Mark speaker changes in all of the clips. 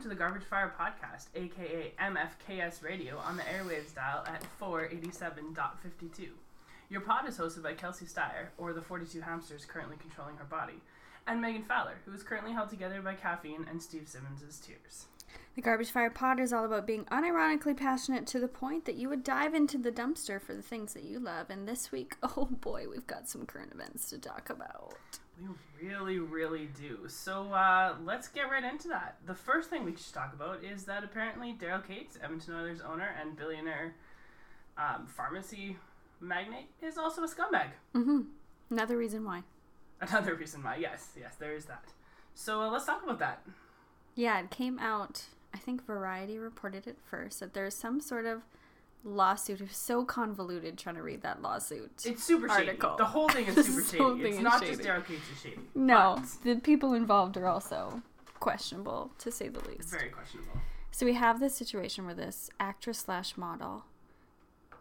Speaker 1: to the Garbage Fire Podcast, aka MFKS Radio, on the airwaves dial at 487.52. Your pod is hosted by Kelsey Steyer, or the 42 hamsters currently controlling her body, and Megan Fowler, who is currently held together by caffeine and Steve Simmons' tears.
Speaker 2: The Garbage Fire Pod is all about being unironically passionate to the point that you would dive into the dumpster for the things that you love. And this week, oh boy, we've got some current events to talk about.
Speaker 1: We really, really do. So uh, let's get right into that. The first thing we should talk about is that apparently Daryl Cates, Edmonton Oilers owner and billionaire um, pharmacy magnate, is also a scumbag.
Speaker 2: Mm-hmm. Another reason why.
Speaker 1: Another reason why, yes, yes, there is that. So uh, let's talk about that.
Speaker 2: Yeah, it came out. I think Variety reported it first that there's some sort of lawsuit. It was so convoluted trying to read that lawsuit.
Speaker 1: It's super
Speaker 2: Article.
Speaker 1: shady. The whole thing is super
Speaker 2: This whole
Speaker 1: shady.
Speaker 2: thing
Speaker 1: It's
Speaker 2: is
Speaker 1: not just
Speaker 2: shady.
Speaker 1: Daryl Cates is shady.
Speaker 2: no,
Speaker 1: But
Speaker 2: the people involved are also questionable to say the least.
Speaker 1: very questionable.
Speaker 2: So we have this situation where this actress slash model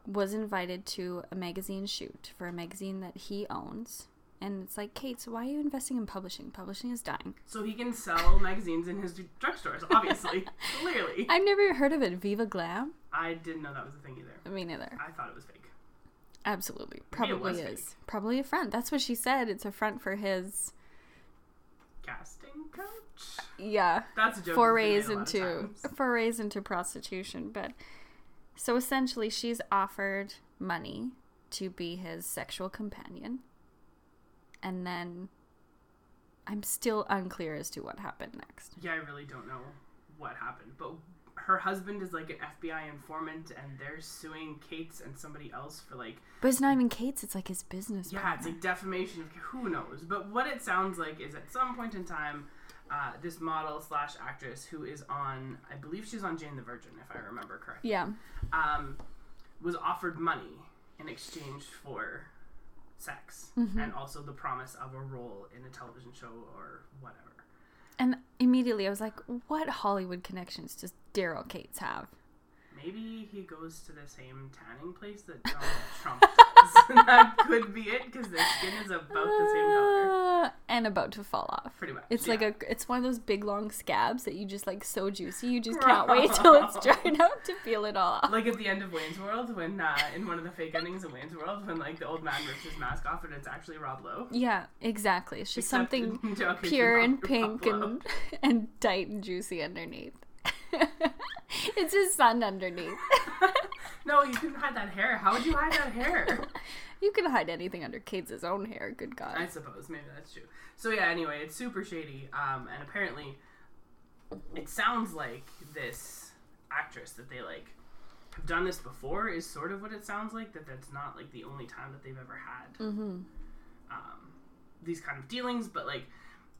Speaker 2: was invited to a magazine shoot for a magazine that he owns. And it's like, Kate, so why are you investing in publishing? Publishing is dying.
Speaker 1: So he can sell magazines in his drugstores, obviously. Clearly.
Speaker 2: I've never heard of it. Viva Glam?
Speaker 1: I didn't know that was a thing either.
Speaker 2: Me neither.
Speaker 1: I thought it was fake. Maybe
Speaker 2: Absolutely.
Speaker 1: it
Speaker 2: Probably
Speaker 1: was
Speaker 2: is. Probably a front. That's what she said. It's a front for his,
Speaker 1: Casting couch?
Speaker 2: yeah,
Speaker 1: That's a joke. that's been
Speaker 2: forays
Speaker 1: made a lot of
Speaker 2: into
Speaker 1: times.
Speaker 2: forays into prostitution but so essentially she's offered money to be his sexual companion and then i'm still unclear as to what happened next
Speaker 1: Yeah, I really don't know what happened, but her husband is like an FBI informant, and they're suing Kate's and somebody else for like
Speaker 2: but it's not even kate's it's like his business
Speaker 1: yeah, it's
Speaker 2: partner.
Speaker 1: like defamation. of- Who knows? But what it sounds like is at some point in time, uh, this model slash actress who is on, I believe she's on Jane the Virgin, if I remember correctly,
Speaker 2: yeah
Speaker 1: um, was offered money in exchange for sex
Speaker 2: Mm-hmm.
Speaker 1: and also the promise of a role in a television show or whatever.
Speaker 2: and immediately i was like what hollywood connections does daryl kate's have
Speaker 1: Maybe he goes to the same tanning place that Donald Trump does. that could be it because their skin is about the same color.
Speaker 2: Uh, and about to fall off
Speaker 1: Pretty much.
Speaker 2: It's
Speaker 1: yeah.
Speaker 2: like a it's one of those big long scabs that you just like so juicy you just can't wait till it's dried out to peel it all off.
Speaker 1: like at the end of Wayne's World when uh, in one of the fake endings of Wayne's World when like the old man rips his mask off and it's actually Rob Lowe.
Speaker 2: Yeah, exactly. It's just
Speaker 1: Except
Speaker 2: something
Speaker 1: in Joe Case
Speaker 2: pure
Speaker 1: not
Speaker 2: and
Speaker 1: Rob
Speaker 2: pink
Speaker 1: Lowe.
Speaker 2: and and tight and juicy underneath. it's his son underneath.
Speaker 1: No, you couldn't hide that hair. How would you hide that hair?
Speaker 2: you can hide anything under Kate's own hair, good
Speaker 1: I
Speaker 2: god.
Speaker 1: suppose maybe that's true. So yeah, anyway, it's super shady. Um, and apparently, it sounds like this actress that they like have done this before is sort of what it sounds like. That that's not like the only time that they've ever had
Speaker 2: Mhm.
Speaker 1: um, these kind of dealings. But like,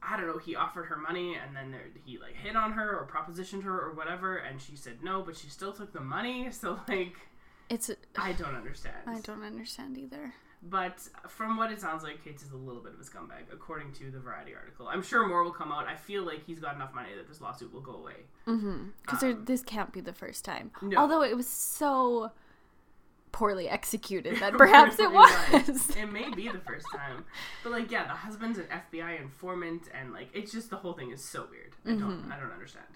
Speaker 1: I don't know. He offered her money, and then there, he like hit on her or propositioned her or whatever, and she said no, but she still took the money. So like,
Speaker 2: It's a,
Speaker 1: I don't understand.
Speaker 2: I don't understand either.
Speaker 1: But from what it sounds like, Kate's is a little bit of a scumbag, according to the Variety article. I'm sure more will come out. I feel like he's got enough money that this lawsuit will go away.
Speaker 2: Mhm. Cuz this can't be the first time.
Speaker 1: Mm-hmm. Um, No.
Speaker 2: Although it was so poorly executed that perhaps it
Speaker 1: Really
Speaker 2: was.
Speaker 1: It may be the first time. But like, yeah, the husband's an FBI informant, and like, it's just the whole thing is so weird. I don't,
Speaker 2: Mm-hmm.
Speaker 1: I don't understand.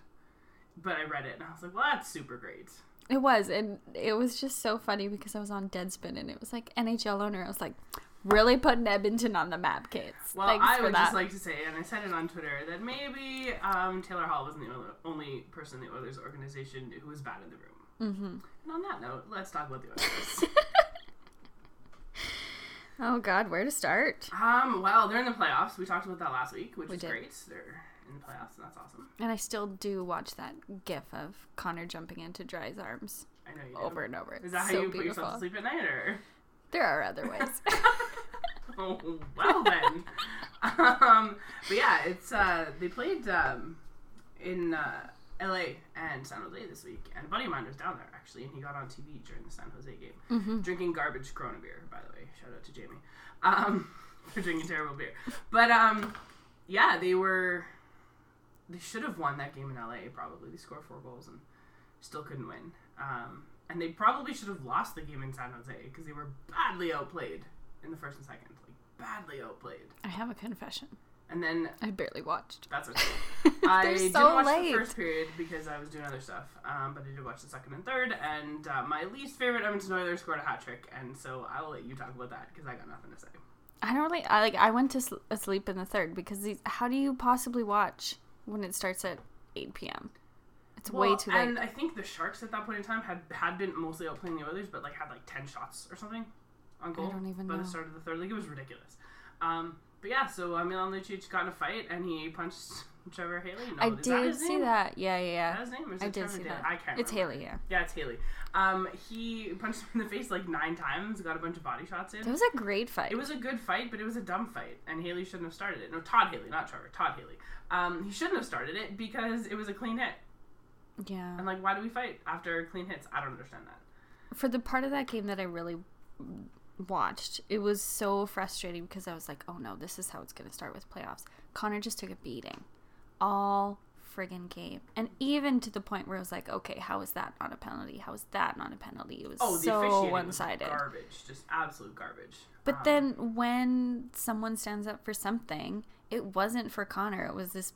Speaker 1: But I read it and I was like, well, that's super great.
Speaker 2: It was, and it was just so funny because I was on Deadspin, and it was like NHL owner. I was like, really putting Edmonton on the map, kids.
Speaker 1: Well,
Speaker 2: Thanks
Speaker 1: I
Speaker 2: for
Speaker 1: would
Speaker 2: that.
Speaker 1: just like to say, and I said it on Twitter, that maybe um, Taylor Hall wasn't the only- only person in the Oilers organization who was bad in the room.
Speaker 2: Mhm.
Speaker 1: And on that note, let's talk about the Oilers.
Speaker 2: oh God, where to start?
Speaker 1: Um, well, they're in the playoffs. We talked about that last week, which
Speaker 2: We
Speaker 1: is
Speaker 2: did.
Speaker 1: great. They're in the playoffs, and that's awesome.
Speaker 2: And I still do watch that GIF of Connor jumping into Dry's arms
Speaker 1: I know you do.
Speaker 2: over and over. It's
Speaker 1: Is that how
Speaker 2: so
Speaker 1: you put
Speaker 2: beautiful.
Speaker 1: yourself to sleep at night, or?
Speaker 2: There are other ways.
Speaker 1: Oh, well then. um, but yeah, it's uh, they played um, in uh, L.A. and San Jose this week, and a buddy of mine was down there actually, and he got on TV during the San Jose game, drinking garbage Corona beer. By the way, shout out to Jamie um, for drinking terrible beer. But um, yeah, they were. They should have won that game in L.A. Probably they scored four goals and still couldn't win. Um, and they probably should have lost the game in San Jose because they were badly outplayed in the first and second. Like, badly outplayed.
Speaker 2: I have a confession.
Speaker 1: And then
Speaker 2: I barely watched.
Speaker 1: that's okay. I
Speaker 2: They're
Speaker 1: didn't
Speaker 2: so
Speaker 1: watch
Speaker 2: late.
Speaker 1: the first period because I was doing other stuff, um, but I did watch the second and third. And uh, my least favorite Edmonton Oilers scored a hat trick, and so I will let you talk about that because I got nothing to say.
Speaker 2: I don't really. I like. I went to sl- sleep in the third because these, how do you possibly watch when it starts at eight p.m. It's way
Speaker 1: Well,
Speaker 2: too late.
Speaker 1: And I think the Sharks at that point in time had had been mostly outplaying the Oilers, but like had like ten shots or something on goal
Speaker 2: don't even
Speaker 1: by
Speaker 2: know.
Speaker 1: the start of the third. Like it was ridiculous. Um, but yeah, so uh, Milan Lucic got in a fight and he punched Trevor Haley. No,
Speaker 2: I
Speaker 1: is that
Speaker 2: did
Speaker 1: his
Speaker 2: see
Speaker 1: name?
Speaker 2: that. Yeah, yeah,
Speaker 1: Is
Speaker 2: yeah.
Speaker 1: that his name? Or is
Speaker 2: I
Speaker 1: it
Speaker 2: did
Speaker 1: Trevor
Speaker 2: see
Speaker 1: Dale?
Speaker 2: that.
Speaker 1: I can't.
Speaker 2: It's
Speaker 1: remember.
Speaker 2: Haley. Yeah,
Speaker 1: Yeah, it's Haley. Um, he punched him in the face like nine times, got a bunch of body shots in.
Speaker 2: that was a great fight.
Speaker 1: It was a good fight, but it was a dumb fight, and Haley shouldn't have started it. No, Todd Haley, not Trevor. Todd Haley. Um, he shouldn't have started it because it was a clean hit.
Speaker 2: yeah.
Speaker 1: And like, why do we fight after clean hits? I don't understand that.
Speaker 2: For the part of that game that I really watched, it was so frustrating because I was like, "Oh no, this is how it's going to start with playoffs." Connor just took a beating all friggin' game, and even to the point where I was like, "Okay, how is that not a penalty? How is that not a penalty?" It was
Speaker 1: Oh, the
Speaker 2: so
Speaker 1: officiating
Speaker 2: one-sided.
Speaker 1: Was garbage, just absolute garbage.
Speaker 2: But
Speaker 1: Um,
Speaker 2: then when someone stands up for something, it wasn't for Connor. It was this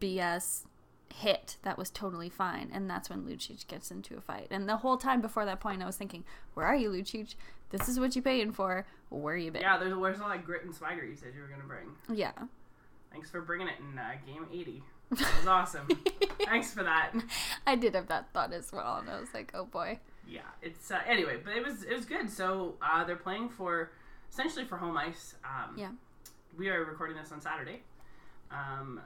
Speaker 2: BS hit that was totally fine. And that's when Lucic gets into a fight. And the whole time before that point, I was thinking, where are you, Lucic? This is what you paying for. Where you been?
Speaker 1: yeah, there's where's all that grit and swagger you said you were gonna bring.
Speaker 2: Yeah.
Speaker 1: Thanks for bringing it in uh, game 80. That was awesome. Thanks for that.
Speaker 2: I did have that thought as well. And I was like, oh boy.
Speaker 1: Yeah, it's uh, anyway, but it was it was good. So uh, they're playing for essentially for home ice. Um,
Speaker 2: Yeah.
Speaker 1: we are recording this on Saturday. Um,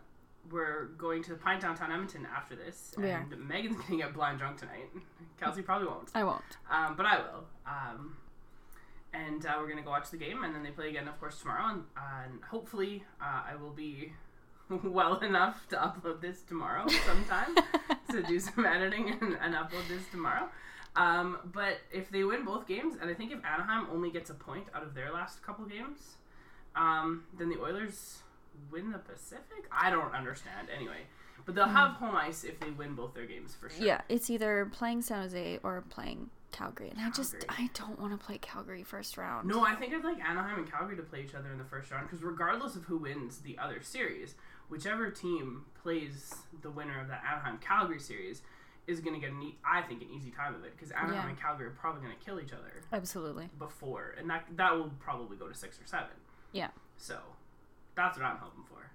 Speaker 1: we're going to the Pine Town Town Edmonton after this,
Speaker 2: We are.
Speaker 1: and Megan's gonna get blind drunk tonight. Kelsey probably won't,
Speaker 2: I won't.
Speaker 1: um, but I will. Um, and uh, we're gonna go watch the game, and then they play again, of course, tomorrow. And, uh, and hopefully, uh, I will be well enough to upload this tomorrow sometime to do some editing and, and upload this tomorrow. Um, but if they win both games, and I think if Anaheim only gets a point out of their last couple games, um, then the Oilers win the Pacific. I don't understand. Anyway, but they'll have home ice if they win both their games for sure.
Speaker 2: Yeah. It's either playing San Jose or playing Calgary. And I just,
Speaker 1: Calgary.
Speaker 2: I don't want to play Calgary first round.
Speaker 1: No, I think I'd like Anaheim and Calgary to play each other in the first round because regardless of who wins the other series, whichever team plays the winner of the Anaheim Calgary series is going to get an e- I think an easy time of it because Anaheim
Speaker 2: Yeah.
Speaker 1: and Calgary are probably going to kill each other
Speaker 2: Absolutely.
Speaker 1: before, and that that will probably go to six or seven.
Speaker 2: Yeah.
Speaker 1: So that's what I'm hoping for.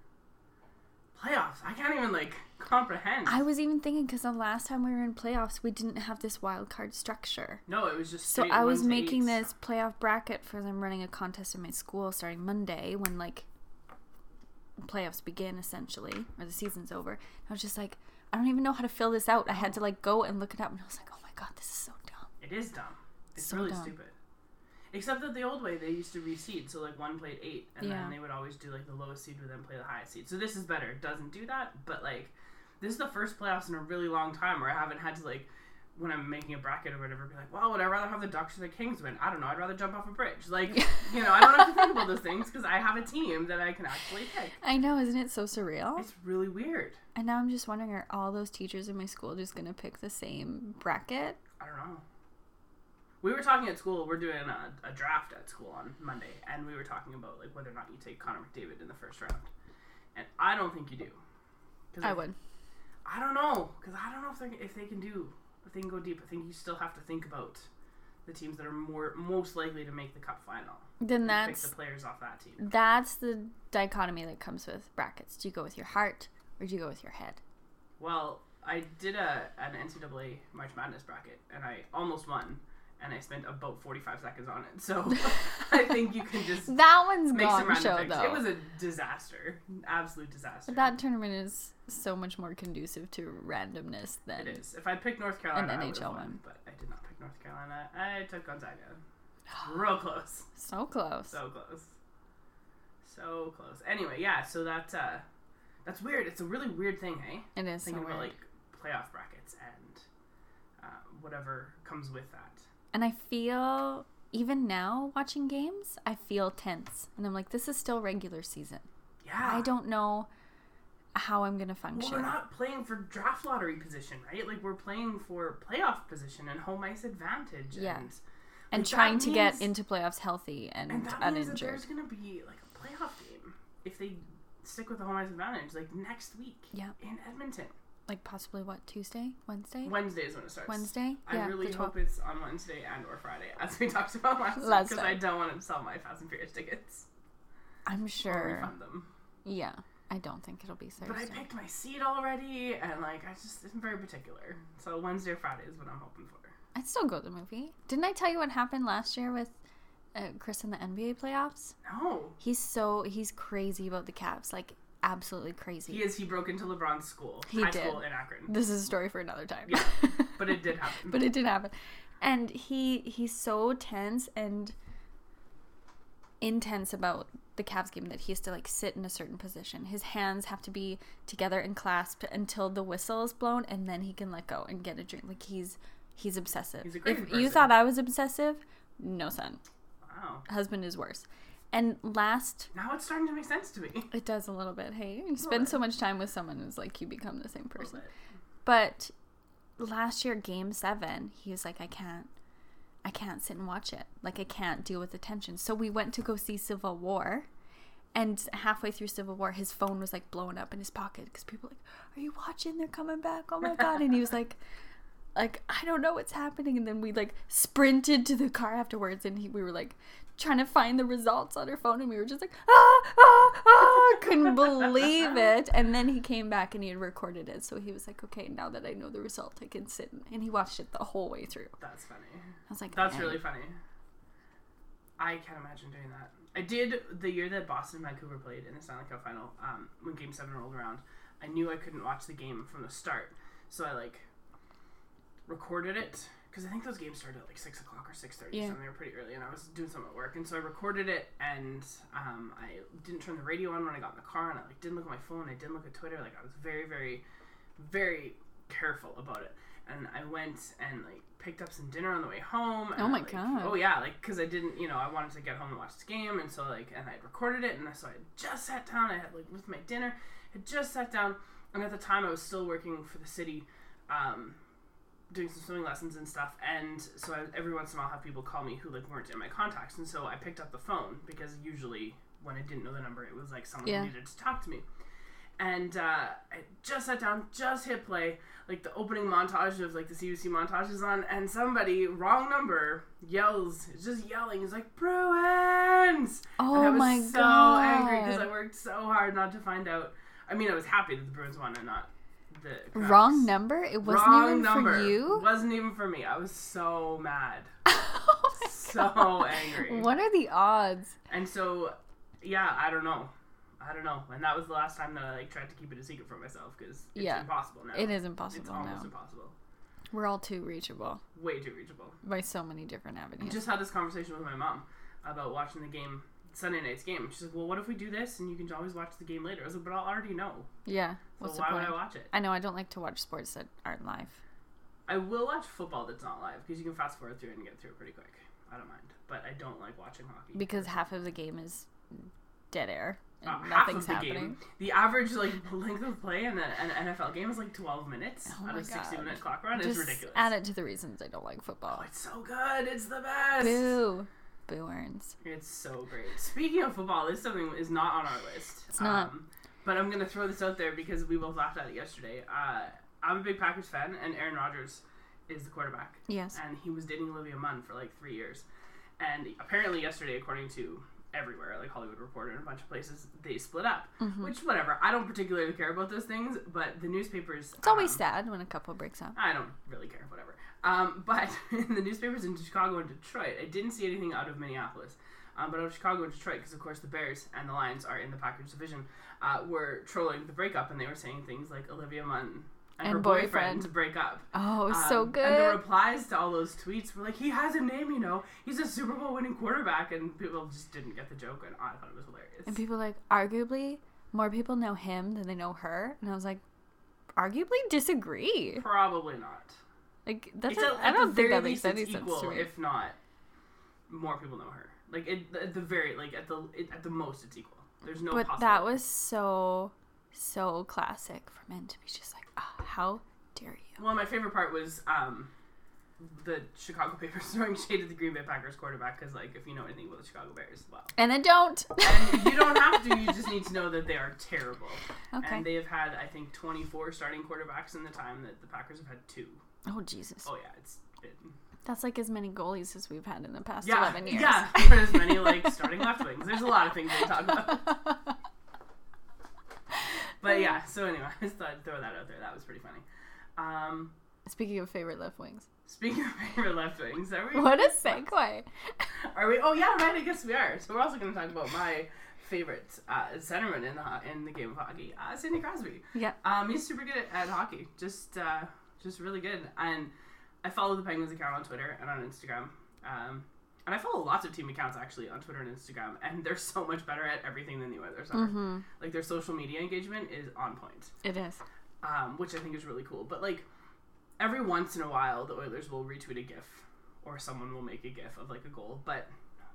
Speaker 1: Playoffs. I can't even like comprehend.
Speaker 2: I was even thinking because the last time we were in playoffs, we didn't have this wild card structure.
Speaker 1: no, it was just
Speaker 2: So
Speaker 1: straight
Speaker 2: I was
Speaker 1: ones to
Speaker 2: making
Speaker 1: eights.
Speaker 2: this playoff bracket for them running a contest in my school starting Monday when like playoffs begin essentially or the season's over. I was just like, I don't even know how to fill this out. I had to like go and look it up, and I was like, oh my god, this is so dumb.
Speaker 1: It is dumb. It's
Speaker 2: So
Speaker 1: really
Speaker 2: dumb.
Speaker 1: stupid. Except that the old way they used to reseed, so like one played eight, and
Speaker 2: Yeah.
Speaker 1: then they would always do like the lowest seed would then play the highest seed. So this is better. It doesn't do that, but like this is the first playoffs in a really long time where I haven't had to like when I'm making a bracket or whatever be like, well, would I rather have the Ducks or the Kings win? I don't know. I'd rather jump off a bridge. Like you know, I don't have to think about those things because I have a team that I can actually pick.
Speaker 2: I know, isn't it so surreal?
Speaker 1: It's really weird.
Speaker 2: And now I'm just wondering, are all those teachers in my school just gonna pick the same bracket?
Speaker 1: I don't know. We were talking at school. We're doing a, a draft at school on Monday, and we were talking about like whether or not you take Connor McDavid in the first round. And I don't think you do. 'Cause
Speaker 2: I would.
Speaker 1: I don't know because I don't know if they if they can do if they can go deep. I think you still have to think about the teams that are more most likely to make the cup final.
Speaker 2: Then
Speaker 1: and
Speaker 2: that's
Speaker 1: pick the players off that team.
Speaker 2: that's the dichotomy that comes with brackets. Do you go with your heart or do you go with your head?
Speaker 1: Well, I did a an NCAA March Madness bracket, and I almost won. And I spent about forty five seconds on it, so I think you can just
Speaker 2: That one's
Speaker 1: Make some
Speaker 2: gone
Speaker 1: random
Speaker 2: show
Speaker 1: picks.
Speaker 2: though.
Speaker 1: It was a disaster, An absolute disaster.
Speaker 2: that tournament is so much more conducive to randomness
Speaker 1: it
Speaker 2: than
Speaker 1: is. If I picked North Carolina,
Speaker 2: An
Speaker 1: I would
Speaker 2: NHL
Speaker 1: have won,
Speaker 2: one.
Speaker 1: but I did not pick North Carolina. I took Gonzaga. Real close,
Speaker 2: so close.
Speaker 1: so close, so close. Anyway, yeah. So that uh, that's weird. It's a really weird thing, hey.
Speaker 2: it is so
Speaker 1: Thinking
Speaker 2: weird.
Speaker 1: about like playoff brackets and uh, whatever comes with that.
Speaker 2: and I feel even now watching games, I feel tense, and I'm like, this is still regular season.
Speaker 1: Yeah,
Speaker 2: I don't know how I'm gonna
Speaker 1: Ah. Well,
Speaker 2: function.
Speaker 1: we're not playing for draft lottery position, right? Like we're playing for playoff position and home ice advantage.
Speaker 2: Yeah.
Speaker 1: and
Speaker 2: and
Speaker 1: Like, that
Speaker 2: trying to get
Speaker 1: means-
Speaker 2: into playoffs healthy and,
Speaker 1: And that means that
Speaker 2: uninjured.
Speaker 1: there's going to be like a playoff game if they stick with the home ice advantage like next week
Speaker 2: Yeah.
Speaker 1: in Edmonton.
Speaker 2: Like possibly what Tuesday, Wednesday,
Speaker 1: Wednesday is when it starts.
Speaker 2: Wednesday.
Speaker 1: I really
Speaker 2: the
Speaker 1: hope
Speaker 2: 12th.
Speaker 1: it's on Wednesday and or Friday, as we talked about last
Speaker 2: Last
Speaker 1: because I
Speaker 2: time.
Speaker 1: don't want to sell my Fast and Furious tickets
Speaker 2: I'm
Speaker 1: or
Speaker 2: sure.
Speaker 1: refund them.
Speaker 2: Yeah, I don't think it'll be
Speaker 1: But I
Speaker 2: Thursday.
Speaker 1: picked my seat already, and like I just am very particular. So Wednesday or Friday is what I'm hoping for.
Speaker 2: I'd still go to the movie. Didn't I tell you what happened last year with uh, Chris in the NBA playoffs?
Speaker 1: No,
Speaker 2: He's so he's crazy about the Cavs, like absolutely crazy.
Speaker 1: he is. He broke into LeBron's school,
Speaker 2: He
Speaker 1: high
Speaker 2: did.
Speaker 1: school in Akron,
Speaker 2: This is a story for another time.
Speaker 1: Yeah, but it did happen.
Speaker 2: but it did happen. And he he's so tense and intense about the Cavs game that he has to like sit in a certain position. His hands have to be together and clasped until the whistle is blown, and then he can let go and get a drink. Like he's he's obsessive.
Speaker 1: He's a crazy
Speaker 2: if you
Speaker 1: person.
Speaker 2: thought I was obsessive, no son.
Speaker 1: wow.
Speaker 2: Husband is worse. And last
Speaker 1: Now it's starting to make sense to me.
Speaker 2: it does a little bit, hey. You spend so much time with someone it's like you become the same person.
Speaker 1: But-
Speaker 2: But last year, game seven, he was like, I can't, I can't sit and watch it. Like, I can't deal with the tension. So we went to go see Civil War. And halfway through Civil War, his phone was like blowing up in his pocket because people were like, Are you watching? They're coming back. Oh my God. And he was like, like I don't know what's happening, and then we like sprinted to the car afterwards, and he, we were like trying to find the results on her phone, and we were just like ah ah ah, couldn't believe it. And then he came back and he had recorded it, so he was like, okay, now that I know the result, I can sit. And, and he watched it the whole way through.
Speaker 1: That's funny.
Speaker 2: I was like,
Speaker 1: That's
Speaker 2: "Man."
Speaker 1: really funny. I can't imagine doing that. I did the year that Boston and Vancouver played in the Stanley Cup final, um, when Game Seven rolled around. I knew I couldn't watch the game from the start, so I like recorded it because I think those games started at like six o'clock or six thirty,
Speaker 2: Yeah.
Speaker 1: so they were pretty early, and I was doing something at work, and so I recorded it, and um, I didn't turn the radio on when I got in the car, and I like didn't look at my phone, I didn't look at Twitter, like I was very, very, very careful about it. And I went and like picked up some dinner on the way home. And
Speaker 2: Oh my
Speaker 1: like,
Speaker 2: God.
Speaker 1: Oh yeah, like because I didn't, you know, I wanted to get home and watch this game, and so like, and I'd recorded it, and so I just sat down. I had like with my dinner, had just sat down, and at the time I was still working for the city, um, doing some swimming lessons and stuff. And so I, every once in a while, I'll have people call me who like weren't in my contacts, and so I picked up the phone because usually when I didn't know the number, it was like someone
Speaker 2: Yeah.
Speaker 1: who needed to talk to me. And uh, I just sat down, just hit play. Like the opening montage of like the CBC montage is on, and somebody wrong number yells, is just yelling, is like Bruins. and I
Speaker 2: Oh
Speaker 1: was
Speaker 2: my
Speaker 1: so
Speaker 2: god!
Speaker 1: angry because I worked so hard not to find out. I mean, I was happy that the Bruins won and not the Canucks.
Speaker 2: Wrong number. It wasn't
Speaker 1: Wrong
Speaker 2: even
Speaker 1: number.
Speaker 2: for you.
Speaker 1: Wasn't even for me. I was so mad,
Speaker 2: Oh my
Speaker 1: so angry.
Speaker 2: What are the odds?
Speaker 1: And so, yeah, I don't know. I don't know. And that was the last time that I like tried to keep it a secret from myself because it's
Speaker 2: Yeah.
Speaker 1: impossible now.
Speaker 2: It is
Speaker 1: It's
Speaker 2: impossible
Speaker 1: almost
Speaker 2: now.
Speaker 1: impossible.
Speaker 2: We're all too reachable
Speaker 1: Way too reachable.
Speaker 2: by so many different avenues.
Speaker 1: Just had this conversation with my mom about watching the game Sunday night's game. She's like, "Well, what if we do this and you can always watch the game later?" I was like, "But I'll already know.
Speaker 2: yeah.
Speaker 1: So
Speaker 2: What's the
Speaker 1: why
Speaker 2: point?
Speaker 1: would I watch it?"
Speaker 2: I know I don't like to watch sports that aren't live.
Speaker 1: I will watch football that's not live because you can fast forward through it and get through it pretty quick. I don't mind, but I don't like watching hockey.
Speaker 2: because half of the game is dead air and
Speaker 1: Uh, half
Speaker 2: nothing's
Speaker 1: of the
Speaker 2: happening.
Speaker 1: game, the average like length of play in a, an NFL game is like 12 minutes
Speaker 2: Oh
Speaker 1: out
Speaker 2: my
Speaker 1: of 60
Speaker 2: God.
Speaker 1: minute clock run. It's
Speaker 2: Just
Speaker 1: ridiculous.
Speaker 2: add it to the reasons I don't like
Speaker 1: Oh,
Speaker 2: football.
Speaker 1: it's so good. It's the best.
Speaker 2: Boo, boo earns.
Speaker 1: It's so great. Speaking of football, this something is not on our list.
Speaker 2: It's not.
Speaker 1: Um, but I'm gonna throw this out there because we both laughed at it yesterday. Uh, I'm a big Packers fan, and Aaron Rodgers is the quarterback.
Speaker 2: Yes,
Speaker 1: and he was dating Olivia Munn for like three years. And apparently, yesterday, according to everywhere, like Hollywood Reporter and a bunch of places, they split up.
Speaker 2: Mm-hmm.
Speaker 1: Which, whatever. I don't particularly care about those things, but the newspapers. um,
Speaker 2: it's always sad when a couple breaks up.
Speaker 1: I don't really care, whatever. Um, but in the newspapers in Chicago and Detroit, I didn't see anything out of Minneapolis. Um, but out of Chicago and Detroit, because of course the Bears and the Lions are in the Packers division, uh, were trolling the breakup, and they were saying things like Olivia Munn and, her
Speaker 2: And boyfriend.
Speaker 1: boyfriend break up.
Speaker 2: Oh, it was so
Speaker 1: Um, And the
Speaker 2: good.
Speaker 1: replies to all those tweets were like, he has a name, you know. He's a Super Bowl winning quarterback. And people just didn't get the joke, and I thought it was hilarious.
Speaker 2: And people like arguably more people know him than they know her, and I was like, arguably disagree.
Speaker 1: Probably not.
Speaker 2: Like that's
Speaker 1: It's at-
Speaker 2: not, I
Speaker 1: at the
Speaker 2: don't think
Speaker 1: very
Speaker 2: that
Speaker 1: least
Speaker 2: makes any
Speaker 1: it's
Speaker 2: sense
Speaker 1: equal,
Speaker 2: to me.
Speaker 1: If not, more people know her. Like, it, at the very, like, at the it, at the most, it's equal. There's no
Speaker 2: But
Speaker 1: possible.
Speaker 2: that was so so classic for men to be just like, oh, "Ah, how dare you?
Speaker 1: Well, my favorite part was um, the Chicago Bears throwing shade at the Green Bay Packers quarterback because, like, if you know anything about the Chicago Bears, well,
Speaker 2: And then don't.
Speaker 1: and you don't have to. You just need to know that they are terrible.
Speaker 2: Okay.
Speaker 1: And they have had, I think, 24 starting quarterbacks in the time that the Packers have had two.
Speaker 2: oh Jesus,
Speaker 1: Oh yeah, it's been
Speaker 2: that's like as many goalies as we've had in the past
Speaker 1: yeah,
Speaker 2: eleven years.
Speaker 1: yeah. For as many like starting left wings, there's a lot of things we can talk about. But yeah, so anyway, I just thought I'd throw that out there. That was pretty funny. Um,
Speaker 2: Speaking of favorite left wings,
Speaker 1: speaking of favorite left wings, are we?
Speaker 2: what a segue.
Speaker 1: Are we? Oh yeah, right. I guess we are. So we're also going to talk about my favorite uh, centerman in the ho- in the game of hockey, uh, Sidney Crosby.
Speaker 2: yeah.
Speaker 1: Um, he's super good at, at hockey. Just uh, just really good. And I follow the Penguins account on Twitter and on Instagram. Um, and I follow lots of team accounts actually on Twitter and Instagram, and they're so much better at everything than the Oilers are.
Speaker 2: Mm-hmm.
Speaker 1: Like their social media engagement is on point,
Speaker 2: It is.
Speaker 1: um, which I think is really cool. But like every once in a while, the Oilers will retweet a GIF or someone will make a GIF of like a goal. But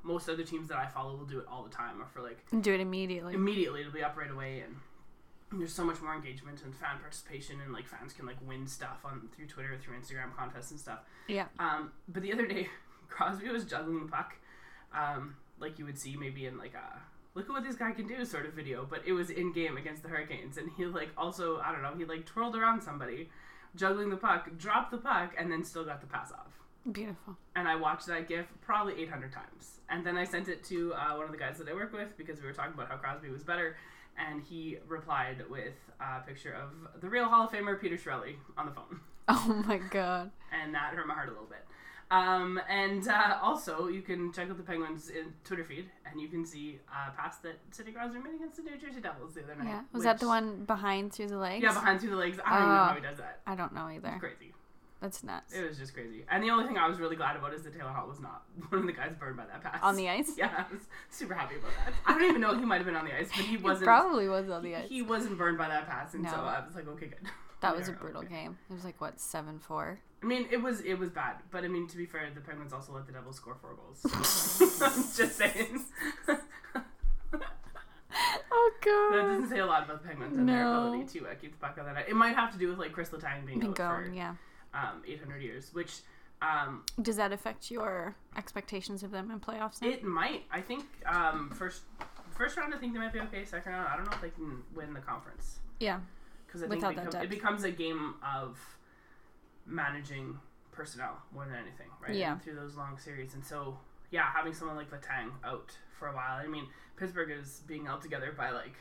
Speaker 1: most other teams that I follow will do it all the time, or for like
Speaker 2: Do it immediately.
Speaker 1: immediately it'll be up right away and there's so much more engagement and fan participation and like fans can like win stuff on through twitter through instagram contests and stuff
Speaker 2: Yeah.
Speaker 1: um, but the other day crosby was juggling the puck um, like you would see maybe in like a look at what this guy can do sort of video but it was in game against the hurricanes and he like also i don't know he like twirled around somebody juggling the puck dropped the puck and then still got the pass off
Speaker 2: Beautiful.
Speaker 1: and I watched that GIF probably 800 times. And then I sent it to uh, one of the guys that I work with because we were talking about how Crosby was better, and he replied with a picture of the real Hall of Famer Peter Shirelli on the phone,
Speaker 2: Oh my god.
Speaker 1: and that hurt my heart a little bit. Um, and uh, also, you can check out the Penguins in Twitter feed, and you can see uh, past that Sidney Crosby made against the New Jersey Devils the other night.
Speaker 2: Yeah. Was that the
Speaker 1: which-
Speaker 2: one behind through the legs?
Speaker 1: Yeah, behind through the legs. I don't even know
Speaker 2: Uh,
Speaker 1: how he does that.
Speaker 2: I don't know either.
Speaker 1: Crazy.
Speaker 2: That's nuts.
Speaker 1: It was just crazy. And the only thing I was really glad about is that Taylor Hall was not one of the guys burned by that pass.
Speaker 2: On the ice?
Speaker 1: Yeah, I was super happy about that. I don't even know he might have been on the ice, but he
Speaker 2: It
Speaker 1: wasn't.
Speaker 2: probably was on the ice.
Speaker 1: He wasn't burned by that pass, and so
Speaker 2: No.
Speaker 1: I was like, okay, good.
Speaker 2: that
Speaker 1: We
Speaker 2: was a
Speaker 1: are
Speaker 2: brutal
Speaker 1: okay.
Speaker 2: game. It was like what seven four.
Speaker 1: I mean, it was it was bad, but I mean, to be fair, the Penguins also let the Devils score four goals. So, I'm just saying
Speaker 2: Oh
Speaker 1: that
Speaker 2: god.
Speaker 1: doesn't say a lot about the Penguins and their
Speaker 2: No.
Speaker 1: ability to uh, keep the puck on the net. It might have to do with like Chris Letang being
Speaker 2: Been
Speaker 1: out for
Speaker 2: gone. Yeah.
Speaker 1: um, 800 years, which um,
Speaker 2: Does that affect your expectations of them in playoffs? now?
Speaker 1: It might. I think um, first first round. I think they might be okay. Second round, I don't know if they can win the conference
Speaker 2: yeah.
Speaker 1: because I
Speaker 2: Without that
Speaker 1: think it, become-
Speaker 2: depth.
Speaker 1: it becomes a game of managing personnel more than anything, right?
Speaker 2: Yeah.
Speaker 1: Through those long series, and so yeah, having someone like Letang out for a while. I mean, Pittsburgh is being held together by like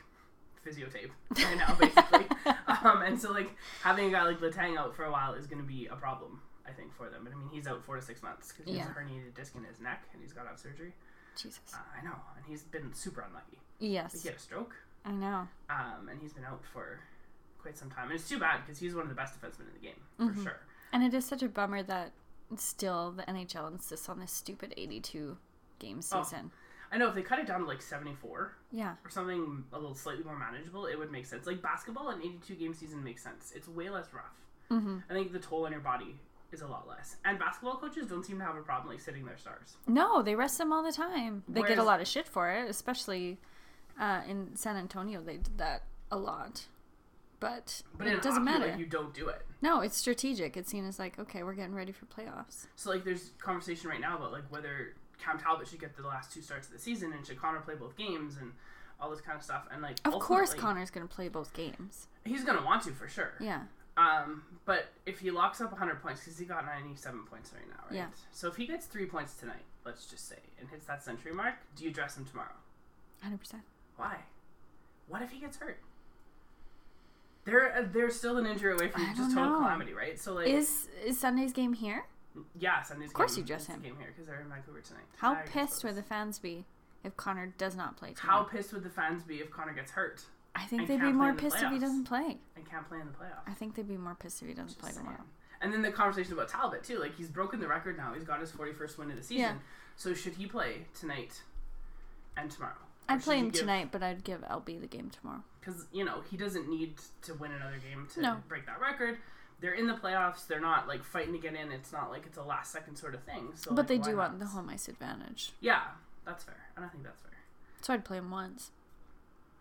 Speaker 1: physio tape right now, basically. um, and so like having a guy like Letang out for a while is going to be a problem. I think for them, but I mean, he's out four to six months because he has
Speaker 2: Yeah.
Speaker 1: a herniated disc in his neck, and he's got to have surgery.
Speaker 2: Jesus.
Speaker 1: Uh, I know, and he's been super unlucky. Like,
Speaker 2: Yes.
Speaker 1: he had a stroke,
Speaker 2: I know.
Speaker 1: um, and he's been out for quite some time. And it's too bad because he's one of the best defensemen in the game for
Speaker 2: Mm-hmm.
Speaker 1: sure.
Speaker 2: And it is such a bummer that still the NHL insists on this stupid 82 game
Speaker 1: Oh.
Speaker 2: season.
Speaker 1: I know if they cut it down to like seventy-four
Speaker 2: Yeah.
Speaker 1: or something a little slightly more manageable, it would make sense. Like basketball, an eighty-two game season makes sense. It's way less rough.
Speaker 2: Mhm.
Speaker 1: I think the toll on your body is a lot less. And basketball coaches don't seem to have a problem like sitting their stars.
Speaker 2: No, they rest them all the time. They get a
Speaker 1: Whereas-
Speaker 2: lot of shit for it, especially uh, in San Antonio. They did that a lot. But,
Speaker 1: But in
Speaker 2: it doesn't
Speaker 1: hockey,
Speaker 2: matter.
Speaker 1: Like, you don't do it.
Speaker 2: No, it's strategic. It's seen as like, okay, we're getting ready for playoffs.
Speaker 1: So like, there's conversation right now about like whether Cam Talbot should get the last two starts of the season and should Connor play both games and all this kind of stuff. And like,
Speaker 2: Of course,
Speaker 1: ultimately,
Speaker 2: Connor's going to play both games.
Speaker 1: he's gonna want to for sure.
Speaker 2: Yeah.
Speaker 1: Um, but if he locks up 100 points, because he got 97 points right now, right?
Speaker 2: Yeah.
Speaker 1: So if he gets three points tonight, let's just say, and hits that century mark, do you dress him tomorrow?
Speaker 2: 100%.
Speaker 1: Why? What if he gets hurt? They're, uh, they're still an injury away from
Speaker 2: I
Speaker 1: just
Speaker 2: don't
Speaker 1: total
Speaker 2: know.
Speaker 1: calamity, right? So like,
Speaker 2: Is is Sunday's game here?
Speaker 1: yeah, Sunday's
Speaker 2: course
Speaker 1: game,
Speaker 2: you dress
Speaker 1: is the
Speaker 2: him.
Speaker 1: Game here because they're in Vancouver tonight.
Speaker 2: How
Speaker 1: I guess
Speaker 2: pissed
Speaker 1: so.
Speaker 2: would the fans be if Connor does not play tonight?
Speaker 1: How pissed would the fans be if Connor gets hurt
Speaker 2: I think
Speaker 1: and
Speaker 2: they'd be
Speaker 1: can't play
Speaker 2: more
Speaker 1: in the
Speaker 2: pissed if he
Speaker 1: playoffs?
Speaker 2: doesn't play.
Speaker 1: and can't play in the playoffs?
Speaker 2: I think they'd be more pissed if he doesn't play tomorrow.
Speaker 1: And then the conversation about Talbot too. Like he's broken the record now. He's got his forty first win of the season.
Speaker 2: Yeah.
Speaker 1: So should he play tonight and tomorrow?
Speaker 2: I'd play him tonight, but I'd give LB the game tomorrow.
Speaker 1: because you know he doesn't need to win another game to
Speaker 2: No.
Speaker 1: break that record. They're in the playoffs. They're not like fighting to get in. It's not like it's a last second sort of thing. So,
Speaker 2: But
Speaker 1: like,
Speaker 2: they
Speaker 1: why
Speaker 2: do want
Speaker 1: not?
Speaker 2: the home ice advantage.
Speaker 1: Yeah, that's fair, and I think that's fair.
Speaker 2: So I'd play him once.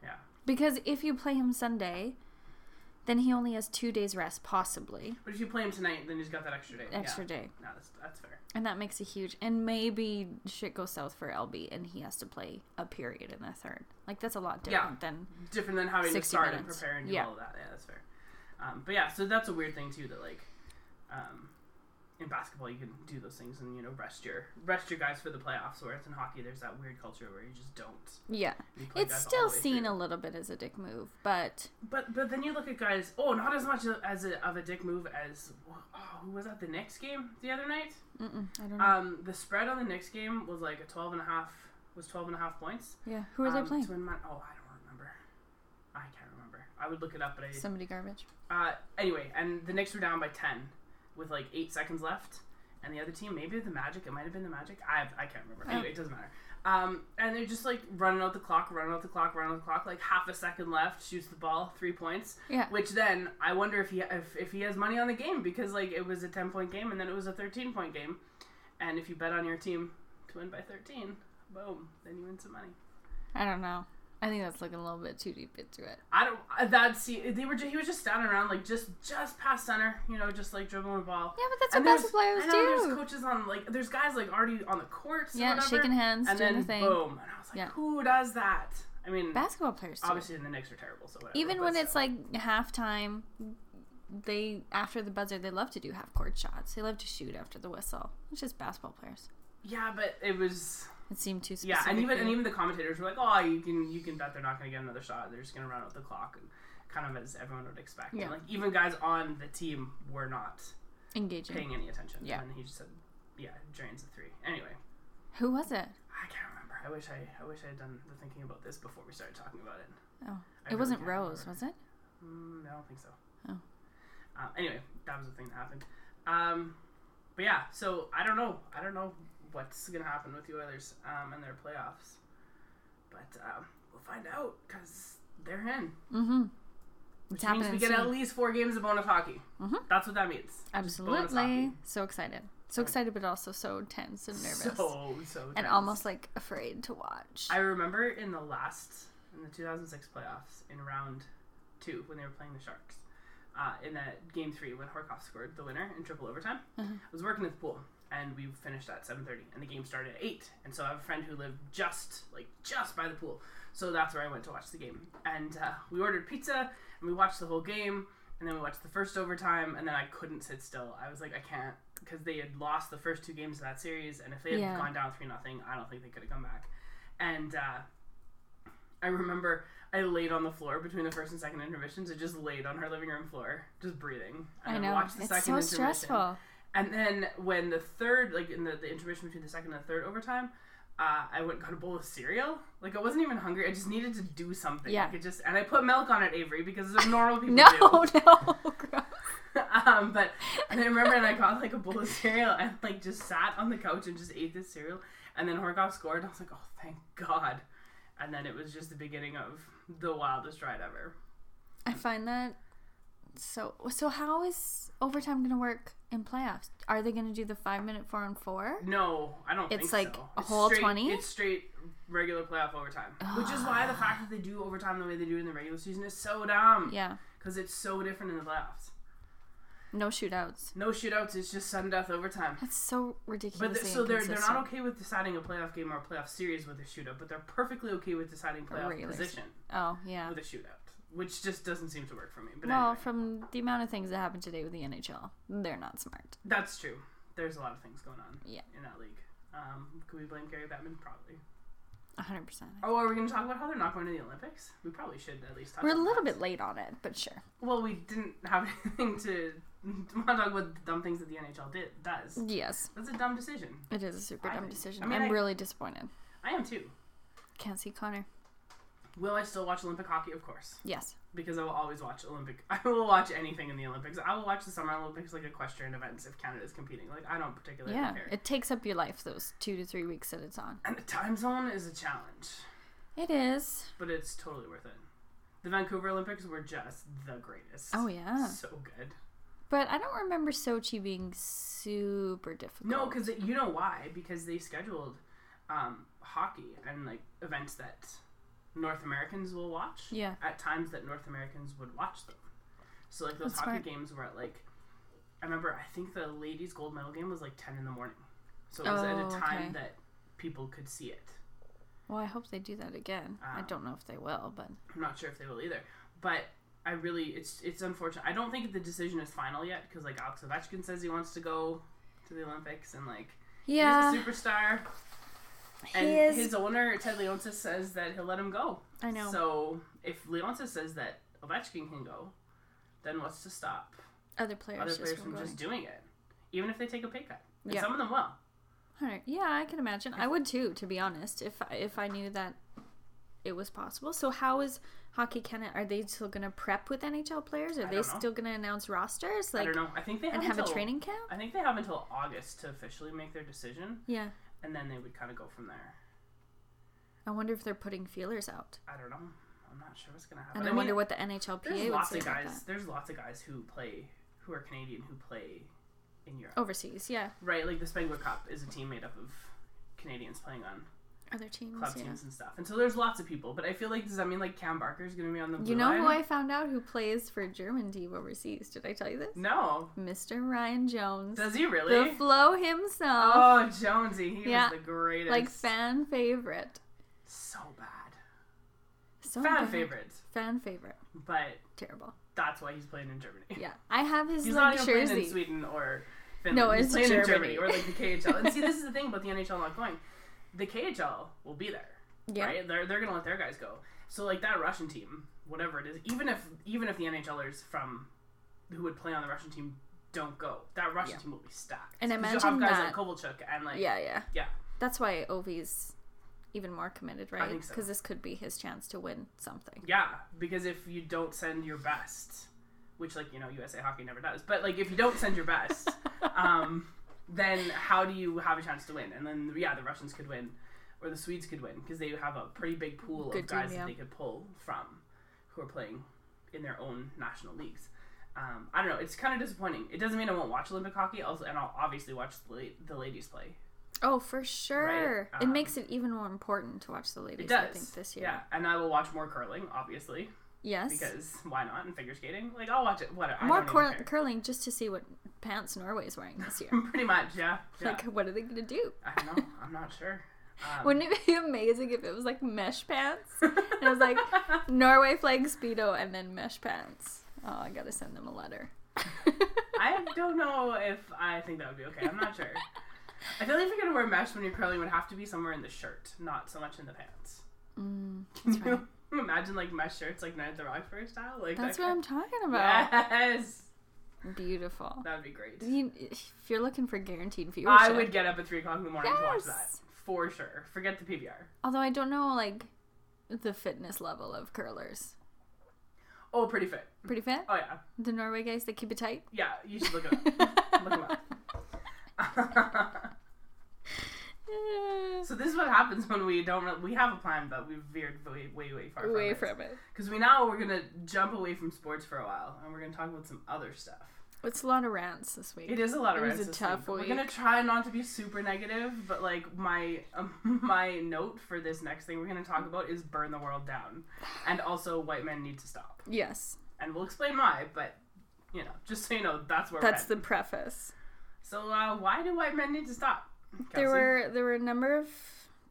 Speaker 1: Yeah.
Speaker 2: Because if you play him Sunday, Then he only has two days rest, possibly
Speaker 1: But if you play him tonight, then he's got that extra day.
Speaker 2: extra
Speaker 1: yeah.
Speaker 2: day,
Speaker 1: No, that's, that's fair.
Speaker 2: and that makes a huge. And maybe shit goes south for LB, and he has to play a period in the third. Like that's a lot
Speaker 1: Yeah.
Speaker 2: different than
Speaker 1: Different than having to
Speaker 2: 60
Speaker 1: start and
Speaker 2: minutes.
Speaker 1: prepare and do
Speaker 2: Yeah.
Speaker 1: all of that. Yeah, that's fair. Um, but yeah, so that's a weird thing too that like, um, in basketball you can do those things and you know rest your rest your guys for the playoffs. Whereas in hockey there's that weird culture where you just don't.
Speaker 2: yeah.
Speaker 1: You play
Speaker 2: It's
Speaker 1: guys all
Speaker 2: still
Speaker 1: the way
Speaker 2: seen
Speaker 1: through.
Speaker 2: a little bit as a dick move, but
Speaker 1: But but then you look at guys. Oh, not as much as a, of a dick move as oh, who was that the Knicks game the other night.
Speaker 2: mm-mm, I don't know.
Speaker 1: Um, the spread on the Knicks game was like a 12 and a half was 12 and a half points.
Speaker 2: yeah, who are
Speaker 1: um,
Speaker 2: they playing?
Speaker 1: to win my- oh, I don't remember. I can't remember. I would look it up, but I
Speaker 2: Somebody garbage.
Speaker 1: Uh, anyway, and the Knicks were down by 10 with like eight seconds left. And the other team, maybe the Magic, it might have been the Magic. I, I can't remember.
Speaker 2: Oh.
Speaker 1: Anyway, it doesn't matter. Um, and they're just like running out the clock, running out the clock, running out the clock. Like half a second left, shoots the ball, three points.
Speaker 2: Yeah.
Speaker 1: Which then I wonder if he if, if he has money on the game because like it was a ten point game and then it was a thirteen point game, and if you bet on your team to win by thirteen, boom, then you win some money.
Speaker 2: I don't know. I think that's looking a little bit too deep into it.
Speaker 1: I don't. uh, That's see, they were. ju- He was just standing around, like just just past center, you know, just like dribbling the ball.
Speaker 2: Yeah, but that's
Speaker 1: And
Speaker 2: what
Speaker 1: there's-
Speaker 2: basketball players
Speaker 1: I know
Speaker 2: do.
Speaker 1: there's coaches on like there's guys like already on the courts. or
Speaker 2: yeah,
Speaker 1: whatever,
Speaker 2: shaking hands,
Speaker 1: and
Speaker 2: doing
Speaker 1: then
Speaker 2: the thing.
Speaker 1: boom. And I was like,
Speaker 2: Yeah.
Speaker 1: who does that? I mean,
Speaker 2: Basketball players do. it.
Speaker 1: obviously the Knicks are terrible, so whatever.
Speaker 2: Even
Speaker 1: but
Speaker 2: when
Speaker 1: still.
Speaker 2: it's like halftime, they after the buzzer they love to do half court shots. They love to shoot after the whistle. It's just basketball players.
Speaker 1: yeah, but it was
Speaker 2: It seemed too
Speaker 1: yeah,
Speaker 2: specific.
Speaker 1: and even and even the commentators were like, oh, you can you can bet they're not going to get another shot. They're just going to run out the clock, and kind of as everyone would expect.
Speaker 2: Yeah.
Speaker 1: And like even guys on the team were not
Speaker 2: engaging.
Speaker 1: paying any attention.
Speaker 2: Yeah.
Speaker 1: and he just said, yeah, drains the three. Anyway.
Speaker 2: Who was it?
Speaker 1: I can't remember. I wish I I wish I had done the thinking about this before we started talking about it. I
Speaker 2: Oh, it
Speaker 1: really
Speaker 2: wasn't
Speaker 1: can't
Speaker 2: Rose,
Speaker 1: remember.
Speaker 2: was it?
Speaker 1: Mm, I don't think so.
Speaker 2: Oh.
Speaker 1: Um, anyway, that was the thing that happened. Um, but yeah, so I don't know. I don't know what's gonna happen with the Oilers um, and their playoffs, but um, we'll find out because they're in.
Speaker 2: Mm-hmm.
Speaker 1: Which
Speaker 2: It's
Speaker 1: means
Speaker 2: happening.
Speaker 1: we get at
Speaker 2: soon.
Speaker 1: least four games of bonus hockey.
Speaker 2: Mhm.
Speaker 1: That's what that means. Just bonus
Speaker 2: Absolutely. So excited. So excited, but also so tense and
Speaker 1: hockey.
Speaker 2: nervous.
Speaker 1: So so
Speaker 2: and
Speaker 1: tense.
Speaker 2: almost like afraid to watch.
Speaker 1: I remember in the last in the 2006 playoffs in round two when they were playing the Sharks. Uh, in that game three when Horkoff scored the winner in triple overtime,
Speaker 2: Mhm.
Speaker 1: I was working at the pool and we finished at 7:30 and the game started at eight. And so I have a friend who lived just like just by the pool, so that's where I went to watch the game. And uh, we ordered pizza and we watched the whole game. And then we watched the first overtime, and then I couldn't sit still. I was like, I can't, because they had lost the first two games of that series, and if they had
Speaker 2: Yeah.
Speaker 1: gone down three nothing, I don't think they could have come back and uh, I remember I laid on the floor between the first and second intermissions. I just laid on her living room floor, just breathing.
Speaker 2: I
Speaker 1: And then
Speaker 2: know
Speaker 1: watched the
Speaker 2: it's
Speaker 1: second
Speaker 2: so
Speaker 1: intermission.
Speaker 2: stressful.
Speaker 1: And then when the third, like in the, the intermission between the second and the third overtime, uh, I went and got a bowl of cereal. Like I wasn't even hungry. I just needed to do something.
Speaker 2: Yeah.
Speaker 1: Like it just and I put milk on it, Avery, because it's what normal people
Speaker 2: No,
Speaker 1: do
Speaker 2: no, gross.
Speaker 1: um, but and I remember, and I got like a bowl of cereal and like just sat on the couch and just ate this cereal. And then Horkoff scored. And I was like, oh, thank God. And then it was just the beginning of the wildest ride ever.
Speaker 2: I find that so. So how is overtime going to work in playoffs? Are they going to do the five minute four on four?
Speaker 1: No, I don't.
Speaker 2: It's
Speaker 1: think
Speaker 2: like
Speaker 1: so.
Speaker 2: a whole
Speaker 1: straight-
Speaker 2: 20?
Speaker 1: It's straight regular playoff overtime, which is why the fact that they do overtime the way they do in the regular season is so dumb.
Speaker 2: Yeah,
Speaker 1: Because it's so different in the playoffs.
Speaker 2: no shootouts.
Speaker 1: No shootouts. It's just sudden death overtime.
Speaker 2: That's so ridiculous.
Speaker 1: But th- so they're they're not okay with deciding a playoff game or a playoff series with a shootout, but they're perfectly okay with deciding playoff
Speaker 2: Regular
Speaker 1: position
Speaker 2: Oh yeah.
Speaker 1: with a shootout, which just doesn't seem to work for me. But
Speaker 2: Well,
Speaker 1: anyway,
Speaker 2: from the amount of things that happened today with the NHL, they're not smart.
Speaker 1: that's true. There's a lot of things going on
Speaker 2: Yeah.
Speaker 1: in that league. Um, could we blame Gary Bettman? Probably.
Speaker 2: A hundred percent.
Speaker 1: Oh, are we going to talk about how they're not going to the Olympics? We probably should at least. Talk
Speaker 2: We're a
Speaker 1: about
Speaker 2: little
Speaker 1: that.
Speaker 2: bit late on it, but sure.
Speaker 1: Well, we didn't have anything to, to want to talk about the dumb things that the NHL did does.
Speaker 2: Yes,
Speaker 1: That's a dumb decision.
Speaker 2: it is a super
Speaker 1: I
Speaker 2: dumb
Speaker 1: think-
Speaker 2: decision.
Speaker 1: I mean,
Speaker 2: I'm
Speaker 1: I-
Speaker 2: really disappointed.
Speaker 1: I am too.
Speaker 2: Can't see Connor.
Speaker 1: Will I still watch Olympic hockey? Of course.
Speaker 2: Yes.
Speaker 1: because I will always watch Olympic. I will watch anything in the Olympics. I will watch the Summer Olympics, like equestrian events, if Canada's competing. Like I don't particularly
Speaker 2: Yeah,
Speaker 1: care.
Speaker 2: it takes up your life those two to three weeks that it's on.
Speaker 1: and the time zone is a challenge,
Speaker 2: It is.
Speaker 1: but it's totally worth it. The Vancouver Olympics were just the greatest.
Speaker 2: Oh yeah,
Speaker 1: so good.
Speaker 2: but I don't remember Sochi being super difficult.
Speaker 1: No, because you know why? Because they scheduled um, hockey and like events that North Americans will watch
Speaker 2: yeah,
Speaker 1: at times that North Americans would watch them. So like those
Speaker 2: That's
Speaker 1: hockey
Speaker 2: smart.
Speaker 1: games were at like I remember I think the ladies gold medal game was like ten in the morning. So it was at
Speaker 2: Oh,
Speaker 1: a time
Speaker 2: okay.
Speaker 1: that people could see it.
Speaker 2: Well, I hope they do that again. I
Speaker 1: Um,
Speaker 2: don't know if they will, but
Speaker 1: I'm not sure if they will either. But I really, it's it's unfortunate. I don't think the decision is final yet because like Alex Ovechkin says he wants to go to the Olympics and like
Speaker 2: yeah,
Speaker 1: he's a superstar.
Speaker 2: he
Speaker 1: And
Speaker 2: is.
Speaker 1: his owner Ted Leonsis says that he'll let him go.
Speaker 2: I know.
Speaker 1: So if Leonsis says that Ovechkin can go, then what's to stop
Speaker 2: other players
Speaker 1: other
Speaker 2: just
Speaker 1: players
Speaker 2: from
Speaker 1: from
Speaker 2: going.
Speaker 1: just doing it, even if they take a pay cut? And
Speaker 2: Yeah.
Speaker 1: some of them will.
Speaker 2: Alright, Yeah, I can imagine. I would too, to be honest, if I- if I knew that it was possible. So how is Hockey Canada? Are they still gonna prep with NHL players? Are they
Speaker 1: don't know.
Speaker 2: still gonna announce rosters
Speaker 1: I
Speaker 2: like
Speaker 1: don't know. I think they have
Speaker 2: and have a
Speaker 1: until-
Speaker 2: training camp?
Speaker 1: Oh. I think they have until August to officially make their decision,
Speaker 2: Yeah.
Speaker 1: and then they would kind of go from there.
Speaker 2: I wonder if they're putting feelers out,
Speaker 1: I don't know. I'm not sure what's gonna happen.
Speaker 2: and I,
Speaker 1: mean,
Speaker 2: wonder what the NHLPA
Speaker 1: there's
Speaker 2: would
Speaker 1: lots
Speaker 2: say
Speaker 1: of
Speaker 2: about
Speaker 1: guys.
Speaker 2: that.
Speaker 1: There's lots of guys who play who are Canadian who play in
Speaker 2: Oh.
Speaker 1: Europe,
Speaker 2: Overseas, yeah,
Speaker 1: right? Like the Spengler Cup is a team made up of Canadians playing on
Speaker 2: other teams.
Speaker 1: club
Speaker 2: yeah.
Speaker 1: teams and stuff, and so there's lots of people. But I feel like does that mean like Cam Barker is gonna be on the blue
Speaker 2: You know
Speaker 1: line?
Speaker 2: who I found out who plays for German team overseas? Did I tell you this?
Speaker 1: No,
Speaker 2: Mr. Ryan Jones,
Speaker 1: does he really?
Speaker 2: the flow himself,
Speaker 1: oh, Jonesy, he
Speaker 2: Yeah.
Speaker 1: was the greatest.
Speaker 2: like fan favorite.
Speaker 1: so bad,
Speaker 2: So
Speaker 1: fan
Speaker 2: bad.
Speaker 1: favorite,
Speaker 2: Fan favorite.
Speaker 1: but
Speaker 2: Terrible.
Speaker 1: that's why he's playing in Germany.
Speaker 2: Yeah, I have his
Speaker 1: He's
Speaker 2: like
Speaker 1: not even playing in
Speaker 2: jersey.
Speaker 1: Sweden or Finland.
Speaker 2: No,
Speaker 1: He's
Speaker 2: it's
Speaker 1: playing
Speaker 2: Germany.
Speaker 1: in Germany or like the KHL. and see, this is the thing about the NHL not going. The KHL will be there,
Speaker 2: Yeah,
Speaker 1: right? They're they're gonna let their guys go. So like that Russian team, whatever it is, even if even if the NHLers from who would play on the Russian team don't go, that Russian
Speaker 2: Yeah.
Speaker 1: team will be stacked.
Speaker 2: And
Speaker 1: 'Cause
Speaker 2: imagine
Speaker 1: you'll have guys
Speaker 2: that-
Speaker 1: like Kovalchuk and like
Speaker 2: yeah, yeah.
Speaker 1: yeah.
Speaker 2: That's why Ovi's even more committed, right?
Speaker 1: think so.
Speaker 2: Because this could be his chance to win something.
Speaker 1: Yeah, because if you don't send your best, which like you know USA Hockey never does, but like if you don't send your best, um, then how do you have a chance to win? And then yeah, the Russians could win, or the Swedes could win because they have a pretty big pool
Speaker 2: Good
Speaker 1: of
Speaker 2: team,
Speaker 1: guys
Speaker 2: yeah.
Speaker 1: that they could pull from, who are playing in their own national leagues. Um, I don't know. It's kind of disappointing. It doesn't mean I won't watch Olympic hockey, also, and I'll obviously watch the, la- the ladies play.
Speaker 2: Oh, for sure.
Speaker 1: Right,
Speaker 2: it
Speaker 1: um,
Speaker 2: makes it even more important to watch the ladies.
Speaker 1: It does.
Speaker 2: I think this year.
Speaker 1: Yeah, and I will watch more curling, obviously,
Speaker 2: Yes.
Speaker 1: because why not? And figure skating, like I'll watch it. Whatever. I
Speaker 2: more
Speaker 1: don't even
Speaker 2: cur-
Speaker 1: care.
Speaker 2: curling just to see what pants Norway's wearing this year.
Speaker 1: Pretty much, yeah. yeah.
Speaker 2: Like, what are they gonna do?
Speaker 1: I don't know. I'm not sure. Um,
Speaker 2: Wouldn't it be amazing if it was like mesh pants? and it was like Norway flag speedo and then mesh pants. Oh, I gotta send them a letter.
Speaker 1: I don't know if I think that would be okay. I'm not sure. I feel like if you're gonna wear mesh when you're curling, it would have to be somewhere in the shirt, not so much in the pants.
Speaker 2: Mm,
Speaker 1: Can
Speaker 2: that's right.
Speaker 1: you imagine like mesh shirts, like Night at the Roxbury style? Like
Speaker 2: That's what
Speaker 1: that
Speaker 2: I'm talking about.
Speaker 1: kind- Yes,
Speaker 2: Beautiful.
Speaker 1: that would be great.
Speaker 2: You- if you're looking for guaranteed viewership,
Speaker 1: I would get up at three o'clock in the morning to watch that
Speaker 2: Yes.
Speaker 1: for sure. Forget the PBR.
Speaker 2: Although I don't know, like, the fitness level of curlers.
Speaker 1: Oh, pretty fit.
Speaker 2: Pretty fit?
Speaker 1: Oh yeah,
Speaker 2: The Norway guys, they keep it tight.
Speaker 1: yeah. You should look it up. look 'em up.
Speaker 2: Eh,
Speaker 1: So this is what happens when we don't. re- We have a plan, but we've veered way, way, way far.
Speaker 2: Away
Speaker 1: from it.
Speaker 2: from it.
Speaker 1: Because we now we're gonna jump away from sports for a while, and we're gonna talk about some other stuff.
Speaker 2: It's a lot of rants this week.
Speaker 1: It is a lot of
Speaker 2: It was
Speaker 1: rants
Speaker 2: a
Speaker 1: this
Speaker 2: tough
Speaker 1: week, but
Speaker 2: week.
Speaker 1: We're gonna try not to be super negative, but like my um, my note for this next thing we're gonna talk about is burn the world down, and also white men need to stop.
Speaker 2: Yes,
Speaker 1: And we'll explain why, but you know, just so you know, that's where
Speaker 2: that's
Speaker 1: we're
Speaker 2: the preface.
Speaker 1: at. So uh, why do white men need to stop?
Speaker 2: There
Speaker 1: Kelsey?
Speaker 2: were there were a number of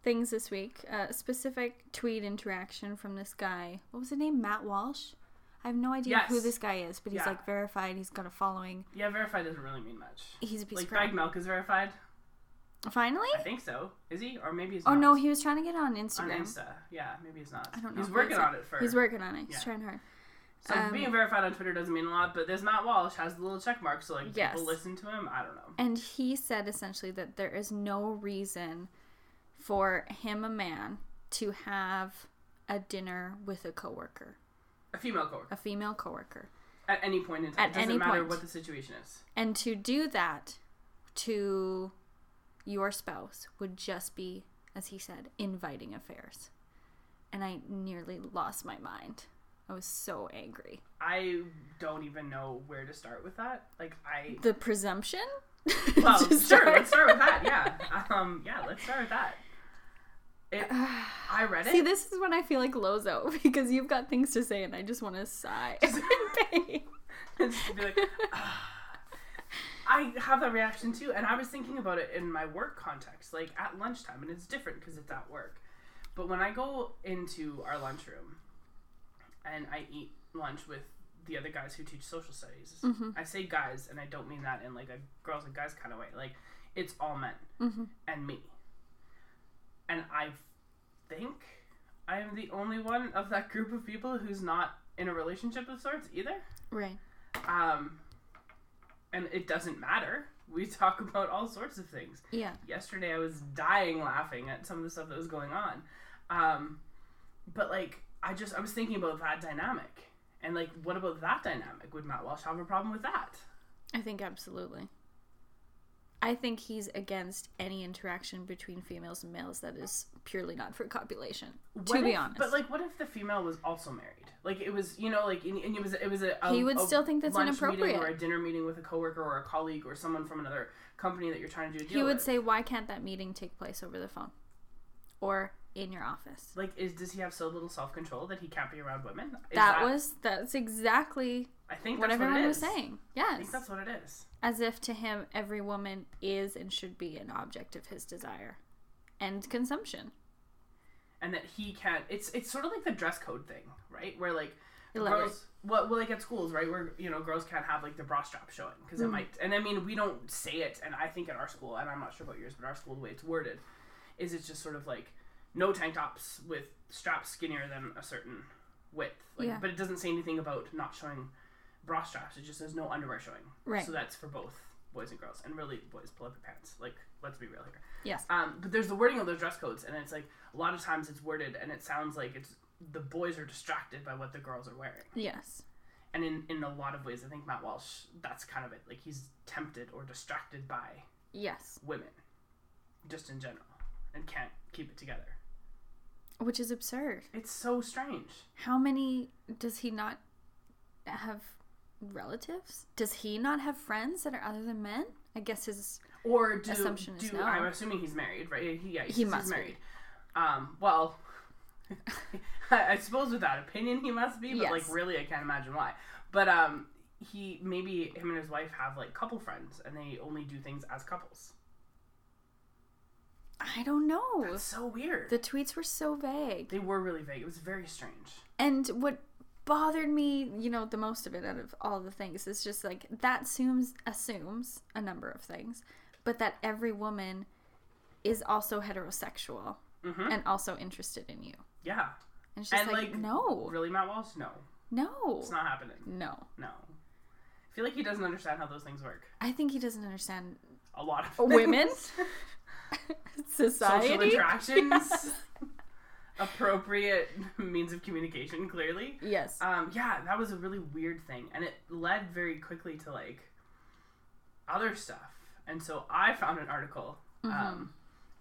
Speaker 2: things this week. Uh, specific tweet interaction from this guy. What was his name? Matt Walsh. I have no idea who
Speaker 1: Yes.
Speaker 2: this guy is, but he's
Speaker 1: Yeah.
Speaker 2: like verified. He's got a following.
Speaker 1: yeah, verified doesn't really mean much.
Speaker 2: He's a piece
Speaker 1: Like
Speaker 2: of crap.
Speaker 1: Bag Milk is verified.
Speaker 2: Finally?
Speaker 1: I think so. Is he? Or maybe he's
Speaker 2: Oh
Speaker 1: not.
Speaker 2: no, he was trying to get
Speaker 1: on
Speaker 2: on Instagram.
Speaker 1: Insta. Yeah, maybe he's not.
Speaker 2: I don't know.
Speaker 1: He's
Speaker 2: if
Speaker 1: working
Speaker 2: that's
Speaker 1: on it for.
Speaker 2: He's working on it. He's
Speaker 1: Yeah.
Speaker 2: trying hard.
Speaker 1: so
Speaker 2: um,
Speaker 1: being verified on Twitter doesn't mean a lot, but this Matt Walsh has the little check mark, so like
Speaker 2: Yes.
Speaker 1: people listen to him. I don't know.
Speaker 2: And he said essentially that there is no reason for him, a man, to have a dinner with a coworker,
Speaker 1: A female coworker
Speaker 2: a female coworker.
Speaker 1: at any point in time.
Speaker 2: At
Speaker 1: doesn't
Speaker 2: any
Speaker 1: matter
Speaker 2: point.
Speaker 1: what the situation is.
Speaker 2: And to do that to your spouse would just be, as he said, inviting affairs. And I nearly lost my mind. I was so angry.
Speaker 1: I don't even know where to start with that. Like I.
Speaker 2: The presumption?
Speaker 1: Well,
Speaker 2: To
Speaker 1: sure.
Speaker 2: start.
Speaker 1: Let's start with that. Yeah. Um. Yeah. Let's start with that. It, I read it.
Speaker 2: See, this is when I feel like Lozo because you've got things to say and I just want to sigh in pain.
Speaker 1: and just be like, "Ah." I have that reaction too, and I was thinking about it in my work context, like at lunchtime, and it's different because it's at work. But when I go into our lunchroom and I eat lunch with the other guys who teach social studies,
Speaker 2: Mm-hmm.
Speaker 1: I say guys, and I don't mean that in like a girls and guys kind of way. Like it's all men and me, and I think I am the only one of that group of people who's not in a relationship of sorts either
Speaker 2: Right.
Speaker 1: um, and it doesn't matter. We talk about all sorts of things.
Speaker 2: Yeah.
Speaker 1: Yesterday, I was dying laughing at some of the stuff that was going on. Um, but like, I just I was thinking about that dynamic, and like, what about that dynamic? Would Matt Walsh have a problem with that?
Speaker 2: I think absolutely. I think he's against any interaction between females and males that is purely not for copulation.
Speaker 1: What
Speaker 2: to be
Speaker 1: if-
Speaker 2: honest.
Speaker 1: but like, what if the female was also married? Like, it was you know like, and, and it was it was a, a
Speaker 2: He would
Speaker 1: a
Speaker 2: still think that's
Speaker 1: lunch meeting or
Speaker 2: inappropriate.
Speaker 1: a dinner meeting with a coworker or a colleague or someone from another company that you're trying to do. A deal
Speaker 2: he would
Speaker 1: with.
Speaker 2: say, Why can't that meeting take place over the phone? Or in your office?
Speaker 1: like is does he have so little self control that he can't be around women? Is
Speaker 2: that, was that's exactly
Speaker 1: I think
Speaker 2: what
Speaker 1: that's
Speaker 2: everyone
Speaker 1: what it
Speaker 2: was
Speaker 1: is.
Speaker 2: saying.
Speaker 1: I think
Speaker 2: Yes.
Speaker 1: that's what it is.
Speaker 2: As if to him every woman is and should be an object of his desire and consumption.
Speaker 1: And that he can't it's it's sort of like the dress code thing, right? Where like
Speaker 2: Elaborate.
Speaker 1: girls well, well like at schools, right? Where you know girls can't have like the bra strap showing because
Speaker 2: Hmm.
Speaker 1: it might and I mean we don't say it and I think at our school and I'm not sure about yours, but our school the way it's worded is it's just sort of like no tank tops with straps skinnier than a certain width. Like,
Speaker 2: Yeah.
Speaker 1: But it doesn't say anything about not showing bra straps. It just says no underwear showing.
Speaker 2: Right.
Speaker 1: So that's for both boys and girls, and really boys pull up your pants. Like, let's be real here.
Speaker 2: Yes.
Speaker 1: Um, but there's the wording of those dress codes, and it's like a lot of times it's worded, and it sounds like it's the boys are distracted by what the girls are wearing.
Speaker 2: Yes.
Speaker 1: And in in a lot of ways, I think Matt Walsh, that's kind of it. Like he's tempted or distracted by
Speaker 2: Yes.
Speaker 1: women, just in general, and can't keep it together.
Speaker 2: Which is absurd.
Speaker 1: It's so strange.
Speaker 2: How many does he not have relatives? Does he not have friends that are other than men? I guess his
Speaker 1: Or do,
Speaker 2: Assumption is
Speaker 1: do
Speaker 2: no.
Speaker 1: I'm assuming he's married, right? He, yeah, he's,
Speaker 2: He
Speaker 1: he's
Speaker 2: must be.
Speaker 1: married. Um, well, I, I suppose with that opinion he must be, but like
Speaker 2: Yes.
Speaker 1: really, I can't imagine why. But um, he maybe him and his wife have like couple friends, and they only do things as couples.
Speaker 2: I don't know.
Speaker 1: It's so weird.
Speaker 2: The tweets were so vague.
Speaker 1: they were really vague. It was very strange.
Speaker 2: And what bothered me, you know, the most of it out of all the things is just like that assumes assumes a number of things, but that every woman is also heterosexual and also interested in you.
Speaker 1: Mm-hmm. Yeah,
Speaker 2: And she's
Speaker 1: And,
Speaker 2: like,
Speaker 1: like,
Speaker 2: no,
Speaker 1: really, Matt Walsh? No,
Speaker 2: no,
Speaker 1: it's not happening.
Speaker 2: no.
Speaker 1: No, I feel like he doesn't understand how those things work.
Speaker 2: I think he doesn't understand
Speaker 1: A lot of
Speaker 2: women,
Speaker 1: things. social
Speaker 2: society.
Speaker 1: interactions, appropriate means of communication, clearly.
Speaker 2: Yes.
Speaker 1: Um, yeah, that was a really weird thing, and it led very quickly to like other stuff. And so I found an article um,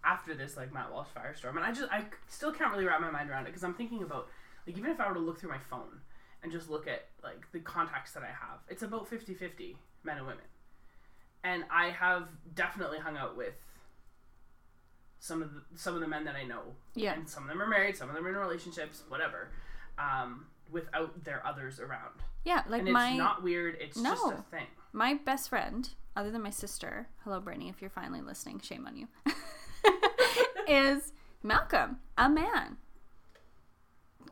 Speaker 1: after this, like Matt Walsh firestorm, and I just I still can't really wrap my mind around it because I'm thinking about like even if I were to look through my phone and just look at like the contacts that I have, it's about 50-50 men and women, and I have definitely hung out with some of the, some of the men that I know
Speaker 2: yeah.
Speaker 1: and some of them are married, some of them are in relationships, whatever, um, without their others around.
Speaker 2: Yeah. Like
Speaker 1: And it's
Speaker 2: my
Speaker 1: not weird, it's just a
Speaker 2: No.
Speaker 1: thing.
Speaker 2: my best friend, other than my sister, hello Brittany, if you're finally listening, shame on you, is Malcolm, a man.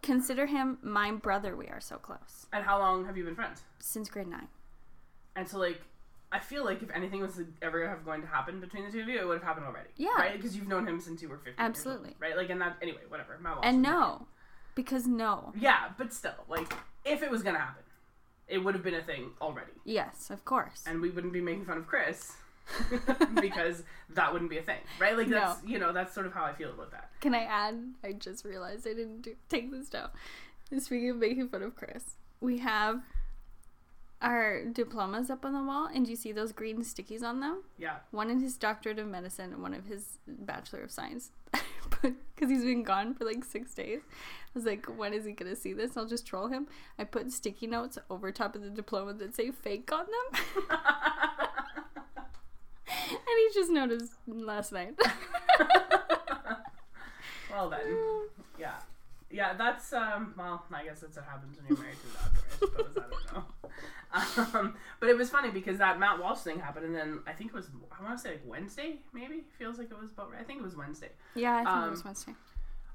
Speaker 2: Consider him my brother. We are so close
Speaker 1: And how long have you been friends?
Speaker 2: since grade nine.
Speaker 1: And so, like, I feel like if anything was to ever have going to happen between the two of you, it would have happened already.
Speaker 2: Yeah.
Speaker 1: Right? Because you've known him since you were 15. years old,
Speaker 2: Absolutely.
Speaker 1: right? Like, and that, anyway, whatever. My boss
Speaker 2: And
Speaker 1: was married.
Speaker 2: no, because no.
Speaker 1: Yeah, but still, like, if it was going to happen, it would have been a thing already.
Speaker 2: Yes, of course.
Speaker 1: And we wouldn't be making fun of Chris because that wouldn't be a thing, right? Like,
Speaker 2: No.
Speaker 1: that's, you know, that's sort of how I feel about that.
Speaker 2: Can I add? I just realized I didn't do, take this down. Speaking of making fun of Chris, we have our diplomas up on the wall, and do you see those green stickies on them?
Speaker 1: Yeah.
Speaker 2: One in his doctorate of medicine and one of his bachelor of science. Because he's been gone for like six days. I was like, when is he going to see this? I'll just troll him. I put sticky notes over top of the diploma that say fake on them. and he just noticed last night.
Speaker 1: well then, yeah, Yeah, that's um. Well, I guess that's what happens when you're married to a doctor. I suppose I don't know. Um, but it was funny because that Matt Walsh thing happened, and then I think it was I want to say like Wednesday, maybe feels like it was about right. I think it was Wednesday.
Speaker 2: Yeah, I think
Speaker 1: Um,
Speaker 2: it was Wednesday.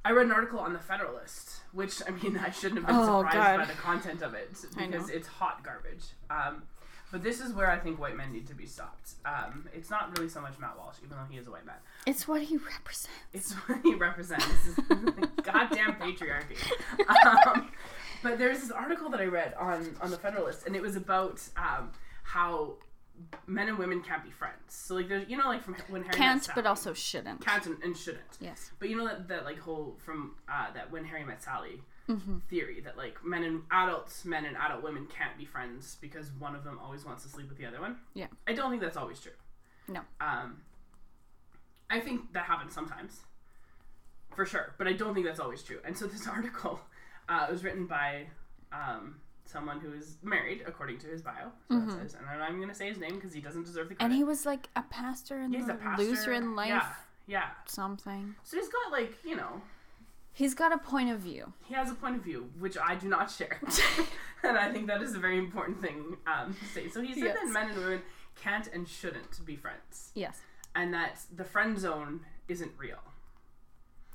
Speaker 1: I read an article on the Federalist, which I mean I shouldn't have been
Speaker 2: Oh,
Speaker 1: surprised
Speaker 2: God.
Speaker 1: by the content of it
Speaker 2: I know.
Speaker 1: because it's hot garbage. Um, but this is where I think white men need to be stopped. Um, it's not really so much Matt Walsh, even though he is a white man.
Speaker 2: It's what he represents.
Speaker 1: It's what he represents. This is goddamn patriarchy. Um, but there's this article that I read on on the Federalist, and it was about um, how men and women can't be friends. So like there's you know like from when Harry met
Speaker 2: Can't,
Speaker 1: Sally,
Speaker 2: but also shouldn't.
Speaker 1: can't and, and shouldn't.
Speaker 2: Yes.
Speaker 1: But you know that, that like whole from uh, that when Harry met Sally
Speaker 2: Mm-hmm.
Speaker 1: theory that like men and adults, men and adult women can't be friends because one of them always wants to sleep with the other one.
Speaker 2: Yeah.
Speaker 1: I don't think that's always true.
Speaker 2: No.
Speaker 1: Um, I think that happens sometimes, for sure. But I don't think that's always true. And so this article uh, was written by um, someone who is married, according to his bio. So that says- and I'm not even going to say his name because he doesn't deserve the credit.
Speaker 2: Mm-hmm. And he was like a pastor in
Speaker 1: He's
Speaker 2: the
Speaker 1: a pastor.
Speaker 2: Lutheran life
Speaker 1: Yeah. Yeah.
Speaker 2: something.
Speaker 1: So he's got like you know
Speaker 2: He's got a point of view.
Speaker 1: he has a point of view which I do not share, and I think that is a very important thing um, to say. So he said that
Speaker 2: Yes.
Speaker 1: men and women can't and shouldn't be friends,
Speaker 2: Yes.
Speaker 1: and that the friend zone isn't real.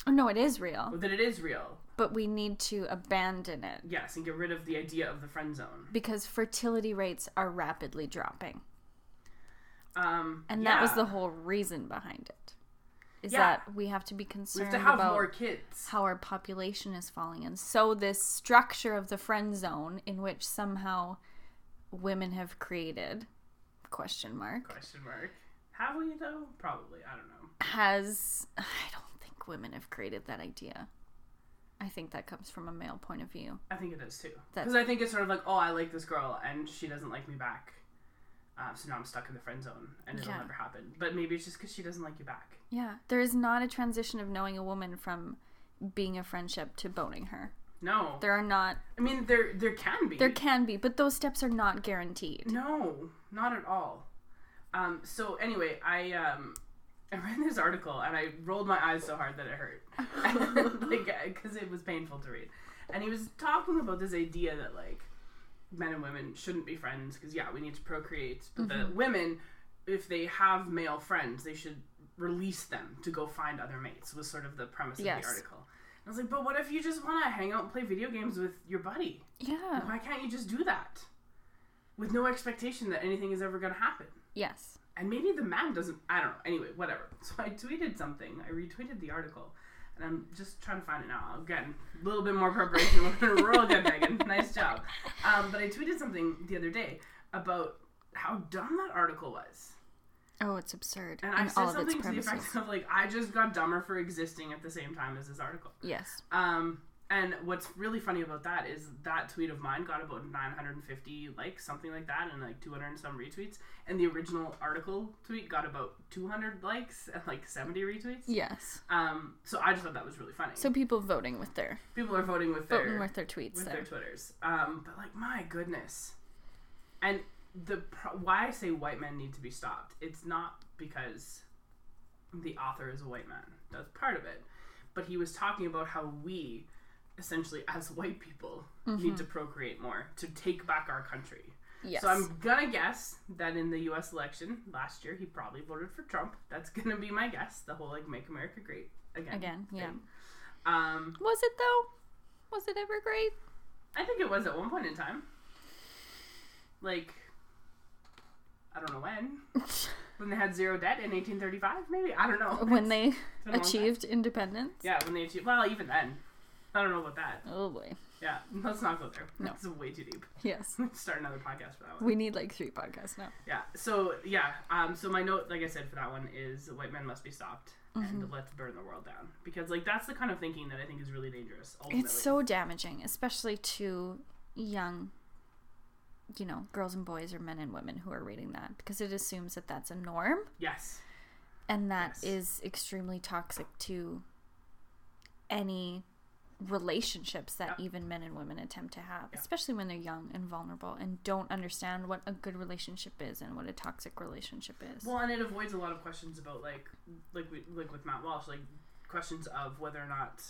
Speaker 2: Oh, no, it is real,
Speaker 1: That it is real,
Speaker 2: but we need to abandon it
Speaker 1: yes, and get rid of the idea of the friend zone.
Speaker 2: because fertility rates are rapidly dropping.
Speaker 1: Um,
Speaker 2: And that was
Speaker 1: yeah.
Speaker 2: the whole reason behind it. Is
Speaker 1: Yeah.
Speaker 2: that we have to be
Speaker 1: we have
Speaker 2: concerned
Speaker 1: to have
Speaker 2: about
Speaker 1: more kids.
Speaker 2: how our population is falling and so this structure of the friend zone in which somehow women have created question mark
Speaker 1: Question mark. Have we though? Probably. I don't know.
Speaker 2: has I don't think women have created that idea. I think that comes from a male point of view.
Speaker 1: I think it is too.
Speaker 2: That-
Speaker 1: Because I think it's sort of like, oh, I like this girl and she doesn't like me back, uh, so now I'm stuck in the friend zone and it'll
Speaker 2: Yeah.
Speaker 1: never happen. But maybe it's just because she doesn't like you back.
Speaker 2: Yeah, there is not a transition of knowing a woman from being a friendship to boning her.
Speaker 1: No,
Speaker 2: There are not
Speaker 1: I mean there there can be.
Speaker 2: there can be, but those steps are not guaranteed.
Speaker 1: No, not at all. Um, so anyway, I um, I read this article and I rolled my eyes so hard that it hurt, like because it was painful to read. And he was talking about this idea that like men and women shouldn't be friends because yeah, we need to procreate, but that women, if they have male friends, they should release them to go find other mates. Was sort of the premise of
Speaker 2: Yes.
Speaker 1: the article. And I was like, but what if you just want to hang out and play video games with your buddy?
Speaker 2: Yeah.
Speaker 1: Why can't you just do that? With no expectation that anything is ever going to happen.
Speaker 2: Yes.
Speaker 1: And maybe the man doesn't, I don't know. Anyway, whatever. So I tweeted something. I retweeted the article. And I'm just trying to find it now. Again, a little bit more preparation. We're going to roll again, Megan. Nice job. Um, but I tweeted something the other day about how dumb that article was.
Speaker 2: Oh, it's absurd.
Speaker 1: And I
Speaker 2: in
Speaker 1: said
Speaker 2: all of its
Speaker 1: something to the
Speaker 2: premises.
Speaker 1: effect of, like, I just got dumber for existing at the same time as this article.
Speaker 2: Yes.
Speaker 1: Um, and what's really funny about that is that tweet of mine got about 950 likes, something like that, and like 200 and some retweets. And the original article tweet got about 200 likes and like 70 retweets.
Speaker 2: Yes.
Speaker 1: Um, so I just thought that was really funny.
Speaker 2: So people voting with their
Speaker 1: people are voting with
Speaker 2: voting
Speaker 1: their
Speaker 2: with their tweets
Speaker 1: with
Speaker 2: there.
Speaker 1: their twitters. Um, but like, my goodness, and the pro- why I say white men need to be stopped. It's not because the author is a white man. That's part of it, but he was talking about how we, essentially as white people, need to procreate more to take back our country.
Speaker 2: Mm-hmm. yes.
Speaker 1: So I'm gonna guess that in the U.S. election last year, he probably voted for Trump. That's gonna be my guess. The whole like "Make America Great Again."
Speaker 2: Again, yeah.
Speaker 1: thing. Um,
Speaker 2: Was it though? Was it ever great?
Speaker 1: I think it was at one point in time. Like, I don't know when. When they had zero debt in 1835, maybe? I don't know.
Speaker 2: When they
Speaker 1: It's been a long time.
Speaker 2: achieved independence?
Speaker 1: Yeah, when they achieved. Well, even then. I don't know about that.
Speaker 2: Oh boy.
Speaker 1: Yeah, let's not go there.
Speaker 2: No.
Speaker 1: It's way too deep.
Speaker 2: Yes.
Speaker 1: Start another podcast for that one.
Speaker 2: We need like three podcasts now.
Speaker 1: Yeah, so, yeah. Um, so, my note, like I said, for that one is white men must be stopped
Speaker 2: Mm-hmm.
Speaker 1: and let's burn the world down. Because, like, that's the kind of thinking that I think is really dangerous, ultimately.
Speaker 2: It's so damaging, especially to young, you know, girls and boys or men and women who are reading that because it assumes that that's a norm
Speaker 1: Yes.
Speaker 2: and that
Speaker 1: Yes.
Speaker 2: is extremely toxic to any relationships that even men and women attempt to have, especially when they're young and vulnerable and don't understand what a good relationship is and what a toxic relationship is.
Speaker 1: Well, and it avoids a lot of questions about like, like we like with Matt Walsh, like questions of whether or not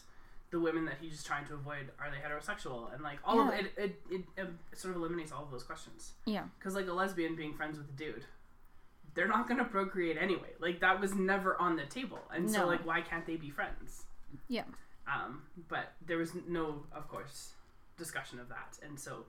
Speaker 1: the women that he's just trying to avoid are they heterosexual and like all of
Speaker 2: Yeah.
Speaker 1: it it, it it um, sort of eliminates all of those questions
Speaker 2: Yeah.
Speaker 1: because like a lesbian being friends with a dude they're not gonna procreate anyway like that was never on the table and so
Speaker 2: No.
Speaker 1: like why can't they be friends
Speaker 2: Yeah.
Speaker 1: um, but there was no of course discussion of that and so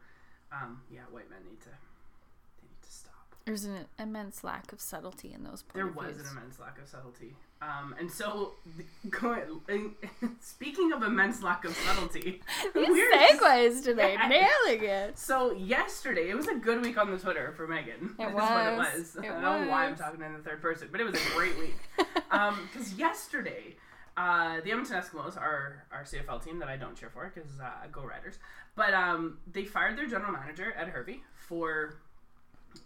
Speaker 1: um, yeah white men need to they need to stop
Speaker 2: There's an immense lack of subtlety in those. Point
Speaker 1: there
Speaker 2: of
Speaker 1: was
Speaker 2: views.
Speaker 1: an immense lack of subtlety. Um, and so, going, and, speaking of immense lack of subtlety,
Speaker 2: These
Speaker 1: we're just-
Speaker 2: segues today,
Speaker 1: Yeah.
Speaker 2: nailing it.
Speaker 1: so yesterday it was a good week on the Twitter for Megan.
Speaker 2: It
Speaker 1: is what it
Speaker 2: was.
Speaker 1: was.
Speaker 2: It
Speaker 1: I don't know why I'm
Speaker 2: was.
Speaker 1: talking in the third person, but it was a great week. Because yesterday, uh, the Edmonton Eskimos, our our CFL team that I don't cheer for because uh, go Riders, but um, they fired their general manager Ed Hervey for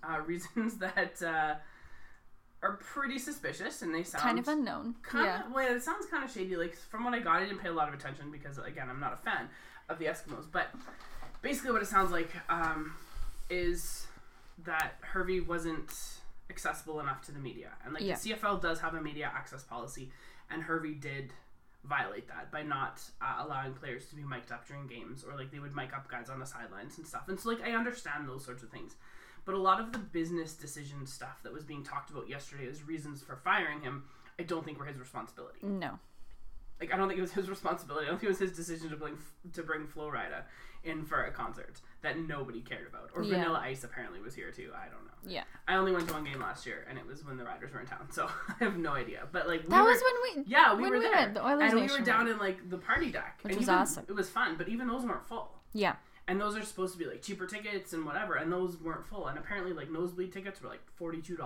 Speaker 1: uh, reasons that uh, are pretty suspicious, and they sound
Speaker 2: Kind of unknown.
Speaker 1: kind
Speaker 2: yeah.
Speaker 1: of, well, it sounds kind of shady. Like from what I got, I didn't pay a lot of attention because again, I'm not a fan of the Eskimos. But basically, what it sounds like um, is that Hervey wasn't accessible enough to the media, and like
Speaker 2: Yeah.
Speaker 1: the CFL does have a media access policy, and Hervey did violate that by not uh, allowing players to be mic'd up during games or like they would mic up guys on the sidelines and stuff. And so like I understand those sorts of things. But a lot of the business decision stuff that was being talked about yesterday as reasons for firing him, I don't think were his responsibility.
Speaker 2: No.
Speaker 1: Like I don't think it was his responsibility. I don't think it was his decision to bring to bring Flo Rida in for a concert that nobody cared about. Or
Speaker 2: Yeah.
Speaker 1: Vanilla Ice apparently was here too. I don't know.
Speaker 2: Yeah.
Speaker 1: I only went to one game last year, and it was when the Riders were in town, so I have no idea. But like we
Speaker 2: That
Speaker 1: were,
Speaker 2: was when we.
Speaker 1: yeah, we
Speaker 2: when
Speaker 1: were
Speaker 2: we
Speaker 1: there,
Speaker 2: went, the Oilers
Speaker 1: and we
Speaker 2: Nation
Speaker 1: were down in like the party deck,
Speaker 2: Which
Speaker 1: and
Speaker 2: was
Speaker 1: even-
Speaker 2: awesome.
Speaker 1: It was fun, but even those weren't full
Speaker 2: Yeah.
Speaker 1: and those are supposed to be like cheaper tickets and whatever and those weren't full and apparently like nosebleed tickets were like $42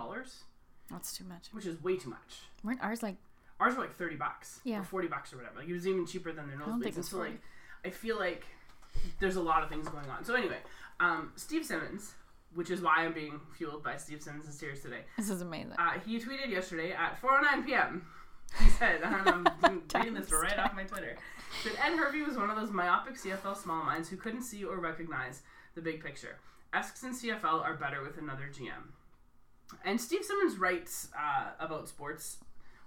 Speaker 2: That's too much.
Speaker 1: which is way too much
Speaker 2: Weren't ours like.
Speaker 1: ours were like 30 bucks
Speaker 2: Yeah.
Speaker 1: or 40 bucks or whatever like it was even cheaper than their
Speaker 2: don't think
Speaker 1: nosebleeds and
Speaker 2: it's
Speaker 1: so
Speaker 2: 40.
Speaker 1: like i feel like there's a lot of things going on so anyway um, steve simmons which is why i'm being fueled by steve simmons' tears today
Speaker 2: This is amazing.
Speaker 1: uh, he tweeted yesterday at 4:09 p.m. He said, and I'm reading this right off my Twitter, that Ed Hervey was one of those myopic CFL small minds who couldn't see or recognize the big picture. Esks and CFL are better with another GM. And Steve Simmons writes uh, about sports,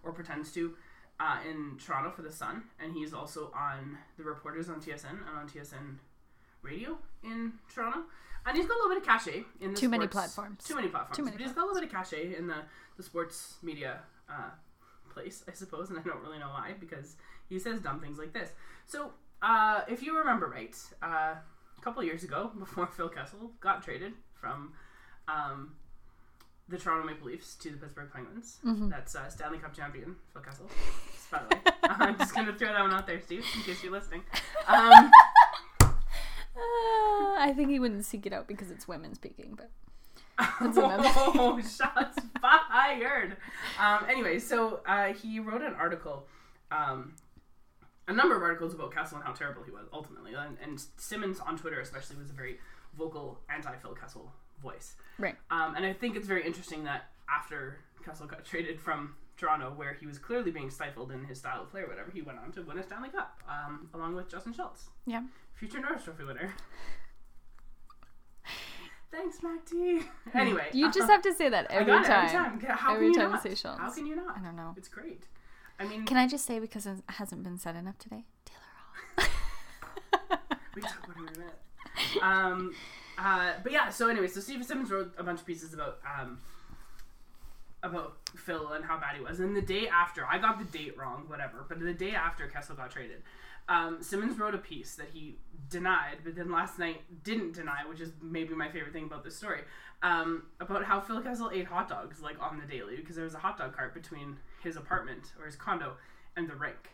Speaker 1: or pretends to, uh, in Toronto for The Sun, and he's also on the reporters on TSN and on TSN Radio in Toronto. And he's got a little bit of cachet in the
Speaker 2: Too many
Speaker 1: sports-
Speaker 2: platforms.
Speaker 1: Too many platforms.
Speaker 2: Too many
Speaker 1: but he's got a little bit of cachet in the, the sports media uh, place, I suppose, and I don't really know why because he says dumb things like this. So, uh, if you remember right, uh, a couple years ago, before Phil Kessel got traded from um, the Toronto Maple Leafs to the Pittsburgh Penguins,
Speaker 2: Mm-hmm.
Speaker 1: that's uh, Stanley Cup champion Phil Kessel. Just By the way, I'm just gonna throw that one out there, Steve, in case you're listening. Um,
Speaker 2: Uh, I think he wouldn't seek it out because it's women speaking, but another-
Speaker 1: oh, shots fired. Um, anyway, so uh, he wrote an article, um, a number of articles about Kessel and how terrible he was ultimately. And, and Simmons on Twitter, especially, was a very vocal anti Phil Kessel voice.
Speaker 2: right.
Speaker 1: Um, and I think it's very interesting that after Kessel got traded from Toronto, where he was clearly being stifled in his style of play or whatever, he went on to win a Stanley Cup um, along with Justin Schultz
Speaker 2: Yeah.
Speaker 1: future Norris Trophy winner. Thanks, Mac D. Anyway,
Speaker 2: You just
Speaker 1: um,
Speaker 2: have to say that
Speaker 1: I
Speaker 2: every
Speaker 1: got it
Speaker 2: time.
Speaker 1: Every time, how
Speaker 2: Every
Speaker 1: can you
Speaker 2: time you
Speaker 1: not?
Speaker 2: say Schultz.
Speaker 1: How can you not?
Speaker 2: I don't know.
Speaker 1: It's great. I mean,
Speaker 2: Mm-hmm. Can I just say because it hasn't been said enough today? Taylor Hall.
Speaker 1: we can talk about him in a minute. Um, uh, but yeah. So anyway, so Steve Simmons wrote a bunch of pieces about um, about Phil and how bad he was. And the day after, I got the date wrong, whatever. But the day after Kessel got traded, um, Simmons wrote a piece that he denied, but then last night didn't deny, which is maybe my favorite thing about this story, um, about how Phil Kessel ate hot dogs like on the daily because there was a hot dog cart between his apartment or his condo and the rink.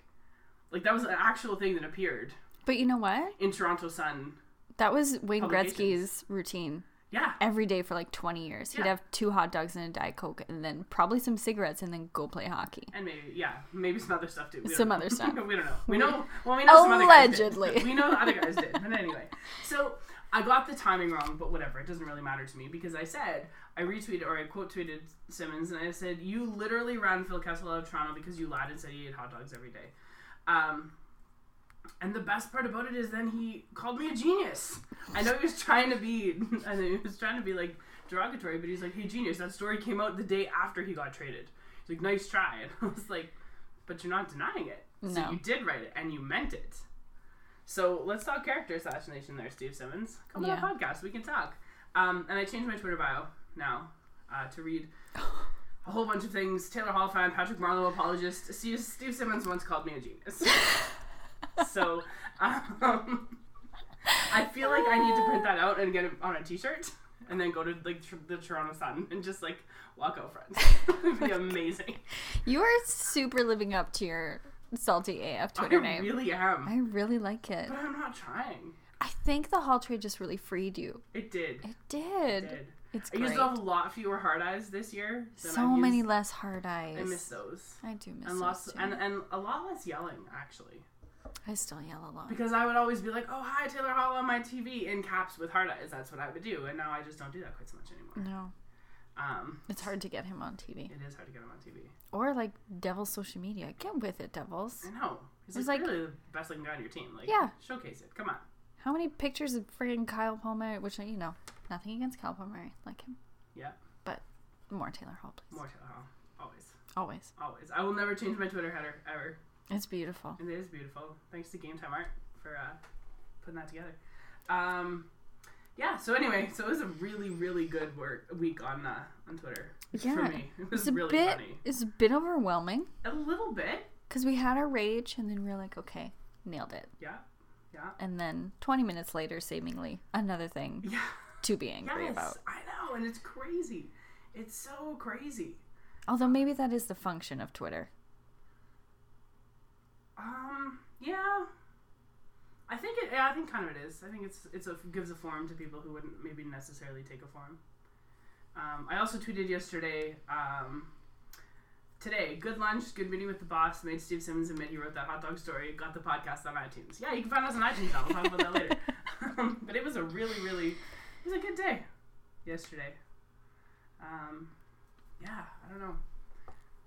Speaker 1: Like that was an actual thing that appeared
Speaker 2: but you know what?
Speaker 1: in Toronto Sun.
Speaker 2: That was Wayne
Speaker 1: Publications.
Speaker 2: Gretzky's routine
Speaker 1: Yeah,
Speaker 2: every day for like 20 years. He'd
Speaker 1: Yeah.
Speaker 2: have two hot dogs and a Diet Coke and then probably some cigarettes and then go play hockey.
Speaker 1: and maybe yeah, maybe some other stuff too. We don't
Speaker 2: Some
Speaker 1: know.
Speaker 2: other
Speaker 1: we
Speaker 2: stuff.
Speaker 1: don't know. We know. Well, we know some other guys did.
Speaker 2: Allegedly.
Speaker 1: We know other guys did. But anyway, so I got the timing wrong, but whatever. It doesn't really matter to me because I said I retweeted or I quote tweeted Simmons and I said you literally ran Phil Kessel out of Toronto because you lied and said he ate hot dogs every day. Um, and the best part about it is then he called me a genius. I know he was trying to be, I know he was trying to be like derogatory, but he's like, hey, genius. That story came out the day after he got traded. He's like, nice try. And I was like, but you're not denying it. So
Speaker 2: No.
Speaker 1: you did write it and you meant it. So let's talk character assassination there, Steve Simmons. Come
Speaker 2: Yeah.
Speaker 1: on the podcast, we can talk. Um, and I changed my Twitter bio now uh, to read a whole bunch of things. Taylor Hall fan, Patrick Marlowe apologist. Steve, Steve Simmons once called me a genius. so um, I feel like I need to print that out and get it on a T-shirt, and then go to like tr- the Toronto Sun and just like walk out front. It'd be amazing.
Speaker 2: You are super living up to your salty AF
Speaker 1: I
Speaker 2: Twitter name.
Speaker 1: really am,
Speaker 2: I really like it.
Speaker 1: but I'm not trying.
Speaker 2: I think the hall trade just really freed you.
Speaker 1: It did.
Speaker 2: It did.
Speaker 1: It did.
Speaker 2: It's
Speaker 1: I
Speaker 2: great.
Speaker 1: used a lot fewer hard eyes this year. Than
Speaker 2: so
Speaker 1: I've used.
Speaker 2: many less hard eyes.
Speaker 1: I miss those.
Speaker 2: I do miss
Speaker 1: And lots
Speaker 2: those too.
Speaker 1: and, and a lot less yelling actually.
Speaker 2: I still yell a lot.
Speaker 1: Because I would always be like, Oh hi Taylor Hall on my TV in caps with hard eyes, that's what I would do. And now I just don't do that quite so much anymore.
Speaker 2: No,
Speaker 1: Um
Speaker 2: it's hard to get him on TV
Speaker 1: it is hard to get him on TV.
Speaker 2: or like Devil social media. Get with it, Devils.
Speaker 1: I know. He's
Speaker 2: It's
Speaker 1: like,
Speaker 2: like-
Speaker 1: really the best looking guy on your team. Like
Speaker 2: Yeah.
Speaker 1: showcase it. Come on.
Speaker 2: How many pictures of friggin' Kyle Palmer? Which you know, nothing against Kyle Palmer, I like him,
Speaker 1: Yeah.
Speaker 2: but more Taylor Hall, please.
Speaker 1: More Taylor Hall. Always.
Speaker 2: Always,
Speaker 1: Always. I will never change my Twitter header ever.
Speaker 2: it's beautiful.
Speaker 1: It is beautiful. Thanks to Game Time Art for uh, putting that together. Um, yeah. So anyway, so it was a really, really good work week on uh, on Twitter for
Speaker 2: Yeah.
Speaker 1: me. It was
Speaker 2: It's a
Speaker 1: really
Speaker 2: bit.
Speaker 1: funny.
Speaker 2: It's a bit overwhelming
Speaker 1: A little bit.
Speaker 2: because we had our rage and then we are like, okay, nailed it.
Speaker 1: Yeah.
Speaker 2: And then 20 minutes later, seemingly another thing
Speaker 1: Yeah.
Speaker 2: to be angry
Speaker 1: Yes,
Speaker 2: about.
Speaker 1: I know, and it's crazy. It's so crazy.
Speaker 2: Although maybe that is the function of Twitter.
Speaker 1: Um. Yeah. I think it. Yeah, I think kind of it is. I think it's it's a gives a form to people who wouldn't maybe necessarily take a form. Um, I also tweeted yesterday. Um, today, good lunch, good meeting with the boss. Made Steve Simmons admit he wrote that hot dog story. Got the podcast on iTunes. Yeah, you can find us on iTunes. now. We'll talk about that later. Um, but it was a really, really, it was a good day yesterday. Um, yeah, I don't know.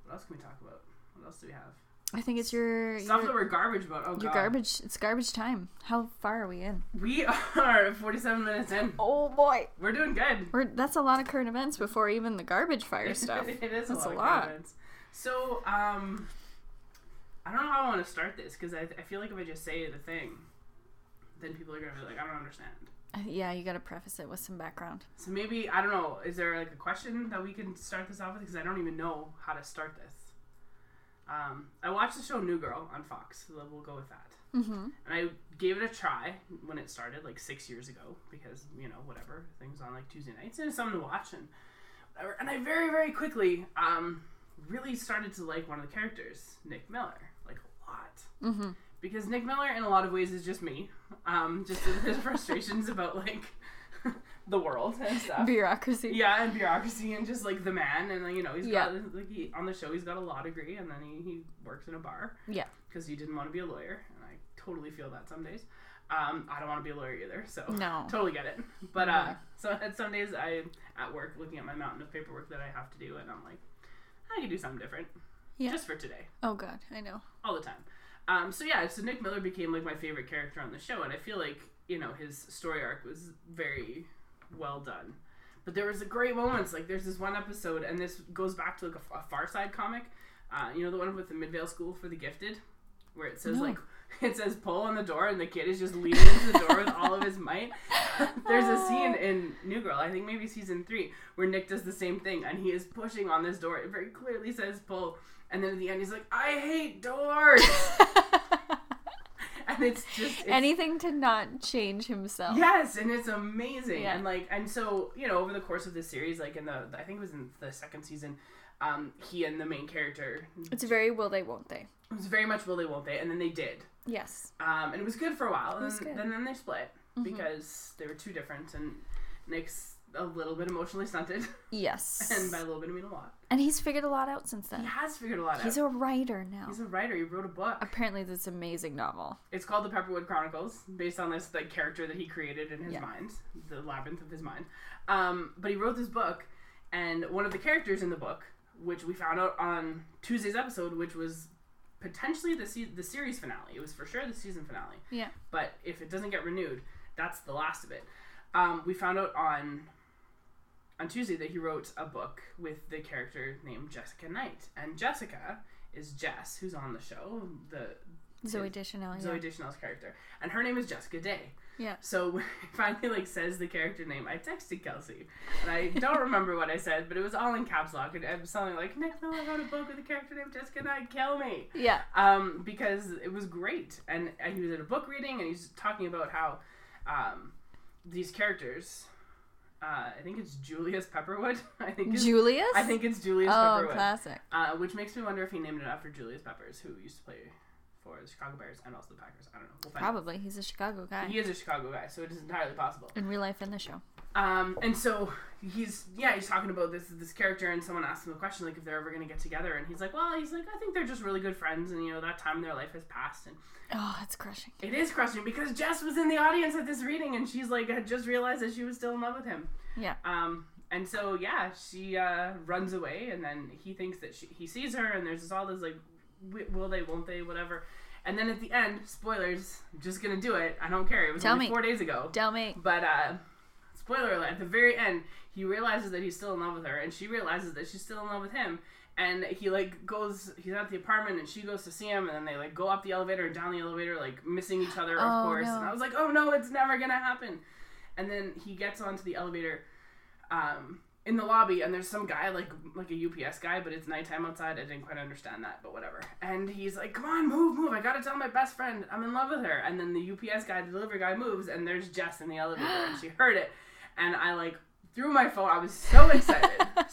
Speaker 1: What else can we talk about? What else do we have?
Speaker 2: I think it's your
Speaker 1: Stuff
Speaker 2: your,
Speaker 1: that we're garbage about. Oh,
Speaker 2: your
Speaker 1: God.
Speaker 2: garbage. It's garbage time. How far are we in?
Speaker 1: We are 47 minutes in.
Speaker 2: Oh boy,
Speaker 1: We're doing good.
Speaker 2: we're that's a lot of current events before even the garbage fire stuff.
Speaker 1: it is
Speaker 2: That's
Speaker 1: a lot.
Speaker 2: a
Speaker 1: of
Speaker 2: lot.
Speaker 1: comments. So, um, I don't know how I want to start this because I, I feel like if I just say the thing, then people are going to be like, I don't understand.
Speaker 2: Uh, yeah, you got to preface it with some background.
Speaker 1: So maybe, I don't know, is there like a question that we can start this off with? Because I don't even know how to start this. Um, I watched the show New Girl on Fox, so we'll go with that.
Speaker 2: Mm-hmm.
Speaker 1: And I gave it a try when it started, like six years ago, because you know whatever things on like Tuesday nights and it's something to watch and whatever. And I very very quickly um, really started to like one of the characters, Nick Miller, like a lot,
Speaker 2: Mm-hmm.
Speaker 1: because Nick Miller in a lot of ways is just me, um, just his frustrations about like the world and
Speaker 2: Uh,
Speaker 1: stuff.
Speaker 2: Bureaucracy.
Speaker 1: Yeah, and bureaucracy and just like the man and like, you know he's
Speaker 2: Yeah.
Speaker 1: got like he, on the show he's got a law degree and then he, he works in a bar.
Speaker 2: Yeah.
Speaker 1: Because he didn't want to be a lawyer, and I totally feel that some days. Um, I don't want to be a lawyer either, so
Speaker 2: No.
Speaker 1: totally get it. But uh,
Speaker 2: Yeah.
Speaker 1: so at some days I at work looking at my mountain of paperwork that I have to do, and I'm like, I could do something different,
Speaker 2: Yeah.
Speaker 1: just for today,
Speaker 2: Oh god, I know.
Speaker 1: all the time. Um, so yeah, so Nick Miller became like my favorite character on the show, and I feel like you know his story arc was very well done. But there was a great moments. Like there's this one episode, and this goes back to like a, a Far Side comic. Uh, you know the one with the Midvale School for the Gifted, where it says
Speaker 2: No.
Speaker 1: like it says pull on the door, and the kid is just leaning into the door with all of his might. there's a scene in New Girl, I think maybe season three, where Nick does the same thing, and he is pushing on this door. It very clearly says pull, and then at the end he's like, I hate doors, and it's just it's
Speaker 2: Anything to not change himself.
Speaker 1: Yes, and it's amazing.
Speaker 2: Yeah.
Speaker 1: And like, and so you know, over the course of this series, like in the, I think it was in the second season, um, he and the main character it
Speaker 2: It's very will they won't they.
Speaker 1: was very much will they won't they, and then they did,
Speaker 2: Yes.
Speaker 1: um, and it was good for a while, and
Speaker 2: was
Speaker 1: then,
Speaker 2: good. Mm-hmm.
Speaker 1: then then they split because they were too different, and Nick's a little bit emotionally stunted,
Speaker 2: Yes.
Speaker 1: and by a little bit I mean a lot.
Speaker 2: And he's figured a lot out since
Speaker 1: He
Speaker 2: then.
Speaker 1: has figured a lot
Speaker 2: He's
Speaker 1: out.
Speaker 2: a writer now.
Speaker 1: He's a writer. He wrote a book.
Speaker 2: Apparently, this amazing novel.
Speaker 1: It's called the Pepperwood Chronicles, based on this like character that he created in his
Speaker 2: Yeah.
Speaker 1: mind, the labyrinth of his mind. Um, but he wrote this book, and one of the characters in the book, which we found out on Tuesday's episode, which was potentially the se- the series finale. It was for sure the season finale,
Speaker 2: Yeah.
Speaker 1: but if it doesn't get renewed, that's the last of it. Um, we found out on on Tuesday that he wrote a book with the character named Jessica Knight, and Jessica is Jess, who's on the show, the
Speaker 2: Zoe Deschanel. Yeah.
Speaker 1: Zoe Deschanel's character, and her name is Jessica Day.
Speaker 2: yeah.
Speaker 1: So when it finally like says the character name, I texted Kelsey, and I don't remember what I said, but it was all in caps lock, and I'm something like, "Nick, no, I wrote a book with the character named Jessica Day. Kill me."
Speaker 2: Yeah.
Speaker 1: um, because it was great. And, and he was at a book reading, and he's talking about how um, these characters. Uh, I think it's Julius Pepperwood. I think it's,
Speaker 2: Julius.
Speaker 1: I think it's Julius
Speaker 2: Oh,
Speaker 1: Pepperwood,
Speaker 2: classic.
Speaker 1: uh, which makes me wonder if he named it after Julius Peppers, who used to play for the Chicago Bears and also the Packers. I don't know. We'll find out.
Speaker 2: Probably he's a Chicago guy
Speaker 1: He is a Chicago guy, so it is entirely possible.
Speaker 2: in real life in the show.
Speaker 1: Um, and so he's yeah, he's talking about this this character, and someone asked him a question like if they're ever gonna get together, and he's like, well, he's like, I think they're just really good friends, and you know that time in their life has passed, and
Speaker 2: Oh, it's crushing.
Speaker 1: it is crushing because Jess was in the audience at this reading, and she's like had just realized that she was still in love with him.
Speaker 2: Yeah.
Speaker 1: Um, and so yeah, she uh, runs away, and then he thinks that she, he sees her, and there's just all this like, wi- will they, won't they, whatever. And then at the end, spoilers, I'm just gonna do it. I don't care. It was
Speaker 2: Tell
Speaker 1: only
Speaker 2: me.
Speaker 1: four days ago.
Speaker 2: Tell me.
Speaker 1: But uh spoiler alert, at the very end, he realizes that he's still in love with her and she realizes that she's still in love with him. And he like goes he's at the apartment and she goes to see him and then they like go up the elevator and down the elevator, like missing each other, of
Speaker 2: Oh,
Speaker 1: course.
Speaker 2: no.
Speaker 1: And I was like, Oh no, it's never gonna happen. And then he gets onto the elevator um in the lobby and there's some guy like like a UPS guy, but it's nighttime outside. I didn't quite understand that, but whatever. And he's like, "Come on, move, move! I gotta tell my best friend I'm in love with her." And then the UPS guy, the delivery guy, moves, and there's Jess in the elevator, and she heard it, and I like threw my phone. I was so excited,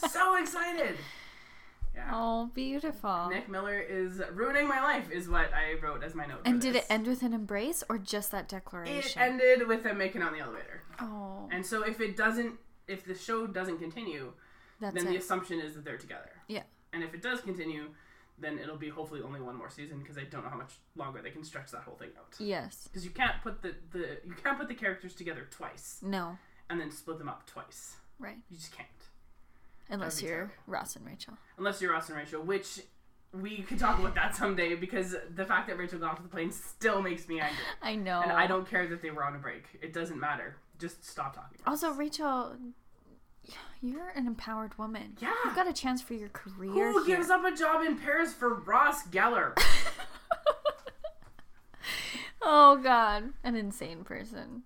Speaker 1: so excited. Yeah.
Speaker 2: Oh, beautiful.
Speaker 1: Nick Miller is ruining my life, is what I wrote as my note. for
Speaker 2: And did it
Speaker 1: this.
Speaker 2: end with an embrace or just that
Speaker 1: It
Speaker 2: declaration?
Speaker 1: ended with them making out in the elevator.
Speaker 2: oh,
Speaker 1: And so if it doesn't, if the show doesn't continue,
Speaker 2: that's
Speaker 1: then the
Speaker 2: it.
Speaker 1: assumption is that they're together.
Speaker 2: Yeah.
Speaker 1: And if it does continue, then it'll be hopefully only one more season because I don't know how much longer they can stretch that whole thing out.
Speaker 2: Yes.
Speaker 1: Because you can't put the, the you can't put the characters together twice
Speaker 2: No.
Speaker 1: and then split them up twice.
Speaker 2: Right.
Speaker 1: You just can't.
Speaker 2: Unless
Speaker 1: be
Speaker 2: you're
Speaker 1: terrible.
Speaker 2: Ross and Rachel.
Speaker 1: Unless you're Ross and Rachel, which we could talk about that someday because the fact that Rachel got off the plane still makes me angry.
Speaker 2: I know.
Speaker 1: And I don't care that they were on a break. It doesn't matter. Just stop talking. about
Speaker 2: Also, Rachel, you're an empowered woman.
Speaker 1: Yeah.
Speaker 2: You've got a chance for your career.
Speaker 1: it. Who
Speaker 2: here.
Speaker 1: gives up a job in Paris for Ross Geller?
Speaker 2: Oh God, an insane person.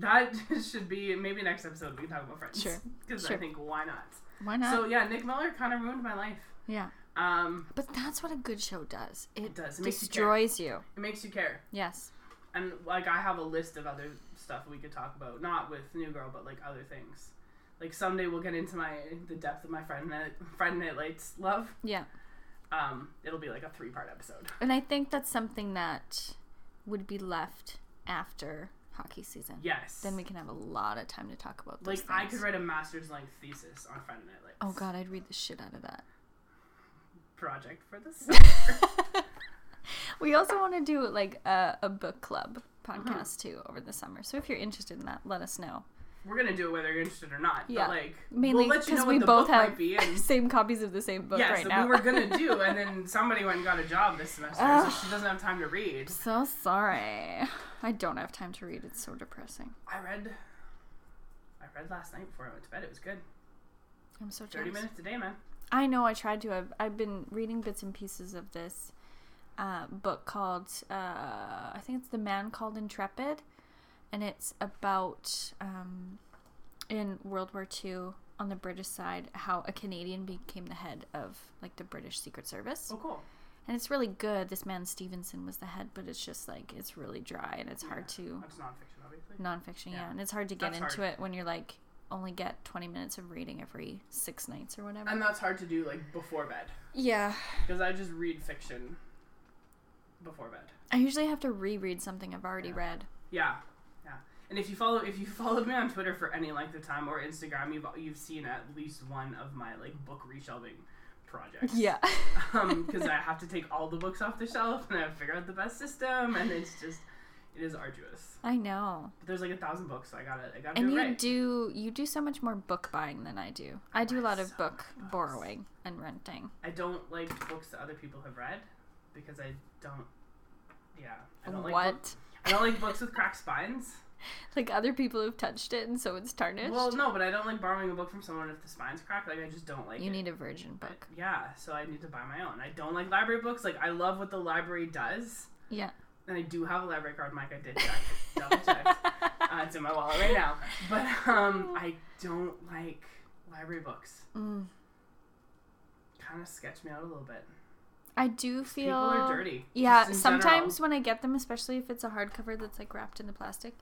Speaker 1: That should be maybe next episode we can talk about friends.
Speaker 2: Sure.
Speaker 1: Because I
Speaker 2: Sure.
Speaker 1: think why not?
Speaker 2: Why not?
Speaker 1: So yeah, Nick Miller kind of ruined my life.
Speaker 2: yeah.
Speaker 1: Um,
Speaker 2: But that's what a good show does. It,
Speaker 1: does. It makes you care.
Speaker 2: destroys you.
Speaker 1: it makes you care,
Speaker 2: Yes.
Speaker 1: and like I have a list of other stuff we could talk about, not with New Girl, but like other things. Like someday we'll get into my the depth of my friend night, friend night lights love.
Speaker 2: Yeah.
Speaker 1: Um, it'll be like a three part episode.
Speaker 2: And I think that's something that would be left after hockey season.
Speaker 1: Yes.
Speaker 2: Then we can have a lot of time to talk about
Speaker 1: like
Speaker 2: those
Speaker 1: I
Speaker 2: things.
Speaker 1: could write a master's length thesis on Friday Night Lights.
Speaker 2: Oh God, I'd read the shit out of that.
Speaker 1: Project for this. summer.
Speaker 2: We also want to do like a, a book club
Speaker 1: Mm-hmm.
Speaker 2: podcast too over the summer. So if you're interested in that, let us know.
Speaker 1: We're gonna do it whether you're interested or not.
Speaker 2: Yeah.
Speaker 1: But like
Speaker 2: Mainly
Speaker 1: we'll let
Speaker 2: because
Speaker 1: you know what
Speaker 2: we
Speaker 1: the
Speaker 2: both
Speaker 1: book
Speaker 2: have
Speaker 1: might be and
Speaker 2: same copies of the same book
Speaker 1: yeah,
Speaker 2: right
Speaker 1: so
Speaker 2: now.
Speaker 1: we were gonna do, and then somebody went and got a job this semester, so she doesn't have time to read.
Speaker 2: so sorry. I don't have time to read. It's so depressing.
Speaker 1: I read, I read last night before I went to bed. It was good.
Speaker 2: I'm so
Speaker 1: Thirty
Speaker 2: jealous.
Speaker 1: minutes a day, man.
Speaker 2: I know. I tried to. I've, I've been reading bits and pieces of this uh, book called uh, I think it's The Man Called Intrepid, and it's about um, in World War II on the British side how a Canadian became the head of like the British Secret Service,
Speaker 1: Oh, cool.
Speaker 2: and it's really good. This man Stevenson was the head, but it's just like it's really dry and it's hard to
Speaker 1: That's nonfiction, obviously.
Speaker 2: nonfiction, yeah,
Speaker 1: Yeah.
Speaker 2: and it's hard to get
Speaker 1: That's
Speaker 2: into it when you're like only get 20 minutes of reading every six nights or whatever.
Speaker 1: And that's hard to do like before bed
Speaker 2: Um, yeah.
Speaker 1: because I just read fiction before bed.
Speaker 2: I usually have to reread something I've already
Speaker 1: Yeah.
Speaker 2: read.
Speaker 1: Yeah, yeah. And if you follow, if you followed me on Twitter for any length of time or Instagram, you've you've seen at least one of my like book reshelving projects. because Um, I have to take all the books off the shelf and I figure out the best system, and it's just it is arduous.
Speaker 2: I know.
Speaker 1: But there's like a thousand books, so I gotta I gotta
Speaker 2: And
Speaker 1: do it
Speaker 2: you
Speaker 1: right.
Speaker 2: do you do so much more book buying than I do. I do a
Speaker 1: buy
Speaker 2: lot of
Speaker 1: so
Speaker 2: book
Speaker 1: many books.
Speaker 2: borrowing and renting.
Speaker 1: I don't like books that other people have read because I don't. Yeah, I don't like
Speaker 2: what?
Speaker 1: book- I don't like books with cracked spines.
Speaker 2: like other people have touched it and so it's tarnished.
Speaker 1: Well, no, but I don't like borrowing a book from someone if the spine's cracked. Like I just don't like
Speaker 2: you
Speaker 1: it.
Speaker 2: need a virgin book.
Speaker 1: Yeah, so I need to buy my own. I don't like library books. Like I love what the library does.
Speaker 2: Yeah.
Speaker 1: And I do have a library card, Mike. I did check. Double checked. Uh, it's in my wallet right now. But
Speaker 2: Oh.
Speaker 1: um, I don't like library books.
Speaker 2: Mm.
Speaker 1: Kind of sketch me out a little bit.
Speaker 2: I do
Speaker 1: People
Speaker 2: feel
Speaker 1: are dirty.
Speaker 2: Yeah,
Speaker 1: just in
Speaker 2: sometimes when I get them, especially if it's a hardcover that's like wrapped in the plastic,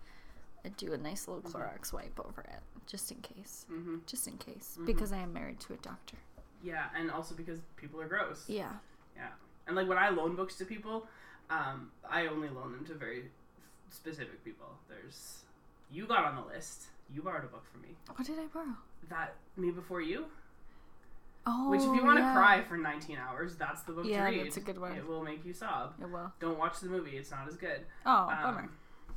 Speaker 2: I do a nice little
Speaker 1: Mm-hmm.
Speaker 2: Clorox wipe over it just in case.
Speaker 1: General. hmm
Speaker 2: Just in case, because I am married to a doctor.
Speaker 1: Yeah, and also because people are gross.
Speaker 2: Yeah.
Speaker 1: Yeah. And like when I loan books to people, um, I only loan them to very specific people. There's you got on the list. You borrowed a book from me.
Speaker 2: What did I borrow?
Speaker 1: That me before you.
Speaker 2: Oh,
Speaker 1: Which if you want to
Speaker 2: yeah.
Speaker 1: cry for 19 hours, that's the book
Speaker 2: Yeah,
Speaker 1: to read.
Speaker 2: that's a good one.
Speaker 1: It will make you sob.
Speaker 2: it will.
Speaker 1: Don't watch the movie. It's not as good.
Speaker 2: Oh,
Speaker 1: Um,
Speaker 2: bummer.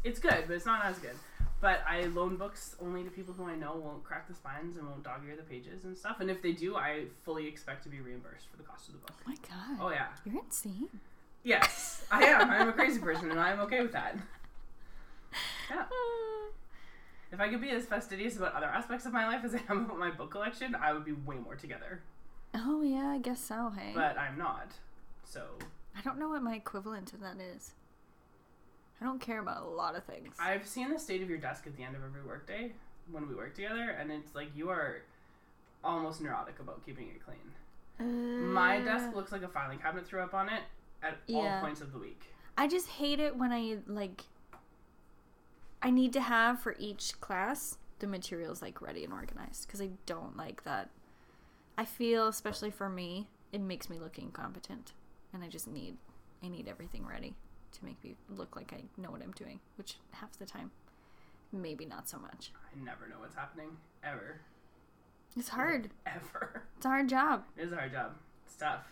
Speaker 1: It's good, but it's not as good. But I loan books only to people who I know won't crack the spines and won't dog ear the pages and stuff. And if they do, I fully expect to be reimbursed for the cost of the book.
Speaker 2: Oh my god,
Speaker 1: Oh yeah.
Speaker 2: you're insane.
Speaker 1: Yes, I am. I'm a crazy person, and I'm okay with that. Yeah. If I could be as fastidious about other aspects of my life as I am about my book collection, I would be way more together.
Speaker 2: Oh yeah, I guess so. Hey,
Speaker 1: But I'm not. So
Speaker 2: I don't know what my equivalent to that is. I don't care about a lot of things.
Speaker 1: I've seen the state of your desk at the end of every workday when we work together, and it's like you are almost neurotic about keeping it clean. My
Speaker 2: Uh,
Speaker 1: desk looks like a filing cabinet threw up on it at all
Speaker 2: Yeah.
Speaker 1: points of the week.
Speaker 2: I just hate it when I like. I need to have for each class the materials like ready and organized because I don't like that. I feel, especially for me, it makes me look incompetent, and I just need I need everything ready to make me look like I know what I'm doing, which half the time, maybe not so much.
Speaker 1: I never know what's happening ever,
Speaker 2: It's hard.
Speaker 1: ever.
Speaker 2: It's a hard job.
Speaker 1: It is a hard job. It's tough.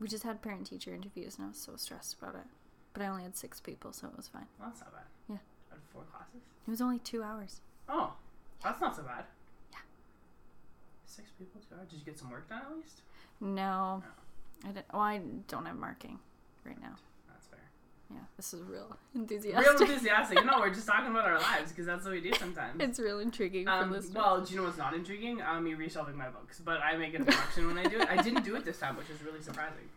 Speaker 2: We just had parent teacher interviews, and I was so stressed about it. But I only had six people, so it was fine.
Speaker 1: Well, that's not bad.
Speaker 2: Yeah.
Speaker 1: Out of four classes.
Speaker 2: It was only two hours.
Speaker 1: Oh, that's not so bad.
Speaker 2: Yeah.
Speaker 1: Six people, two hours. Did you get some work done at least?
Speaker 2: No, I don't. Well, I don't have marking right now.
Speaker 1: That's fair.
Speaker 2: Yeah, this is real
Speaker 1: Real
Speaker 2: enthusiastic.
Speaker 1: enthusiastic. no, we're just talking about our lives because that's what we do sometimes.
Speaker 2: it's real intriguing for
Speaker 1: Um,
Speaker 2: listeners.
Speaker 1: well, do you know what's not intriguing? Um, me reshelving my books, but I make an objection when I do it. I didn't do it this time, which is really surprising.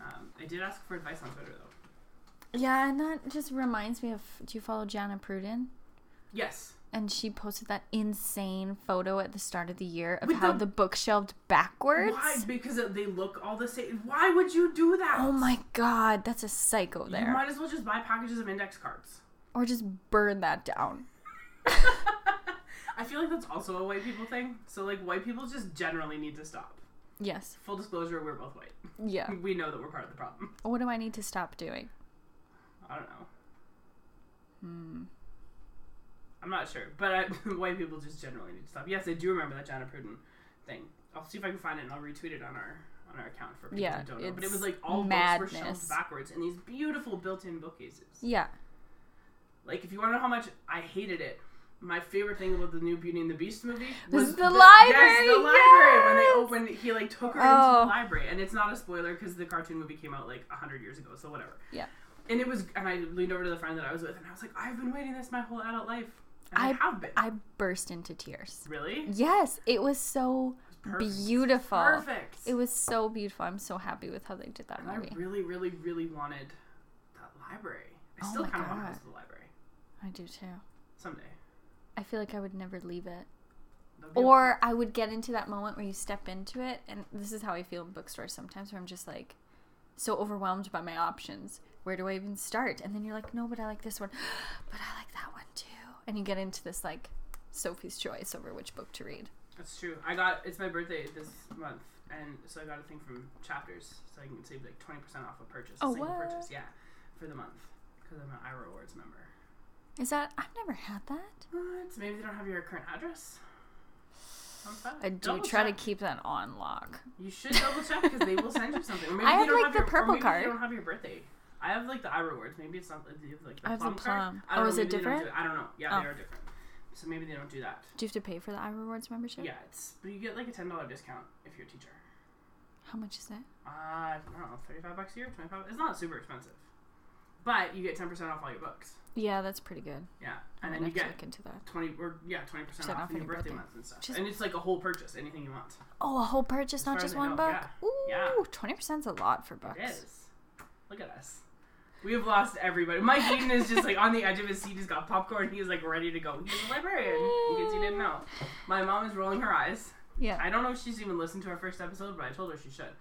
Speaker 1: Um, I did ask for advice on Twitter though.
Speaker 2: yeah, and that just reminds me of. Do you follow Jana Pruden?
Speaker 1: Yes,
Speaker 2: And she posted that insane photo at the start of the year of
Speaker 1: With
Speaker 2: how
Speaker 1: the-
Speaker 2: the, book shelved backwards.
Speaker 1: why? Because they look all the same. Why would you do that?
Speaker 2: Oh my god, that's a psycho
Speaker 1: You
Speaker 2: there.
Speaker 1: might as well just buy packages of index cards.
Speaker 2: Or just burn that down.
Speaker 1: I feel like that's also a white people thing. So like, white people just generally need to stop.
Speaker 2: Yes.
Speaker 1: Full disclosure, we're both white.
Speaker 2: Yeah.
Speaker 1: We know that we're part of the problem.
Speaker 2: What do I need to stop doing?
Speaker 1: I don't know. Hmm.
Speaker 2: Hmm.
Speaker 1: I'm not sure, but I, white people just generally need to stop. Yes, I do remember that Jana Pruden thing. I'll see if I can find it and I'll retweet it on our on our account for people
Speaker 2: Yeah,
Speaker 1: who don't know. But it
Speaker 2: it's
Speaker 1: was like all books were
Speaker 2: madness.
Speaker 1: shelved backwards in these beautiful built-in bookcases.
Speaker 2: Yeah.
Speaker 1: Like if you want to know how much I hated it, my favorite thing about the new Beauty and the Beast movie
Speaker 2: Was
Speaker 1: was
Speaker 2: the
Speaker 1: Yes, the
Speaker 2: library,
Speaker 1: library. When they opened, he like took her into
Speaker 2: Oh.
Speaker 1: the library, and it's not a spoiler because the cartoon movie came out like hundred years ago, so whatever.
Speaker 2: Yeah.
Speaker 1: And it was, and I leaned over to the friend that I was with, and I was like, I've been waiting this my whole adult life. And I,
Speaker 2: I-
Speaker 1: have been.
Speaker 2: I burst into tears.
Speaker 1: really?
Speaker 2: Yes, it was so
Speaker 1: Perfect.
Speaker 2: beautiful.
Speaker 1: Perfect.
Speaker 2: It was so beautiful. I'm so happy with how they did that
Speaker 1: and I
Speaker 2: movie.
Speaker 1: really, really, really wanted that library. I
Speaker 2: Oh
Speaker 1: still
Speaker 2: my
Speaker 1: kind of want to
Speaker 2: God.
Speaker 1: house the library
Speaker 2: I do too.
Speaker 1: someday.
Speaker 2: I feel like I would never leave it.
Speaker 1: That'd be-
Speaker 2: Or I would get into that moment where you step into it, and this is how I feel in bookstores sometimes, where I'm just like so overwhelmed by my options. Where do I even start? And then you're like, no, but I like this one, but I like that one too. And you get into this like Sophie's choice over which book to read.
Speaker 1: That's true. I got it's my birthday this month, and so I got a thing from Chapters, so I can save like twenty percent off a purchase. a
Speaker 2: Oh,
Speaker 1: single
Speaker 2: what?
Speaker 1: purchase, yeah, for the month because I'm an iRewards member.
Speaker 2: Is that I've never had that.
Speaker 1: What? Maybe they don't have your current address. Fun fact.
Speaker 2: I do
Speaker 1: Double
Speaker 2: try
Speaker 1: check.
Speaker 2: to keep that on lock.
Speaker 1: You should double check because they will send you something. Or maybe
Speaker 2: I
Speaker 1: they
Speaker 2: have,
Speaker 1: don't
Speaker 2: like,
Speaker 1: have
Speaker 2: the
Speaker 1: your, or
Speaker 2: purple
Speaker 1: maybe
Speaker 2: card.
Speaker 1: They don't have your birthday. I have like the I rewards. Maybe it's not like, they have, like the
Speaker 2: I have the
Speaker 1: plum card.
Speaker 2: plum.
Speaker 1: I don't
Speaker 2: Oh,
Speaker 1: know,
Speaker 2: is it
Speaker 1: maybe they don't do
Speaker 2: different?
Speaker 1: I don't know. Yeah, they
Speaker 2: Oh.
Speaker 1: are different. So maybe they don't do that.
Speaker 2: Do you have to pay for the iRewards membership?
Speaker 1: Yeah, it's but you get like a ten dollar discount if you're a teacher.
Speaker 2: How much is that?
Speaker 1: Uh, I don't know, thirty-five bucks a year, twenty-five. It's not super expensive, but you get ten percent off all your books.
Speaker 2: Yeah, that's pretty good.
Speaker 1: Yeah,
Speaker 2: I'm
Speaker 1: and then
Speaker 2: gonna
Speaker 1: you
Speaker 2: have to
Speaker 1: get
Speaker 2: look into that.
Speaker 1: twenty or yeah, twenty percent off,
Speaker 2: off
Speaker 1: in your
Speaker 2: on your
Speaker 1: birthday
Speaker 2: birthday.
Speaker 1: month and stuff.
Speaker 2: Just-
Speaker 1: and it's like a whole purchase, anything you want.
Speaker 2: Oh, a whole purchase,
Speaker 1: far
Speaker 2: not
Speaker 1: as
Speaker 2: just
Speaker 1: I
Speaker 2: one
Speaker 1: know,
Speaker 2: book.
Speaker 1: yeah. Yeah.
Speaker 2: Ooh, twenty percent's a lot for books.
Speaker 1: It is. Look at us. We have lost everybody. Mike Eden is just like on the edge of his seat. He's got popcorn. He's like ready to go. He's a librarian. In case you didn't know, my mom is rolling her eyes.
Speaker 2: Yeah.
Speaker 1: I don't know if she's even listened to our first episode, but I told her she should.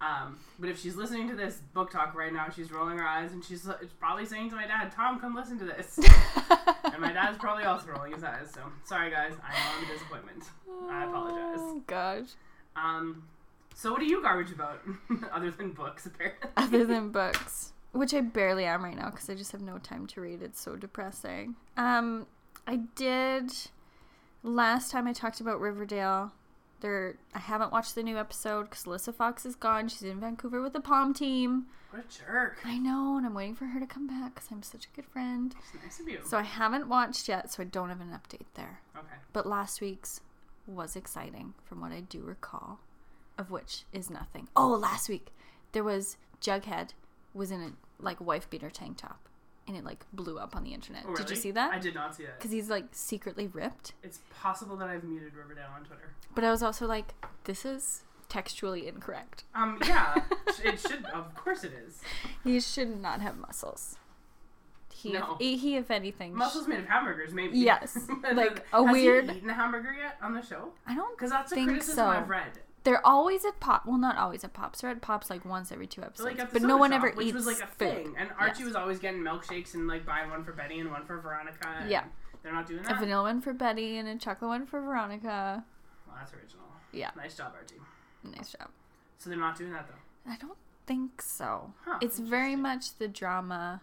Speaker 1: Um, but if she's listening to this book talk right now, she's rolling her eyes and she's it's probably saying to my dad, "Tom, come listen to this." and my dad's probably also rolling his eyes. So sorry, guys. I am the disappointment. I apologize.
Speaker 2: Oh gosh.
Speaker 1: Um, so what are you garbage about, other than books, apparently?
Speaker 2: Other than books, which I barely am right now because I just have no time to read. It's so depressing. Um, I did last time I talked about Riverdale. There, I haven't watched the new episode because Alyssa Fox is gone. She's in Vancouver with the Palm team.
Speaker 1: What a jerk.
Speaker 2: I know, and I'm waiting for her to come back because I'm such a good friend.
Speaker 1: It's nice of you.
Speaker 2: So I haven't watched yet, so I don't have an update there.
Speaker 1: Okay.
Speaker 2: But last week's was exciting, from what I do recall, of which is nothing. Oh, last week there was Jughead was in a like wife beater tank top, and it like blew up on the internet.
Speaker 1: Oh,
Speaker 2: Did you
Speaker 1: really?
Speaker 2: see
Speaker 1: I
Speaker 2: that?
Speaker 1: did not see that.
Speaker 2: Because he's like secretly ripped.
Speaker 1: It's possible that I've muted Riverdale on Twitter.
Speaker 2: But I was also like, this is textually incorrect.
Speaker 1: Um, yeah, sh- it should. Of course, it is.
Speaker 2: He should not have muscles. He,
Speaker 1: No.
Speaker 2: he, he if anything, sh-
Speaker 1: Muscles made of hamburgers, maybe.
Speaker 2: Yes,
Speaker 1: But
Speaker 2: like a
Speaker 1: has
Speaker 2: weird-
Speaker 1: He eaten a hamburger yet on the show?
Speaker 2: I don't
Speaker 1: Because that's a
Speaker 2: Think
Speaker 1: criticism
Speaker 2: so.
Speaker 1: I've read.
Speaker 2: They're always at pop. Well, not always at pops. They're at pops like once every two
Speaker 1: So,
Speaker 2: episodes.
Speaker 1: like at the
Speaker 2: but no
Speaker 1: soda
Speaker 2: one
Speaker 1: shop,
Speaker 2: ever
Speaker 1: which
Speaker 2: eats
Speaker 1: was like a
Speaker 2: food.
Speaker 1: thing, and Archie
Speaker 2: Yes.
Speaker 1: was always getting milkshakes and like buying one for Betty and one for Veronica. and
Speaker 2: Yeah.
Speaker 1: they're not doing
Speaker 2: A
Speaker 1: that.
Speaker 2: vanilla one for Betty and a chocolate one for Veronica.
Speaker 1: Well, that's original.
Speaker 2: Yeah.
Speaker 1: nice job, Archie.
Speaker 2: Nice job.
Speaker 1: So they're not doing that though.
Speaker 2: I don't think so.
Speaker 1: Huh,
Speaker 2: it's very
Speaker 1: interesting.
Speaker 2: much the drama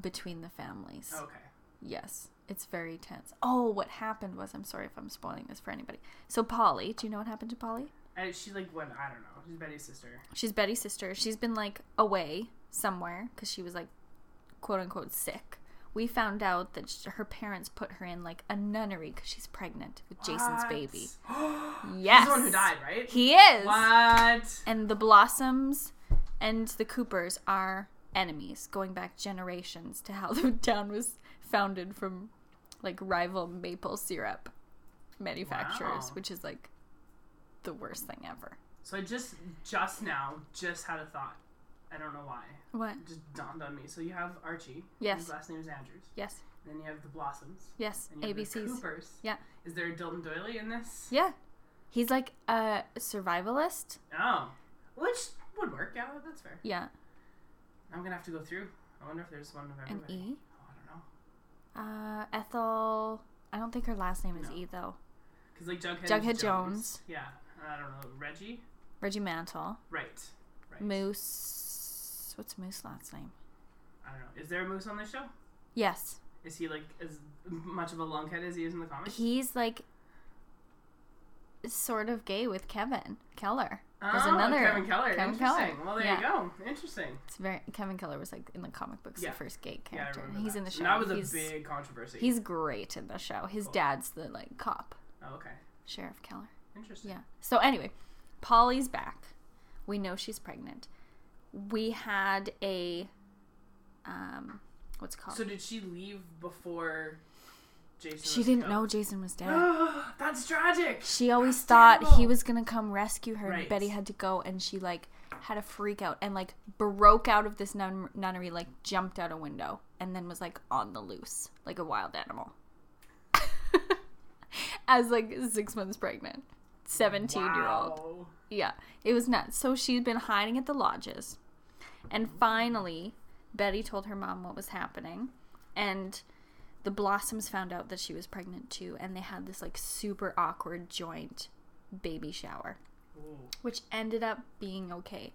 Speaker 2: between the families.
Speaker 1: Okay.
Speaker 2: Yes. It's very tense. Oh, what happened was I'm sorry if I'm spoiling this for anybody. So Polly, do you know what happened to Polly?
Speaker 1: And she like went. I don't know. She's Betty's sister.
Speaker 2: She's Betty's sister. She's been like away somewhere because she was like quote unquote sick. We found out that sh her parents put her in like a nunnery because she's pregnant with Jason's
Speaker 1: What?
Speaker 2: baby.
Speaker 1: He's
Speaker 2: Yes.
Speaker 1: the one who died, right?
Speaker 2: He is.
Speaker 1: What?
Speaker 2: And the Blossoms and the Coopers are enemies going back generations to how the town was founded from like rival maple syrup manufacturers,
Speaker 1: Wow.
Speaker 2: which is like the worst thing ever.
Speaker 1: So I just just now just had a thought. I don't know why.
Speaker 2: What?
Speaker 1: It just dawned on me. So you have Archie.
Speaker 2: Yes.
Speaker 1: His last name is Andrews.
Speaker 2: Yes.
Speaker 1: And then you have the Blossoms.
Speaker 2: Yes.
Speaker 1: And you have the
Speaker 2: ABCs.
Speaker 1: Coopers.
Speaker 2: Yeah.
Speaker 1: Is there a Dilton Doily in this?
Speaker 2: Yeah. He's like a survivalist.
Speaker 1: Oh. Which would work. Yeah, that's fair.
Speaker 2: Yeah.
Speaker 1: I'm gonna have to go through. I wonder if there's one of
Speaker 2: An
Speaker 1: everybody.
Speaker 2: E.
Speaker 1: Oh, I don't know.
Speaker 2: Uh, Ethel. I don't think her last name is
Speaker 1: No.
Speaker 2: E though.
Speaker 1: Because like Jughead.
Speaker 2: Jughead
Speaker 1: is
Speaker 2: Jones.
Speaker 1: Yeah. And I don't know. Reggie.
Speaker 2: Reggie Mantle.
Speaker 1: Right. Right.
Speaker 2: Moose. What's Moose last name?
Speaker 1: I don't know. Is there a moose on this show?
Speaker 2: Yes.
Speaker 1: Is he like as much of a lunkhead as he is in the comics?
Speaker 2: He's like sort of gay with Kevin Keller. There's another
Speaker 1: Oh, Kevin Keller.
Speaker 2: Kevin Keller.
Speaker 1: Interesting. Well, there
Speaker 2: Yeah.
Speaker 1: you go. Interesting.
Speaker 2: It's very Kevin Keller was like in the comic books
Speaker 1: Yeah.
Speaker 2: the first gay
Speaker 1: Yeah, I
Speaker 2: character.
Speaker 1: remember
Speaker 2: he's
Speaker 1: that.
Speaker 2: in the show.
Speaker 1: And that was a
Speaker 2: he's,
Speaker 1: big Oh. controversy.
Speaker 2: he's great in the show. His
Speaker 1: Cool.
Speaker 2: dad's the like cop,
Speaker 1: oh, okay.
Speaker 2: Sheriff Keller.
Speaker 1: Interesting.
Speaker 2: Yeah. So anyway, Polly's back. We know she's pregnant. We had a um what's it called?
Speaker 1: So did she leave before Jason?
Speaker 2: she
Speaker 1: was
Speaker 2: didn't know
Speaker 1: killed?
Speaker 2: Jason was dead.
Speaker 1: That's tragic.
Speaker 2: She always
Speaker 1: That's
Speaker 2: thought he
Speaker 1: terrible.
Speaker 2: was gonna come rescue her.
Speaker 1: Right.
Speaker 2: And Betty had to go, and she like had a freak out and like broke out of this nun- nunnery, like jumped out a window, and then was like on the loose, like a wild animal. As like six months pregnant, seventeen year old.
Speaker 1: Wow.
Speaker 2: Yeah, it was nuts. So she'd been hiding at the lodges. And finally, Betty told her mom what was happening. And the Blossoms found out that she was pregnant too. And they had this like super awkward joint baby shower,
Speaker 1: Ooh.
Speaker 2: which ended up being okay.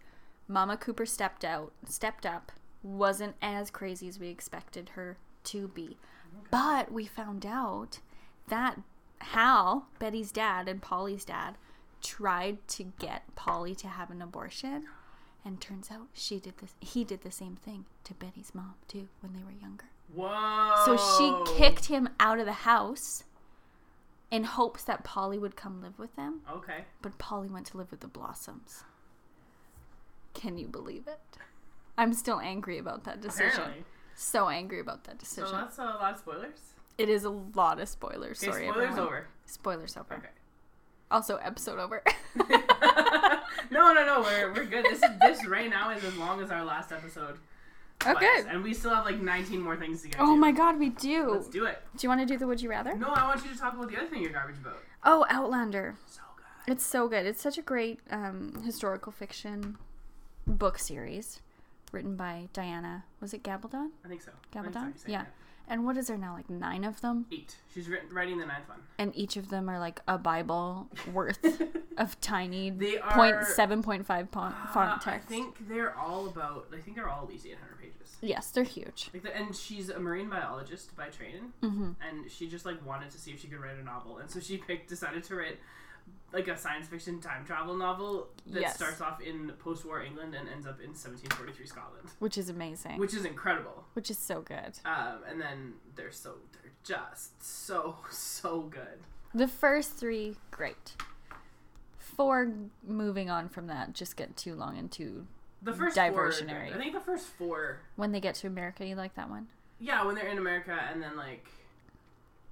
Speaker 2: Mama Cooper stepped out, stepped up, wasn't as crazy as we expected her to be. But we found out that Hal, Betty's dad and Polly's dad, tried to get Polly to have an abortion, and turns out she did this. He did the same thing to Betty's mom too when they were younger.
Speaker 1: Whoa.
Speaker 2: So
Speaker 1: Oh.
Speaker 2: she kicked him out of the house in hopes that Polly would come live with them,
Speaker 1: Okay.
Speaker 2: but Polly went to live with the Blossoms. Can you believe it? I'm still angry about that decision.
Speaker 1: Apparently.
Speaker 2: So angry about that
Speaker 1: So
Speaker 2: decision.
Speaker 1: that's a lot of spoilers.
Speaker 2: It is a lot of spoilers.
Speaker 1: Okay,
Speaker 2: Sorry,
Speaker 1: spoilers
Speaker 2: everyone.
Speaker 1: over.
Speaker 2: Spoilers over.
Speaker 1: Okay.
Speaker 2: Also, episode over.
Speaker 1: no, no, no. We're we're good. This this right now is as long as our last episode. was.
Speaker 2: Okay.
Speaker 1: And we still have like 19 more things to get
Speaker 2: Oh
Speaker 1: to.
Speaker 2: my god, we do.
Speaker 1: Let's do it.
Speaker 2: Do you want to do the Would You Rather?
Speaker 1: No, I want you to talk about the other thing you're garbage about.
Speaker 2: Oh, Outlander.
Speaker 1: So good.
Speaker 2: It's so good. It's such a great um, historical fiction book series written by Diana. Was it Gabaldon?
Speaker 1: I think so. I think
Speaker 2: Gabaldon?
Speaker 1: that's how you say
Speaker 2: Yeah.
Speaker 1: it.
Speaker 2: And what is there now? Like nine of them?
Speaker 1: Eight. She's written, writing the ninth one.
Speaker 2: And each of them are like a Bible worth of tiny
Speaker 1: They are.
Speaker 2: point seven point five font,
Speaker 1: uh,
Speaker 2: font
Speaker 1: I
Speaker 2: text.
Speaker 1: think they're all about. I think they're all at least 800 pages.
Speaker 2: Yes, they're huge.
Speaker 1: Like the, and she's a marine biologist by training,
Speaker 2: Mm-hmm.
Speaker 1: and she just like wanted to see if she could write a novel, and so she picked decided to write like a science fiction time travel novel that
Speaker 2: Yes.
Speaker 1: starts off in post-war England and ends up in 1743 Scotland,
Speaker 2: Which is amazing.
Speaker 1: which is incredible.
Speaker 2: Which is so good.
Speaker 1: Um, and then they're so they're just so so good.
Speaker 2: The first three, great. Four, moving on from that, just get too long and too.
Speaker 1: The first four are good.
Speaker 2: Diversionary.
Speaker 1: I think the first four.
Speaker 2: When they get to America, you like that one?
Speaker 1: Yeah, when they're in America, and then like,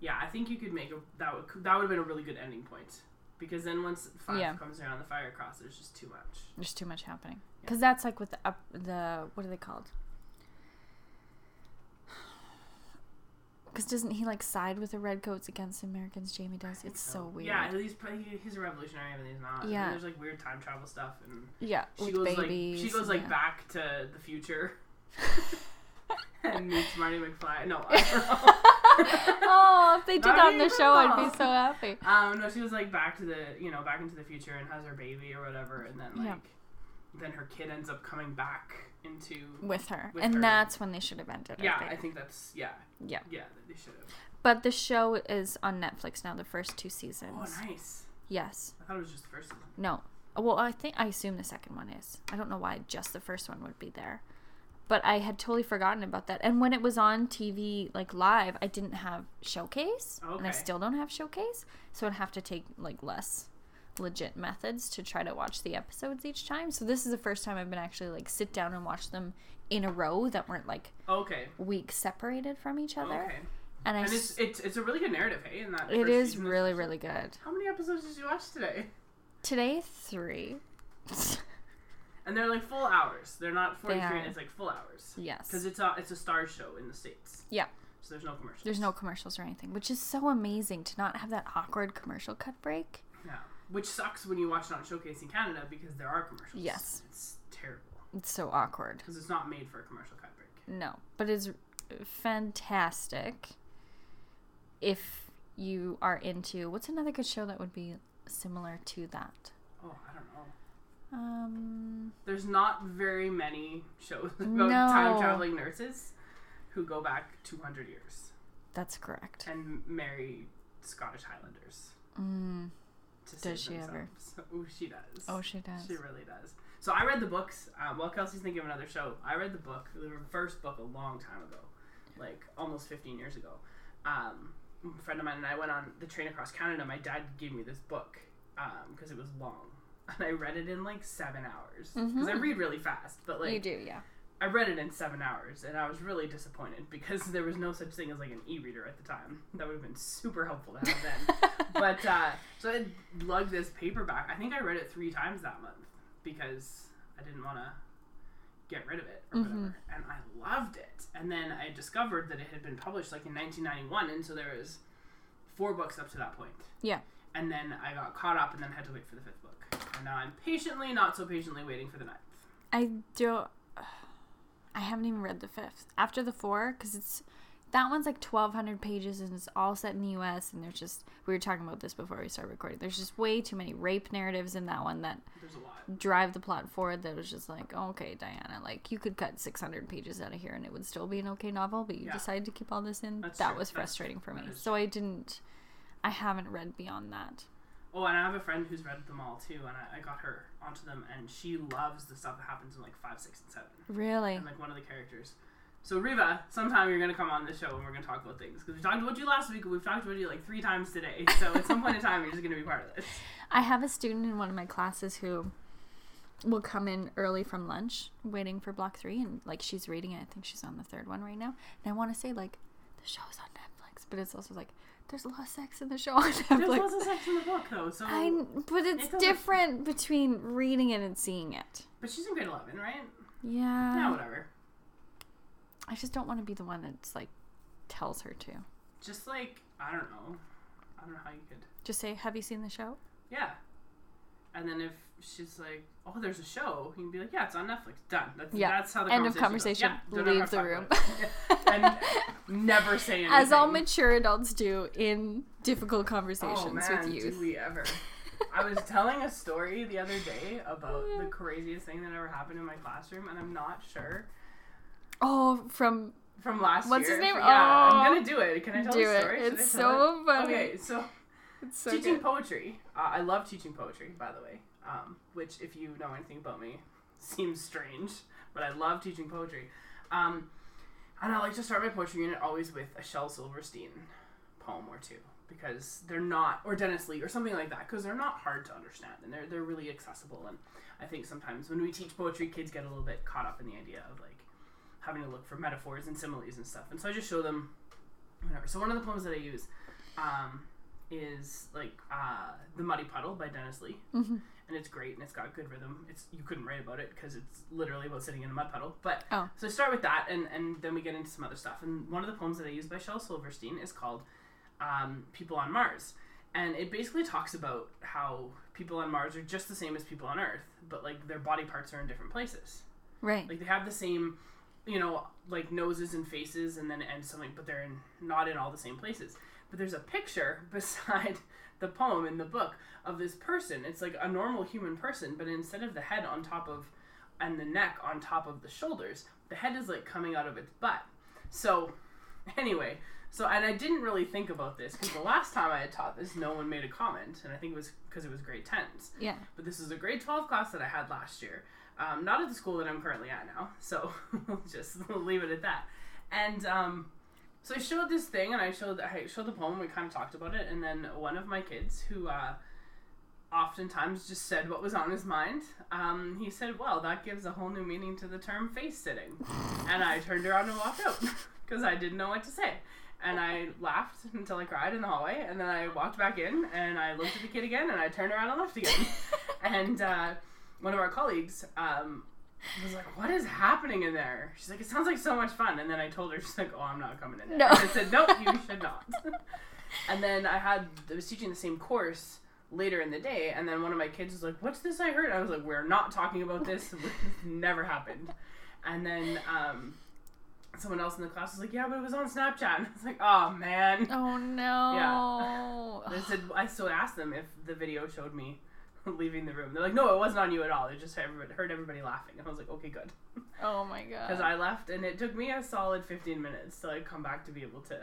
Speaker 1: yeah, I think you could make a that would that would have been a really good ending point because then once five
Speaker 2: Yeah.
Speaker 1: comes around, the fire cross, there's just too much.
Speaker 2: There's too much happening. Because that's like with the up the what are they called? Because doesn't he like side with the redcoats against the Americans? Jamie does. It's so, weird.
Speaker 1: Yeah,
Speaker 2: Yeah,
Speaker 1: he's probably- he's a revolutionary, and he's not. Yeah,
Speaker 2: Yeah.
Speaker 1: there's like weird time travel stuff, and she
Speaker 2: with
Speaker 1: goes
Speaker 2: babies.
Speaker 1: like she goes like
Speaker 2: yeah.
Speaker 1: back to the future. and meets Marty McFly. No, I don't know.
Speaker 2: oh, if they did
Speaker 1: Not
Speaker 2: that on the
Speaker 1: even
Speaker 2: show, I'd
Speaker 1: wrong.
Speaker 2: be so happy.
Speaker 1: Um, no, she was like back to the you know back into the future and has her baby or whatever, and then like
Speaker 2: Yeah.
Speaker 1: then her kid ends up coming back into.
Speaker 2: With her,
Speaker 1: With
Speaker 2: and
Speaker 1: her.
Speaker 2: that's when they should have ended.
Speaker 1: Yeah,
Speaker 2: I think.
Speaker 1: I think that's yeah,
Speaker 2: yeah.
Speaker 1: yeah. They should have.
Speaker 2: But the show is on Netflix now, the first two seasons.
Speaker 1: Oh, nice.
Speaker 2: Yes.
Speaker 1: I thought it was just the first season.
Speaker 2: No. Well, I think I assume the second one is. I don't know why just the first one would be there. But I had totally forgotten about that. And when it was on TV like live, I didn't have Showcase, and I
Speaker 1: Okay.
Speaker 2: still don't have Showcase, so I'd have to take like less legit methods to try to watch the episodes each time. So this is the first time I've been actually like sit down and watch them in a row that weren't like
Speaker 1: Okay.
Speaker 2: weeks separated from each other.
Speaker 1: Okay.
Speaker 2: And I
Speaker 1: And
Speaker 2: s-
Speaker 1: it's, it's it's a really good narrative, hey? In that
Speaker 2: it
Speaker 1: first
Speaker 2: is
Speaker 1: season.
Speaker 2: really really good.
Speaker 1: How many episodes did you watch today?
Speaker 2: Today, three.
Speaker 1: And they're like full hours. They're not forty
Speaker 2: are.
Speaker 1: three. It's like full hours. Because
Speaker 2: yes.
Speaker 1: it's a it's a star show in the states,
Speaker 2: Yeah.
Speaker 1: so there's no commercials.
Speaker 2: There's no commercials or anything, which is so amazing to not have that awkward commercial cut break.
Speaker 1: yeah, which sucks when you watch it on Showcase in Canada because there are commercials.
Speaker 2: Yes.
Speaker 1: it's terrible
Speaker 2: It's so awkward.
Speaker 1: because it's not made for a commercial cut break.
Speaker 2: No, but it's fantastic if you are into what's another good show that would be similar to that?
Speaker 1: Oh, I don't know.
Speaker 2: Um,
Speaker 1: There's not very many shows about
Speaker 2: No.
Speaker 1: time traveling nurses who go back 200 years
Speaker 2: that's correct.
Speaker 1: and marry Scottish Highlanders.
Speaker 2: Mm,
Speaker 1: To
Speaker 2: Does
Speaker 1: save
Speaker 2: she ever?
Speaker 1: themselves. Oh, she does.
Speaker 2: oh, she does.
Speaker 1: She really does. So I read the books. Um, while Kelsey's thinking of another show, I read the book, the first book, a long time ago, like almost 15 years ago. Um, a friend of mine and I went on the train across Canada. My dad gave me this book because it was long, and I read it in like seven hours because I
Speaker 2: Mhm.
Speaker 1: read really fast. But like
Speaker 2: you do, yeah.
Speaker 1: I read it in seven hours, and I was really disappointed because there was no such thing as like an e-reader at the time. That would have been super helpful to have then but uh, so I lugged this paperback. I think I read it three times that month because I didn't want to get rid of it or whatever. And I loved it. And then I discovered that it had been published like in 1991, and so there was four books up to that point.
Speaker 2: Yeah.
Speaker 1: And then I got caught up, and then had to wait for the fifth book. And now I'm patiently, not so patiently, waiting for the ninth.
Speaker 2: I don't. I haven't even read the fifth. After the four, because it's that one's like twelve hundred pages and it's all set in the U.S. and there's just we were talking about this before we started recording. There's just way too many rape narratives in that one that
Speaker 1: There's a lot.
Speaker 2: drive the plot forward. That was just like, okay, Diana, like you could cut six hundred pages out of here and it would still be an okay novel, but you
Speaker 1: Yeah.
Speaker 2: decided to keep all this in.
Speaker 1: That's
Speaker 2: that
Speaker 1: true.
Speaker 2: was
Speaker 1: That's
Speaker 2: frustrating for me.
Speaker 1: That is
Speaker 2: So I didn't. I haven't read beyond that.
Speaker 1: Oh, and I have a friend who's read them all too, and I, I got her onto them, and she loves the stuff that happens in like five, six, and seven.
Speaker 2: Really?
Speaker 1: and like one of the characters. So Riva, sometime you're gonna come on this show and we're gonna talk about things because we talked about you last week and we've talked about you like three times today. So at some point in time, you're just gonna be part of this.
Speaker 2: I have a student in one of my classes who will come in early from lunch, waiting for block three, and like she's reading it. I think she's on the third one right now. And I want to say like the show's on Netflix, but it's also like there's a lot of sex in the show on
Speaker 1: There's
Speaker 2: Netflix.
Speaker 1: lots of sex in the book though, so
Speaker 2: I but it's
Speaker 1: It doesn't-
Speaker 2: different between reading it and seeing it. Um,
Speaker 1: but she's in grade eleven, right?
Speaker 2: Yeah.
Speaker 1: Yeah, whatever.
Speaker 2: I just don't want to be the one that's like tells her to.
Speaker 1: Just like I don't know, I don't know how you could.
Speaker 2: Just say, "Have you seen the show?"
Speaker 1: Yeah. And then if she's like, "Oh, there's a show," you can be like, "Yeah, it's on Netflix. Done. That's
Speaker 2: Yeah.
Speaker 1: that's how the
Speaker 2: End of
Speaker 1: conversation goes. Yeah, don't
Speaker 2: conversation. Leave the
Speaker 1: ever
Speaker 2: room.
Speaker 1: talk about it. and never say anything.
Speaker 2: As all mature adults do in difficult conversations
Speaker 1: oh, man,
Speaker 2: with youth.
Speaker 1: Do we ever? I was telling a story the other day about the craziest thing that ever happened in my classroom, and I'm not sure
Speaker 2: oh, from
Speaker 1: from last
Speaker 2: What's
Speaker 1: year.
Speaker 2: his name?
Speaker 1: Yeah, I'm
Speaker 2: Oh.
Speaker 1: gonna do it. Can I tell
Speaker 2: Do
Speaker 1: the
Speaker 2: it.
Speaker 1: story? Should I
Speaker 2: It's
Speaker 1: tell
Speaker 2: so
Speaker 1: it?
Speaker 2: funny.
Speaker 1: Okay, so
Speaker 2: it's so
Speaker 1: teaching
Speaker 2: good.
Speaker 1: poetry. Uh, I love teaching poetry, by the way. Um, which, if you know anything about me, seems strange, but I love teaching poetry. Um, and I like to start my poetry unit always with a Shel Silverstein poem or two because they're not, or Dennis Lee or something like that, because they're not hard to understand and they're they're really accessible. And I think sometimes when we teach poetry, kids get a little bit caught up in the idea of like having to look for metaphors and similes and stuff. And so I just show them whatever. So one of the poems that I use um, is like uh, "The Muddy Puddle" by Dennis Lee,
Speaker 2: Mm-hmm.
Speaker 1: and it's great and it's got good rhythm. It's you couldn't write about it because it's literally about sitting in a mud puddle. But
Speaker 2: Oh.
Speaker 1: so I start with that, and and then we get into some other stuff. And one of the poems that I use by Shel Silverstein is called um, "People on Mars." And it basically talks about how people on Mars are just the same as people on Earth, but like their body parts are in different places
Speaker 2: Right.
Speaker 1: like they have the same you know like noses and faces and then and something but they're in, not in all the same places but there's a picture beside the poem in the book of this person it's like a normal human person but instead of the head on top of and the neck on top of the shoulders the head is like coming out of its butt so anyway so and i didn't really think about this because the last time i had taught this no one made a comment and i think it was because it was grade 10s
Speaker 2: yeah.
Speaker 1: but this is a grade 12 class that I had last year. Um, not at the school that I'm currently at now, so we'll just leave it at that. And um, so I showed this thing, and I showed I showed the poem. We kind of talked about it, and then one of my kids, who uh, oftentimes just said what was on his mind, um, he said, "Well, that gives a whole new meaning to the term face sitting," and I turned around and walked out because I didn't know what to say. And I laughed until I cried in the hallway, and then I walked back in, and I looked at the kid again, and I turned around and left again. and uh, one of our colleagues um, was like, "What is happening in there?" She's like, "It sounds like so much fun." And then I told her, she's like, "Oh, I'm not coming in." There.
Speaker 2: No.
Speaker 1: And I said, "Nope, you should not." and then I had I was teaching the same course later in the day, and then one of my kids was like, "What's this I heard?" I was like, "We're not talking about this. This never happened." And then um, someone else in the class was like, "Yeah, but it was on Snapchat." And I was like, "Oh man."
Speaker 2: Oh no.
Speaker 1: They said I still asked them if the video showed me leaving the room. They're like, "No, it wasn't on you at all. It just everybody, heard everybody laughing." And I was like, "Okay, good,"
Speaker 2: oh my
Speaker 1: because
Speaker 2: god.
Speaker 1: I left, and it took me a solid fifteen minutes to like come back to be able to.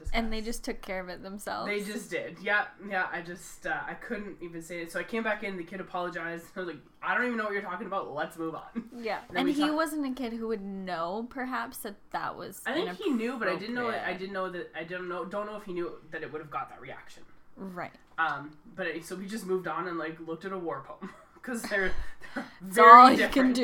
Speaker 1: Discuss.
Speaker 2: and they just took care of it themselves.
Speaker 1: They just did. Yeah, yeah. I just uh, I couldn't even say it, so I came back in. The kid apologized. I was like, "I don't even know what you're talking about. Let's move on."
Speaker 2: Yeah.
Speaker 1: Then
Speaker 2: And
Speaker 1: we
Speaker 2: he
Speaker 1: talk-
Speaker 2: wasn't a kid who would know perhaps that that was
Speaker 1: I think he knew, but I didn't know. I
Speaker 2: Inappropriate.
Speaker 1: didn't know that. I don't know. Don't know if he knew that it would have got that reaction.
Speaker 2: right.
Speaker 1: Um, but it, so we just moved on and like looked at a war poem because they're, they're
Speaker 2: It's
Speaker 1: very
Speaker 2: all you can
Speaker 1: different.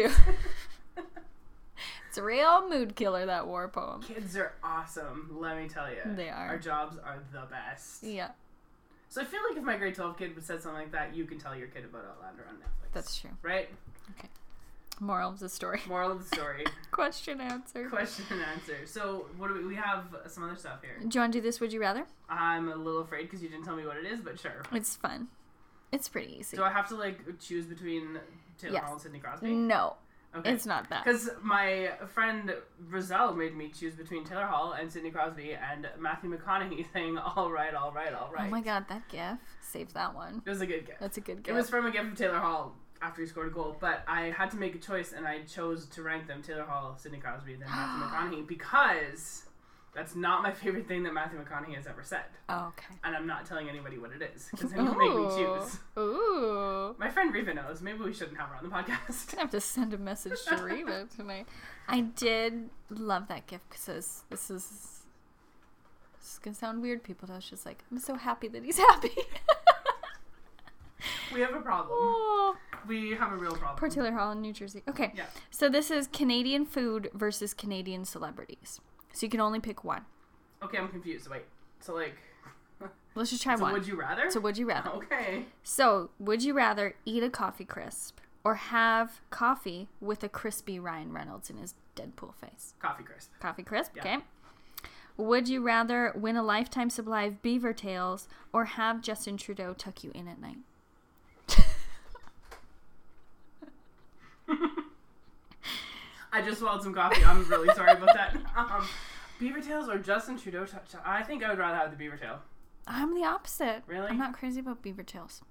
Speaker 2: do. it's a real mood killer that war poem.
Speaker 1: Kids are awesome, let me tell you.
Speaker 2: They are.
Speaker 1: Our jobs are the best.
Speaker 2: Yeah,
Speaker 1: So I feel like if my grade twelve kid would said something like that, you can tell your kid about Outlander on Netflix.
Speaker 2: that's true.
Speaker 1: right.
Speaker 2: Moral of the story.
Speaker 1: Moral of the story.
Speaker 2: Question answer.
Speaker 1: Question and answer. So what do we? We have some other stuff here.
Speaker 2: Do you want to do this? Would you rather?
Speaker 1: I'm a little afraid because you didn't tell me what it is, but sure.
Speaker 2: It's fun. It's pretty easy.
Speaker 1: Do I have to like choose between Taylor
Speaker 2: Yes.
Speaker 1: Hall and Sidney Crosby?
Speaker 2: No,
Speaker 1: Okay.
Speaker 2: it's not that.
Speaker 1: Because my friend Roselle made me choose between Taylor Hall and Sidney Crosby and Matthew McConaughey saying, all right, all right, all right.
Speaker 2: Oh my god, that gif. Save that one.
Speaker 1: It was a good gift.
Speaker 2: That's a good
Speaker 1: It
Speaker 2: gif.
Speaker 1: was from a gift from Taylor Hall after he scored a goal, but I had to make a choice and I chose to rank them Taylor Hall, Sidney Crosby, then Matthew McConaughey because that's not my favorite thing that Matthew McConaughey has ever said.
Speaker 2: oh, okay.
Speaker 1: And I'm not telling anybody what it is because then he'll make me choose.
Speaker 2: Ooh. Ooh.
Speaker 1: My friend Reva knows. Maybe we shouldn't have her on the podcast.
Speaker 2: I have to send a message to Reba tonight. I did love that gift because this is this is gonna sound weird, people. But I was just like, I'm so happy that he's happy.
Speaker 1: we have a problem.
Speaker 2: oh,
Speaker 1: We have a real problem.
Speaker 2: poor Taylor Hall in New Jersey. Okay,
Speaker 1: Yeah.
Speaker 2: so this is Canadian food versus Canadian celebrities. So you can only pick one.
Speaker 1: Okay, I'm confused. Wait. So like,
Speaker 2: Let's just try
Speaker 1: so
Speaker 2: one.
Speaker 1: would you rather?
Speaker 2: so would you rather?
Speaker 1: okay.
Speaker 2: So would you rather eat a coffee crisp or have coffee with a crispy Ryan Reynolds in his Deadpool face.
Speaker 1: Coffee crisp.
Speaker 2: Coffee crisp,
Speaker 1: Yeah.
Speaker 2: okay. Would you rather win a lifetime supply of beaver tails or have Justin Trudeau tuck you in at night?
Speaker 1: I just swallowed some coffee. I'm really sorry about that. Um, beaver tails or Justin Trudeau? T- t- I think I would rather have the beaver tail,
Speaker 2: I'm the opposite.
Speaker 1: Really?
Speaker 2: I'm not crazy about beaver tails.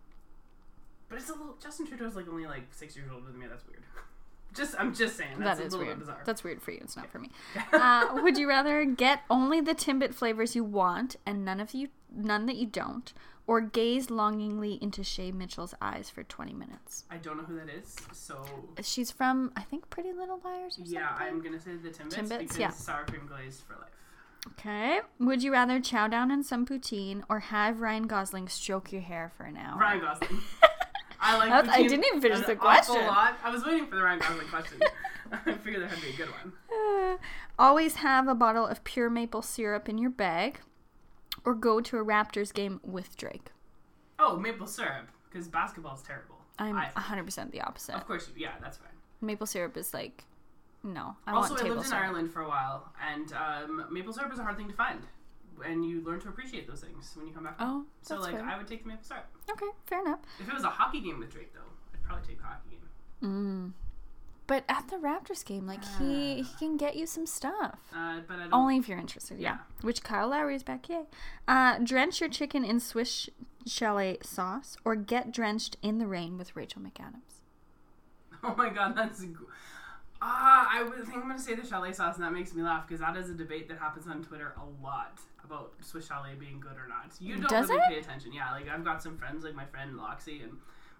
Speaker 1: but it's a little. Justin Trudeau's like only like six years older than me. That's weird. Just I'm just saying that's
Speaker 2: That's
Speaker 1: a little
Speaker 2: weird.
Speaker 1: bit bizarre.
Speaker 2: That's weird for you. It's not for me. Uh, would you rather get only the Timbit flavors you want and none of you none that you don't, or gaze longingly into Shay Mitchell's eyes for 20 minutes?
Speaker 1: I don't know who that is, so
Speaker 2: She's from I think Pretty Little Liars. Or
Speaker 1: yeah,
Speaker 2: something.
Speaker 1: I'm gonna say the Timbits,
Speaker 2: Timbits,
Speaker 1: because
Speaker 2: yeah.
Speaker 1: sour cream glazed for life.
Speaker 2: Okay. Would you rather chow down in some poutine or have Ryan Gosling stroke your hair for an hour?
Speaker 1: Ryan Gosling. I like.
Speaker 2: Oh. That's- I
Speaker 1: poutine
Speaker 2: didn't even finish
Speaker 1: an
Speaker 2: the
Speaker 1: awful
Speaker 2: question.
Speaker 1: lot. I was waiting for the Ryan Gosling question. I figured there had to be a good one.
Speaker 2: Uh, always have a bottle of pure maple syrup in your bag, or go to a Raptors game with Drake.
Speaker 1: Oh, maple syrup, because basketball's terrible.
Speaker 2: I'm
Speaker 1: I- Oh.
Speaker 2: 100% the opposite.
Speaker 1: of course, you, yeah, that's fine.
Speaker 2: Maple syrup is like, no. I
Speaker 1: also,
Speaker 2: want
Speaker 1: I
Speaker 2: table
Speaker 1: lived in
Speaker 2: syrup.
Speaker 1: Ireland for a while, and um, maple syrup is a hard thing to find, and you learn to appreciate those things when you come back.
Speaker 2: Oh,
Speaker 1: so
Speaker 2: that's
Speaker 1: like,
Speaker 2: fair.
Speaker 1: I would take the maple syrup.
Speaker 2: okay, fair enough.
Speaker 1: If it was a hockey game with Drake, though, I'd probably take the hockey game.
Speaker 2: Mm. But at the Raptors game, like he he can get you some stuff.
Speaker 1: Uh, but I don't.
Speaker 2: Only if you're interested, yeah.
Speaker 1: Yeah.
Speaker 2: Which Kyle Lowry is back, yay. Uh, drench your chicken in Swiss chalet sauce, or get drenched in the rain with Rachel McAdams.
Speaker 1: Oh my god, that's. g- Ah, I would think I'm gonna say the chalet sauce, and that makes me laugh because that is a debate that happens on Twitter a lot about Swiss chalet being good or not. You don't
Speaker 2: Does
Speaker 1: really
Speaker 2: it?
Speaker 1: pay attention, yeah. Like I've got some friends, like my friend Loxy and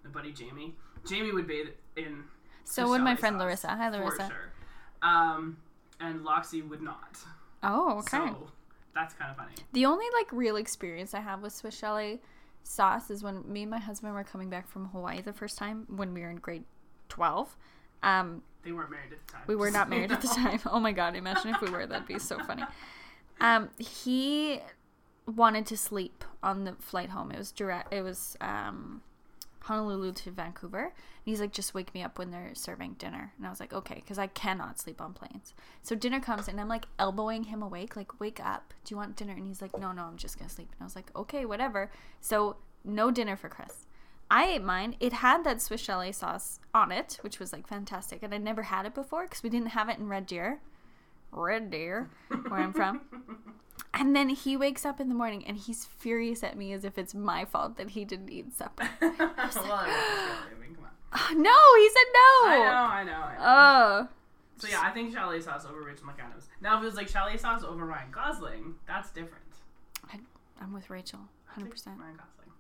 Speaker 1: my buddy Jamie. Jamie would bathe in
Speaker 2: So
Speaker 1: Swiss
Speaker 2: would my
Speaker 1: chalet
Speaker 2: friend
Speaker 1: sauce,
Speaker 2: Larissa. Hi,
Speaker 1: for
Speaker 2: Larissa.
Speaker 1: sure, um, and Loxy would not.
Speaker 2: Oh, okay.
Speaker 1: So that's kind of funny.
Speaker 2: The only like real experience I have with Swiss chalet sauce is when me and my husband were coming back from Hawaii the first time when we were in grade twelve. Um,
Speaker 1: They weren't married at the time.
Speaker 2: we were not married at the time. Oh my god! Imagine if we were. That'd be so funny. Um, he wanted to sleep on the flight home. It was direct. It was um, Honolulu to Vancouver. And he's like, just wake me up when they're serving dinner. And I was like, okay, because I cannot sleep on planes. So dinner comes and I'm like elbowing him awake, like, wake up. Do you want dinner? And he's like, no, no, I'm just gonna sleep. And I was like, okay, whatever. So no dinner for Chris. I ate mine. It had that Swiss chalet sauce on it, which was like fantastic, and I'd never had it before because we didn't have it in Red Deer. Red Deer, where I'm from. And then he wakes up in the morning and he's furious at me as if it's my fault that he didn't eat supper.
Speaker 1: well, I went to chalet. I mean, come on.
Speaker 2: no, he said no.
Speaker 1: I know, I know, I know.
Speaker 2: Oh,
Speaker 1: So yeah, I think chalet sauce over Rachel McAdams. Now if it was like chalet sauce over Ryan Gosling, that's different.
Speaker 2: I'm with Rachel, hundred percent.
Speaker 1: Ryan Gosling.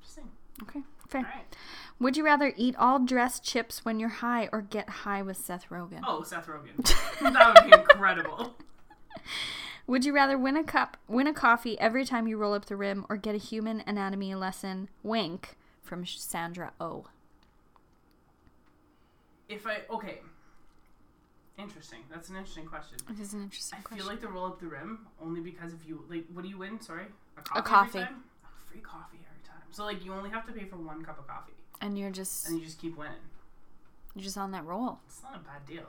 Speaker 1: Interesting.
Speaker 2: Okay, fair.
Speaker 1: All right.
Speaker 2: Would you rather eat all dressed chips when you're high or get high with Seth Rogen?
Speaker 1: Oh, Seth Rogen. that would be incredible.
Speaker 2: Would you rather win a cup, win a coffee every time you roll up the rim, or get a human anatomy lesson wink from Sh- Sandra O?
Speaker 1: If I okay. Interesting. That's an interesting question.
Speaker 2: It is an interesting
Speaker 1: I feel like the roll up the rim only because if you like, what do you win? Sorry,
Speaker 2: A
Speaker 1: every
Speaker 2: coffee.
Speaker 1: time? A free coffee every time. So like, you only have to pay for one cup of coffee,
Speaker 2: and you're just
Speaker 1: and you just keep winning.
Speaker 2: you're just on that roll.
Speaker 1: It's not a bad deal.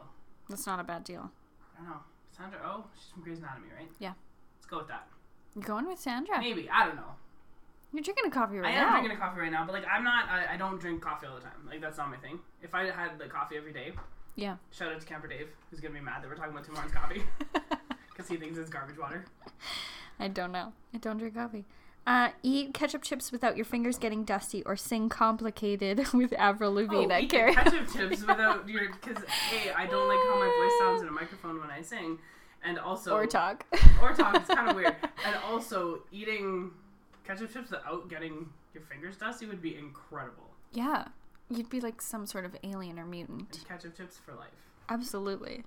Speaker 2: That's not a bad deal.
Speaker 1: I don't know. Sandra Oh, she's from Grey's Anatomy, right?
Speaker 2: Yeah.
Speaker 1: Let's go with that.
Speaker 2: You're going with Sandra.
Speaker 1: Maybe I don't know.
Speaker 2: You're drinking a coffee
Speaker 1: I
Speaker 2: right
Speaker 1: am
Speaker 2: now.
Speaker 1: drinking a coffee right now, but like I'm not. I, I don't drink coffee all the time. Like that's not my thing. If I had like coffee every day,
Speaker 2: Yeah.
Speaker 1: Shout out to Camper Dave, who's gonna be mad that we're talking about tomorrow's coffee because he thinks it's garbage water.
Speaker 2: I don't know. I don't drink coffee. Uh, eat ketchup chips without your fingers getting dusty, or sing "Complicated" with Avril Lavigne.
Speaker 1: oh,
Speaker 2: at
Speaker 1: eat the
Speaker 2: karaoke.
Speaker 1: ketchup chips without your because a I don't like how my voice sounds in a microphone when I sing, and also
Speaker 2: or talk.
Speaker 1: or talk. It's kind of weird. And also eating ketchup chips without getting your fingers dusty would be incredible.
Speaker 2: yeah, you'd be like some sort of alien or mutant.
Speaker 1: And ketchup chips for life.
Speaker 2: Absolutely.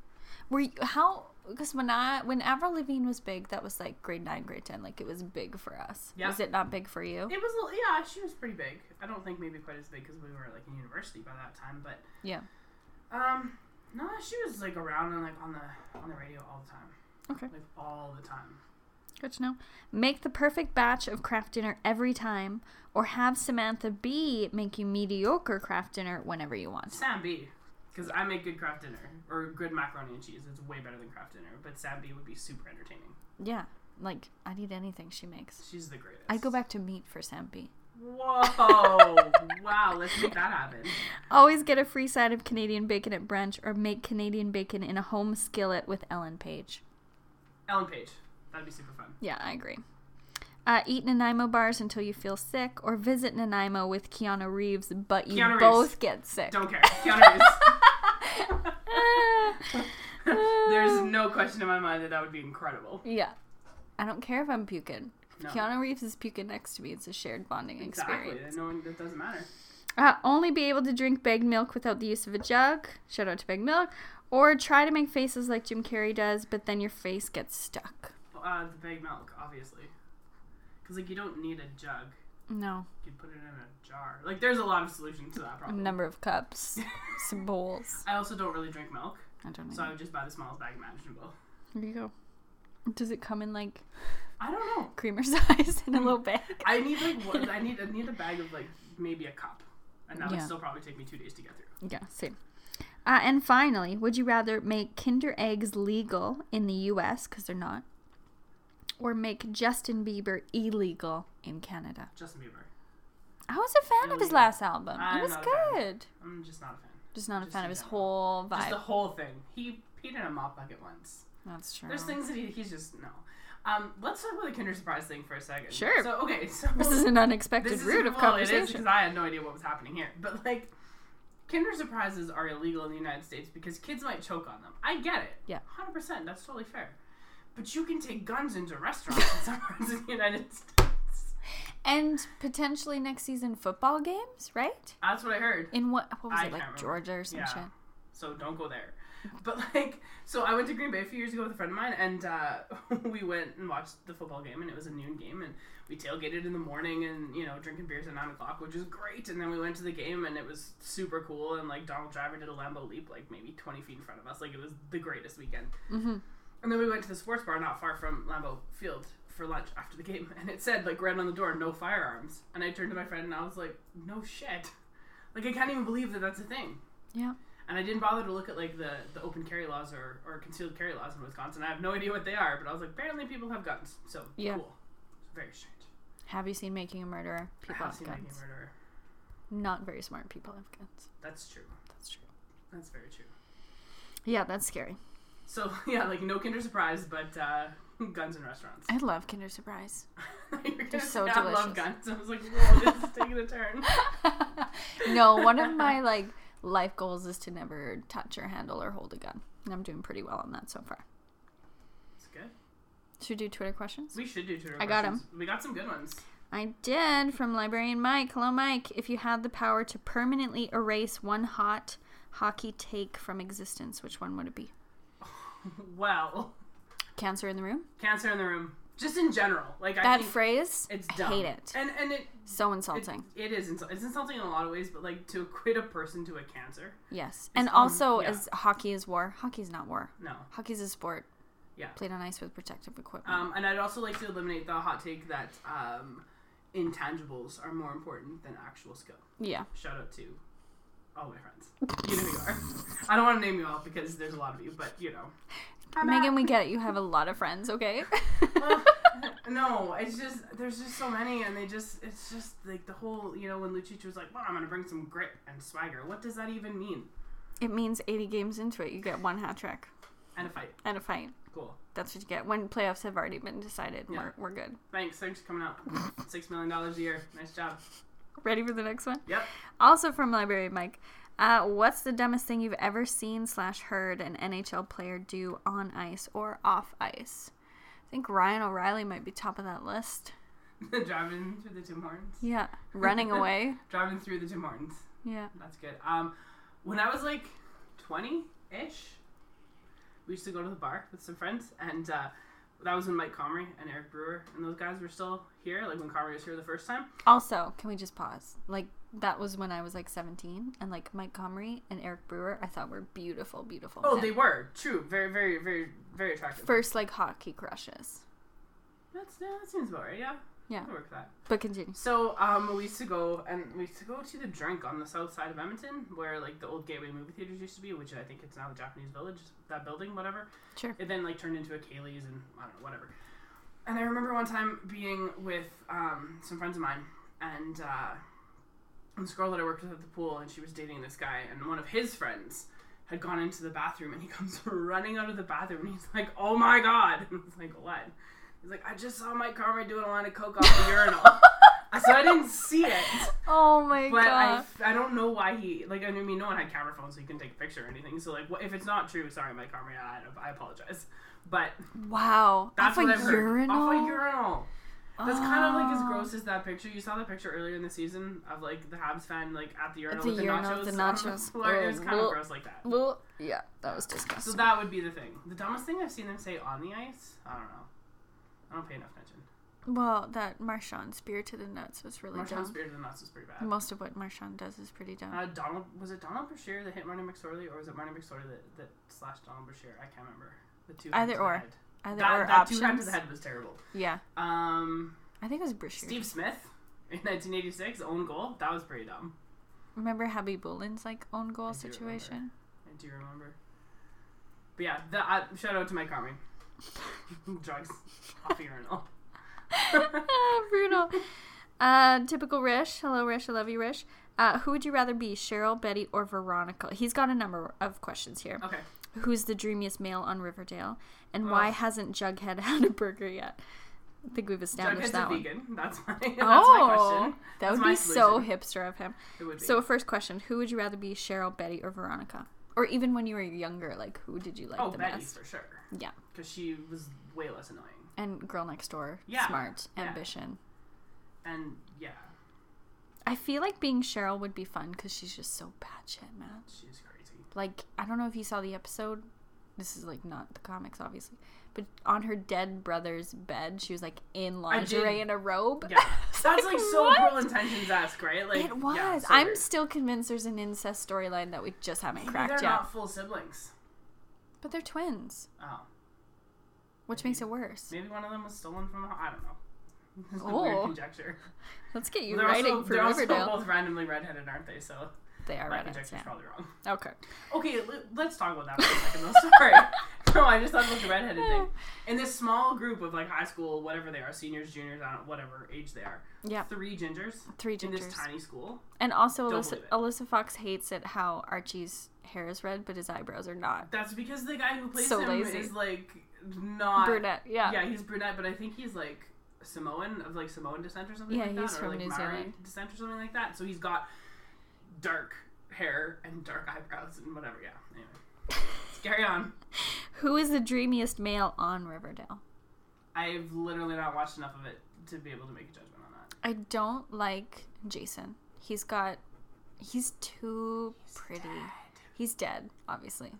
Speaker 2: Were you, how? Because when I when Avril Lavigne was big, that was like grade nine, grade ten. Like it was big for us.
Speaker 1: Yeah.
Speaker 2: Was it not big for you?
Speaker 1: It was a little- yeah, she was pretty big. I don't think maybe quite as big because we were like in university by that time, but
Speaker 2: Yeah.
Speaker 1: Um, no, she was like around and like on the on the radio all the time,
Speaker 2: Okay.
Speaker 1: like all the time.
Speaker 2: Good to know. Make the perfect batch of craft dinner every time, or have Samantha B make you mediocre craft dinner whenever you want.
Speaker 1: Sam B, Because I make good craft dinner or good macaroni and cheese. It's way better than craft dinner, but Sabby would be super entertaining.
Speaker 2: Yeah, like I'd eat anything she makes.
Speaker 1: She's the greatest.
Speaker 2: I'd go back to meat for Sampi.
Speaker 1: Whoa! wow, let's make that happen.
Speaker 2: Always get a free side of Canadian bacon at brunch or make Canadian bacon in a home skillet with Ellen Page.
Speaker 1: Ellen Page. That'd be super fun.
Speaker 2: Yeah, I agree. Uh, eat Nanaimo bars until you feel sick or visit Nanaimo with Keanu Reeves, but you
Speaker 1: Keanu Reeves.
Speaker 2: both get sick.
Speaker 1: Don't care. Keanu
Speaker 2: Ah.
Speaker 1: Reeves. There's no question in my mind that that would be incredible.
Speaker 2: Yeah. I don't care if I'm puking. If
Speaker 1: No.
Speaker 2: Keanu Reeves is puking next to me. It's a shared bonding
Speaker 1: Exactly.
Speaker 2: experience.
Speaker 1: No one, that doesn't matter.
Speaker 2: Uh, only be able to drink bagged milk without the use of a jug. Shout out to bagged milk. Or try to make faces like Jim Carrey does, but then your face gets stuck.
Speaker 1: Uh, the big milk, obviously. Because, like, you don't need a jug.
Speaker 2: No.
Speaker 1: You can put it in a jar. Like, there's a lot of solutions to that
Speaker 2: A
Speaker 1: problem.
Speaker 2: number of cups, some bowls.
Speaker 1: I also don't really drink milk,
Speaker 2: I don't know.
Speaker 1: so I would just buy the smallest bag imaginable.
Speaker 2: Here you go. Does it come in like
Speaker 1: I don't know.
Speaker 2: creamer size in a little bag?
Speaker 1: I need like one, I need I need a bag of like maybe a cup, and that would
Speaker 2: Yeah.
Speaker 1: still probably take me two days to get through.
Speaker 2: Yeah, same. Uh, and finally, would you rather make Kinder Eggs legal in the US, because they're not, or make Justin Bieber illegal in Canada?
Speaker 1: Justin Bieber,
Speaker 2: I was a fan of his
Speaker 1: Illegal.
Speaker 2: last album.
Speaker 1: I'm
Speaker 2: it was
Speaker 1: not a fan.
Speaker 2: good.
Speaker 1: I'm just not a fan.
Speaker 2: Just not a
Speaker 1: Just
Speaker 2: fan
Speaker 1: in
Speaker 2: of his
Speaker 1: general.
Speaker 2: whole vibe.
Speaker 1: Just the whole thing. He peed in a mop bucket once.
Speaker 2: That's true.
Speaker 1: There's things that he, he's just no. Um, let's talk about the Kinder Surprise thing for a second.
Speaker 2: Sure.
Speaker 1: So okay, so
Speaker 2: This is an unexpected route of
Speaker 1: well, it is
Speaker 2: conversation.
Speaker 1: because I had no idea what was happening here. But like, Kinder Surprises are illegal in the United States because kids might choke on them. I get it.
Speaker 2: Yeah.
Speaker 1: hundred percent. That's totally fair. But you can take guns into restaurants in some parts of the United States.
Speaker 2: and potentially next season football games, right?
Speaker 1: That's what I heard.
Speaker 2: In what what was
Speaker 1: I
Speaker 2: it
Speaker 1: can't
Speaker 2: like
Speaker 1: remember.
Speaker 2: Georgia or some
Speaker 1: Yeah.
Speaker 2: shit?
Speaker 1: so don't go there. But like, so I went to Green Bay a few years ago with a friend of mine, and uh, we went and watched the football game, and it was a noon game, and we tailgated in the morning, and you know, drinking beers at nine o'clock, which is great. And then we went to the game, and it was super cool, and like Donald Driver did a Lambo leap, like maybe twenty feet in front of us, like it was the greatest weekend.
Speaker 2: Mhm.
Speaker 1: And then we went to the sports bar not far from Lambeau Field for lunch after the game, and it said like right on the door, no firearms. And I turned to my friend and I was like, no shit, like I can't even believe that that's a thing.
Speaker 2: Yeah.
Speaker 1: And I didn't bother to look at like the, the open carry laws or, or concealed carry laws in Wisconsin. I have no idea what they are, but I was like, apparently people have guns, so
Speaker 2: Yeah.
Speaker 1: cool. Very strange.
Speaker 2: Have you seen Making a Murderer?
Speaker 1: I
Speaker 2: People
Speaker 1: have
Speaker 2: have
Speaker 1: seen Making
Speaker 2: guns.
Speaker 1: a murderer.
Speaker 2: Not very smart people have guns.
Speaker 1: That's true.
Speaker 2: That's true.
Speaker 1: That's very true.
Speaker 2: Yeah, that's scary.
Speaker 1: So yeah, like no Kinder Surprise, but uh, guns in restaurants.
Speaker 2: I love Kinder Surprise.
Speaker 1: You're gonna
Speaker 2: They're so
Speaker 1: say, I love
Speaker 2: delicious.
Speaker 1: guns. I was like, whoa, this is taking a turn.
Speaker 2: no, one of my like life goals is to never touch or handle or hold a gun, and I'm doing pretty well on that so far.
Speaker 1: It's good.
Speaker 2: Should we do Twitter questions?
Speaker 1: We should do Twitter.
Speaker 2: I got 'em.
Speaker 1: questions. We got some good ones.
Speaker 2: I did from Librarian Mike. Hello, Mike. If you had the power to permanently erase one hot hockey take from existence, which one would it be?
Speaker 1: Well,
Speaker 2: Cancer in the room?
Speaker 1: cancer in the room, just in general. Like I
Speaker 2: That
Speaker 1: think
Speaker 2: phrase?
Speaker 1: it's
Speaker 2: I
Speaker 1: dumb.
Speaker 2: hate it.
Speaker 1: And and it
Speaker 2: So
Speaker 1: It-
Speaker 2: insulting.
Speaker 1: it is. Insult- it's insulting in a lot of ways, but like to equate a person to a cancer,
Speaker 2: yes. And
Speaker 1: um,
Speaker 2: also,
Speaker 1: yeah.
Speaker 2: as hockey is war, hockey's not war.
Speaker 1: no.
Speaker 2: Hockey's a sport
Speaker 1: Yeah.
Speaker 2: played on ice with protective equipment.
Speaker 1: Um, and I'd also like to eliminate the hot take that um, intangibles are more important than actual skill.
Speaker 2: yeah.
Speaker 1: Shout out to all my friends. You know who you are. I don't want to name you all because there's a lot of you, but you know. I'm
Speaker 2: Megan,
Speaker 1: out.
Speaker 2: we get it. You have a lot of friends, okay?
Speaker 1: no, it's just there's just so many, and they just it's just like the whole you know when Lucic was like, "Well, I'm gonna bring some grit and swagger." What does that even mean?
Speaker 2: it means 80 games into it, you get one hat trick
Speaker 1: And a fight.
Speaker 2: and a fight.
Speaker 1: Cool.
Speaker 2: That's what you get when playoffs have already been decided.
Speaker 1: Yeah.
Speaker 2: We're, we're good.
Speaker 1: Thanks. Thanks for coming out. Six million dollars a year. Nice job.
Speaker 2: Ready for the next one?
Speaker 1: Yep.
Speaker 2: Also from Library Mike. Uh, what's the dumbest thing you've ever seen slash heard an NHL player do on ice or off ice? I think Ryan O'Reilly might be top of that list.
Speaker 1: driving through the Tim Hortons.
Speaker 2: Yeah, running away.
Speaker 1: Driving through the Tim Hortons.
Speaker 2: Yeah.
Speaker 1: That's good. Um, when I was like twenty ish, we used to go to the bar with some friends, and uh, that was when Mike Comrie and Eric Brewer and those guys were still here. Like when Comrie was here the first time.
Speaker 2: Also, can we just pause? Like that was when I was like 17, and like Mike Comrie and Eric Brewer, I thought were beautiful, beautiful.
Speaker 1: Oh,
Speaker 2: men.
Speaker 1: they were true. Very, very, very, very attractive.
Speaker 2: first like hockey crushes.
Speaker 1: That's yeah, that seems about right. Yeah.
Speaker 2: Yeah.
Speaker 1: I work that.
Speaker 2: But continue.
Speaker 1: So um, we used to go and we used to go to the drink on the south side of Edmonton, where like the old Gateway movie theaters used to be, which I think it's now the Japanese Village, that building, whatever.
Speaker 2: Sure.
Speaker 1: It then like turned into a Kaylee's and I don't know, whatever. And I remember one time being with um, some friends of mine and uh, this girl that I worked with at the pool, and she was dating this guy, and one of his friends had gone into the bathroom, and he comes running out of the bathroom, and he's like, "Oh my god!" And it's like, "What?" He's like, "I just saw Mike Carmen doing a line of coke off the urinal." So I didn't see it,
Speaker 2: Oh my
Speaker 1: but I,
Speaker 2: god.
Speaker 1: I don't know why he like I mean no one had camera phones so you can take a picture or anything so like wh- if it's not true sorry Mike Carmen I, I apologize but
Speaker 2: wow.
Speaker 1: that's
Speaker 2: off
Speaker 1: what
Speaker 2: a
Speaker 1: I've heard.
Speaker 2: urinal.
Speaker 1: Off a urinal. That's kind of like as
Speaker 2: Oh.
Speaker 1: gross as that picture. You saw the picture earlier in the season of like the Habs fan like at the urinal
Speaker 2: the
Speaker 1: with the
Speaker 2: urinal
Speaker 1: nachos.
Speaker 2: with the
Speaker 1: on the
Speaker 2: nachos.
Speaker 1: floor. It was
Speaker 2: Oh,
Speaker 1: kind of
Speaker 2: well.
Speaker 1: gross like that.
Speaker 2: Well, yeah, that was
Speaker 1: So
Speaker 2: disgusting.
Speaker 1: that would be the thing. The dumbest thing I've seen them say on the ice. I don't know. I don't pay enough attention.
Speaker 2: well, that Marshawn Spirited and Nuts was really
Speaker 1: Marshawn
Speaker 2: dumb.
Speaker 1: Spears and Nuts was pretty bad.
Speaker 2: Most of what Marshawn does is pretty dumb.
Speaker 1: Uh, Donald was it Donald Brashear that hit Marty McSorley, or was it Marty McSorley that, that slashed Donald Brashear? I can't remember. The two
Speaker 2: Either
Speaker 1: hands to the
Speaker 2: or.
Speaker 1: head.
Speaker 2: Either
Speaker 1: that,
Speaker 2: or
Speaker 1: that
Speaker 2: options.
Speaker 1: two hands to the head was terrible.
Speaker 2: Yeah,
Speaker 1: Um,
Speaker 2: I think it was Brashear.
Speaker 1: Steve Smith in 1986 own goal. That was pretty dumb.
Speaker 2: Remember Habib Bolin's like own goal
Speaker 1: I do remember.
Speaker 2: situation?
Speaker 1: I do remember. But yeah, the, uh, shout out to Mike Carmi. Drugs off urinal.
Speaker 2: Brutal. Uh, typical Rish. Hello, Rish. I love you, Rish. Uh, who would you rather be, Cheryl, Betty, or Veronica? He's got a number of questions here.
Speaker 1: Okay.
Speaker 2: Who's the dreamiest male on Riverdale? And why
Speaker 1: Ugh.
Speaker 2: hasn't Jughead had a burger yet? I think we've established
Speaker 1: Jughead's a
Speaker 2: that one.
Speaker 1: vegan. That's my, that's my
Speaker 2: oh,
Speaker 1: question.
Speaker 2: that
Speaker 1: That's
Speaker 2: would
Speaker 1: my
Speaker 2: be so
Speaker 1: solution.
Speaker 2: hipster of him.
Speaker 1: It would be.
Speaker 2: So, first question: Who would you rather be, Cheryl, Betty, or Veronica? Or even when you were younger, like who did you like
Speaker 1: oh,
Speaker 2: the
Speaker 1: Betty
Speaker 2: best?
Speaker 1: for sure.
Speaker 2: Yeah,
Speaker 1: Because she was way less annoying.
Speaker 2: and girl next door,
Speaker 1: Yeah.
Speaker 2: smart,
Speaker 1: Yeah.
Speaker 2: ambition.
Speaker 1: And yeah,
Speaker 2: I feel like being Cheryl would be fun because she's just so batshit mad.
Speaker 1: she's crazy.
Speaker 2: Like I don't know if you saw the episode. This is like not the comics, obviously, but on her dead brother's bed, she was like in lingerie
Speaker 1: did-
Speaker 2: and a robe.
Speaker 1: Yeah.
Speaker 2: It's
Speaker 1: That's like so
Speaker 2: what?
Speaker 1: cruel intentions esque, right? Like
Speaker 2: It was.
Speaker 1: Yeah, so
Speaker 2: I'm
Speaker 1: weird.
Speaker 2: still convinced there's an incest storyline that we just haven't
Speaker 1: Maybe
Speaker 2: cracked
Speaker 1: they're
Speaker 2: yet.
Speaker 1: not full siblings.
Speaker 2: But they're twins,
Speaker 1: Oh,
Speaker 2: which makes it worse.
Speaker 1: maybe one of them was stolen from. I don't know. This is a weird
Speaker 2: Oh.
Speaker 1: conjecture.
Speaker 2: Let's get you
Speaker 1: They're
Speaker 2: writing
Speaker 1: also,
Speaker 2: for
Speaker 1: they're
Speaker 2: Riverdale.
Speaker 1: also both randomly redheaded, aren't they? So
Speaker 2: they are
Speaker 1: my
Speaker 2: right.
Speaker 1: conjecture's probably wrong.
Speaker 2: Okay.
Speaker 1: Okay, l- let's talk about that for a second. Though. Sorry. No, I just thought about the redheaded thing. In this small group of like high school, whatever they are, seniors, juniors, I don't whatever age they are,
Speaker 2: Yeah,
Speaker 1: three gingers
Speaker 2: three
Speaker 1: in this
Speaker 2: gingers.
Speaker 1: tiny school.
Speaker 2: And also,
Speaker 1: Don't
Speaker 2: Alyssa,
Speaker 1: believe it.
Speaker 2: Alyssa Fox hates it how Archie's hair is red, but his eyebrows are not.
Speaker 1: That's because the guy who plays
Speaker 2: So
Speaker 1: him
Speaker 2: lazy.
Speaker 1: is like not
Speaker 2: Brunette, yeah.
Speaker 1: Yeah, he's brunette, but I think he's like Samoan of like Samoan descent or something
Speaker 2: Yeah,
Speaker 1: like that, or
Speaker 2: he's from
Speaker 1: like
Speaker 2: New
Speaker 1: Maori
Speaker 2: Zealand.
Speaker 1: descent or something like that. So he's got dark hair and dark eyebrows and whatever. Yeah. Anyway, Let's carry on.
Speaker 2: Who is the dreamiest male on Riverdale?
Speaker 1: I've literally not watched enough of it to be able to make a judgment on that.
Speaker 2: I don't like Jason. He's got. He's too pretty. He's dead, obviously.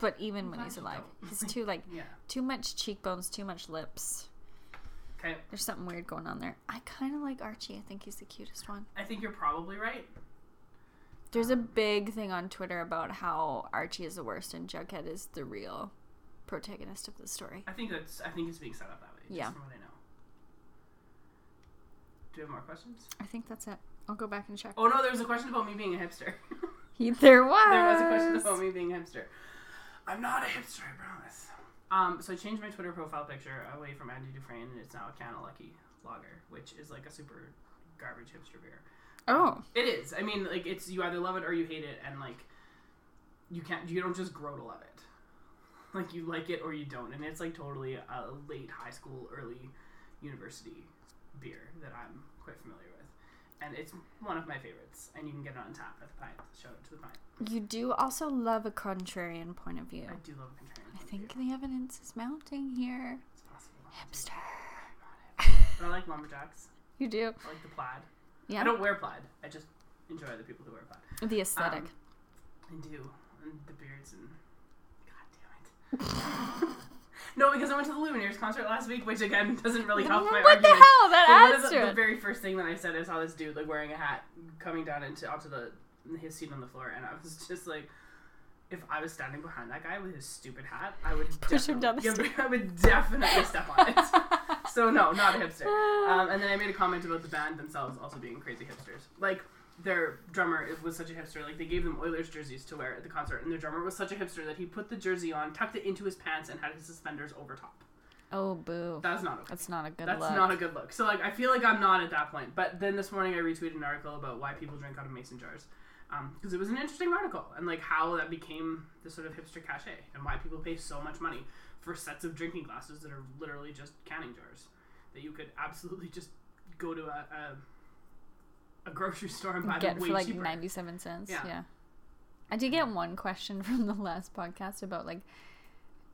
Speaker 2: But even when
Speaker 1: glad
Speaker 2: he's
Speaker 1: you
Speaker 2: alive,
Speaker 1: don't.
Speaker 2: he's too, like,
Speaker 1: Yeah.
Speaker 2: too much cheekbones, too much lips.
Speaker 1: Okay.
Speaker 2: There's something weird going on there. I kind of like Archie. I think he's the cutest one.
Speaker 1: I think you're probably right.
Speaker 2: There's a big thing on Twitter about how Archie is the worst and Jughead is the real protagonist of the story.
Speaker 1: I think that's. I think it's being set up that way. Just
Speaker 2: Yeah.
Speaker 1: From what I know. Do you have more questions?
Speaker 2: I think that's it. I'll go back and check.
Speaker 1: Oh no, there was a question about me being a hipster.
Speaker 2: He- there was.
Speaker 1: there was a question about me being a hipster. I'm not a hipster, I promise. Um, so I changed my Twitter profile picture away from Andy Dufresne, and it's now a Canna Lucky Lager, which is like a super garbage hipster beer.
Speaker 2: Oh,
Speaker 1: It is. I mean, like it's you either love it or you hate it, and like you can't. You don't just grow to love it. Like you like it or you don't, and it's like totally a late high school, early university beer that I'm quite familiar with, and it's one of my favorites. And you can get it on tap at the Pint. Shout out to the Pint.
Speaker 2: you do also love a contrarian point of view.
Speaker 1: I do love a contrarian.
Speaker 2: I
Speaker 1: point of
Speaker 2: think
Speaker 1: view.
Speaker 2: the evidence is mounting here.
Speaker 1: it's possible.
Speaker 2: Hipster.
Speaker 1: But I like lumberjacks.
Speaker 2: You do.
Speaker 1: I like the plaid. I
Speaker 2: Yeah.
Speaker 1: don't wear plaid. I just enjoy the people who wear plaid.
Speaker 2: The aesthetic.
Speaker 1: Um, I do. And the beards and. God damn it. no, because I went to the Lumineers concert last week, which again doesn't really help my
Speaker 2: what
Speaker 1: argument.
Speaker 2: the hell?
Speaker 1: But
Speaker 2: That
Speaker 1: one of
Speaker 2: adds
Speaker 1: the,
Speaker 2: to
Speaker 1: the
Speaker 2: it.
Speaker 1: very first thing that I said is how this dude like wearing a hat coming down into onto the his seat on the floor, and I was just like, if I was standing behind that guy with his stupid hat, I would
Speaker 2: Push him down the
Speaker 1: definitely- I would definitely step on it. so no, not a hipster. Um, and then I made a comment about the band themselves also being crazy hipsters. Like their drummer is- was such a hipster. Like they gave them Oilers jerseys to wear at the concert, and their drummer was such a hipster that he put the jersey on, tucked it into his pants, and had his suspenders over top.
Speaker 2: Oh boo.
Speaker 1: That's not okay.
Speaker 2: That's not a good
Speaker 1: That's
Speaker 2: look.
Speaker 1: not a good look. So like I feel like I'm not at that point. But then this morning I retweeted an article about why people drink out of mason jars. Because it was an interesting article and like how that became the sort of hipster cachet and why people pay so much money for sets of drinking glasses that are literally just canning jars that you could absolutely just go to a, a, a grocery store and buy
Speaker 2: Get
Speaker 1: them way
Speaker 2: for like
Speaker 1: cheaper.
Speaker 2: 97 cents.
Speaker 1: Yeah.
Speaker 2: Yeah. I did get one question from the last podcast about like,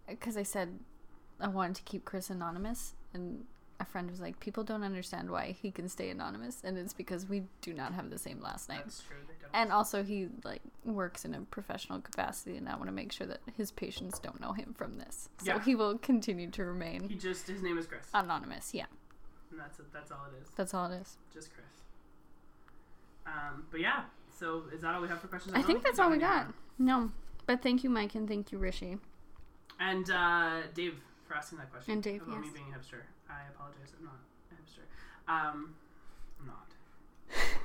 Speaker 2: because I said I wanted to keep Chris anonymous, and a friend was like, people don't understand why he can stay anonymous, and it's because we do not have the same last name.
Speaker 1: That's true. They don't.
Speaker 2: And um, also, he like works in a professional capacity, and I want to make sure that his patients don't know him from this. So
Speaker 1: Yeah.
Speaker 2: he will continue to remain
Speaker 1: he just his name is Chris,
Speaker 2: uh, anonymous. Yeah,
Speaker 1: and that's it, that's all it is.
Speaker 2: that's all it is.
Speaker 1: Just Chris. Um, but yeah, so is that all we have for questions?
Speaker 2: I
Speaker 1: don't
Speaker 2: think
Speaker 1: know if
Speaker 2: that's all we
Speaker 1: any more.
Speaker 2: got. No, but thank you, Mike, and thank you, Rishi.
Speaker 1: And uh, Dave for asking that question.
Speaker 2: And Dave,
Speaker 1: about me
Speaker 2: yes.
Speaker 1: being a hipster. I apologize. I'm not a hipster. Um, I'm not.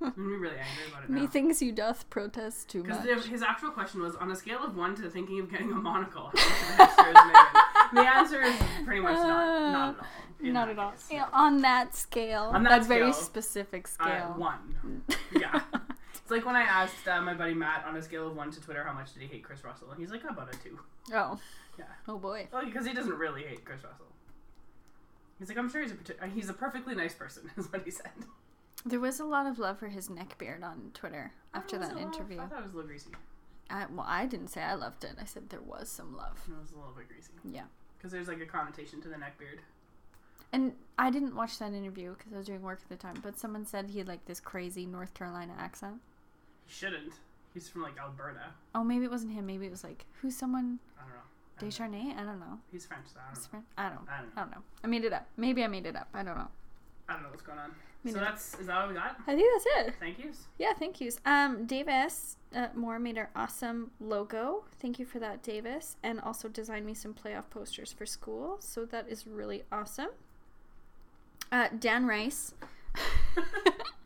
Speaker 1: I'm really angry about it now.
Speaker 2: Methinks you doth protest too much.
Speaker 1: Because his actual question was on a scale of one to thinking of getting a monocle. How much of a hipster is Megan? the answer is pretty much not. Not at all. in
Speaker 2: Not
Speaker 1: that
Speaker 2: at all.
Speaker 1: case.
Speaker 2: Yeah, on that scale.
Speaker 1: On that
Speaker 2: very
Speaker 1: scale,
Speaker 2: specific
Speaker 1: Uh,
Speaker 2: scale.
Speaker 1: one. Yeah. It's like when I asked uh, my buddy Matt on a scale of one to Twitter how much did he hate Chris Russell, and he's like about a two.
Speaker 2: oh.
Speaker 1: Yeah.
Speaker 2: Oh boy.
Speaker 1: Well, because he doesn't really hate Chris Russell. He's like, I'm sure he's a parti- he's a perfectly nice person, is what he said.
Speaker 2: There was a lot of love for his neck beard on Twitter after
Speaker 1: That was
Speaker 2: that
Speaker 1: a lot-
Speaker 2: interview.
Speaker 1: I thought it was a little greasy.
Speaker 2: I, well, I didn't say I loved it. I said there was some love.
Speaker 1: It was a little bit greasy
Speaker 2: Yeah.
Speaker 1: because there's like a connotation to the neck beard.
Speaker 2: And I didn't watch that interview because I was doing work at the time, but someone said he had like this crazy North Carolina accent.
Speaker 1: He shouldn't. He's from like Alberta.
Speaker 2: Oh, maybe it wasn't him. Maybe it was like, who's someone?
Speaker 1: I don't know. I don't know.
Speaker 2: Descharnay? I don't know.
Speaker 1: He's French. So I don't
Speaker 2: His
Speaker 1: know.
Speaker 2: friend? I don't
Speaker 1: I don't
Speaker 2: I
Speaker 1: know.
Speaker 2: don't know. I made it up. Maybe I made it up. I don't know.
Speaker 1: I don't know what's going on.
Speaker 2: Me
Speaker 1: so
Speaker 2: neither.
Speaker 1: that's is that all we got?
Speaker 2: I think that's it.
Speaker 1: Thank yous.
Speaker 2: Yeah, thank yous. Um, Davis uh, Moore made our awesome logo. Thank you for that, Davis. And also designed me some playoff posters for school. So that is really awesome. Uh, Dan Rice,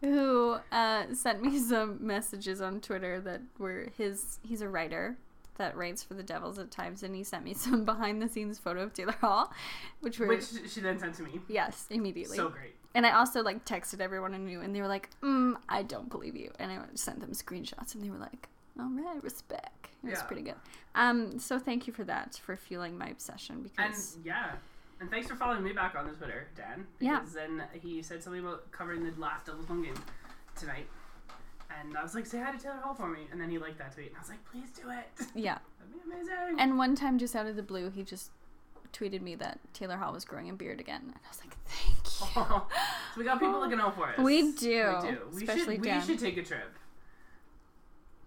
Speaker 2: who uh, sent me some messages on Twitter that were his, he's a writer that writes for the Devils at times. And he sent me some behind the scenes photo of Taylor Hall, which were.
Speaker 1: Which she then sent to me.
Speaker 2: Yes, immediately.
Speaker 1: So great.
Speaker 2: And I also like texted everyone I knew, and they were like, mm, "I don't believe you." And I sent them screenshots, and they were like, "All right, respect." It was
Speaker 1: Yeah.
Speaker 2: pretty good. Um, so thank you for that for fueling my obsession
Speaker 1: And
Speaker 2: because
Speaker 1: yeah. And thanks for following me back on the Twitter, Dan.
Speaker 2: Yeah.
Speaker 1: Because then he said something about covering the last double home game tonight. And I was like, say hi to Taylor Hall for me. And then he liked that tweet. And I was like, please do it.
Speaker 2: yeah.
Speaker 1: That'd be amazing.
Speaker 2: And one time, just out of the blue, he just tweeted me that Taylor Hall was growing a beard again, and I was like, "Thank you."
Speaker 1: so we got people looking out for us.
Speaker 2: We do,
Speaker 1: We do. We,
Speaker 2: especially
Speaker 1: should,
Speaker 2: Dan.
Speaker 1: we should take a trip.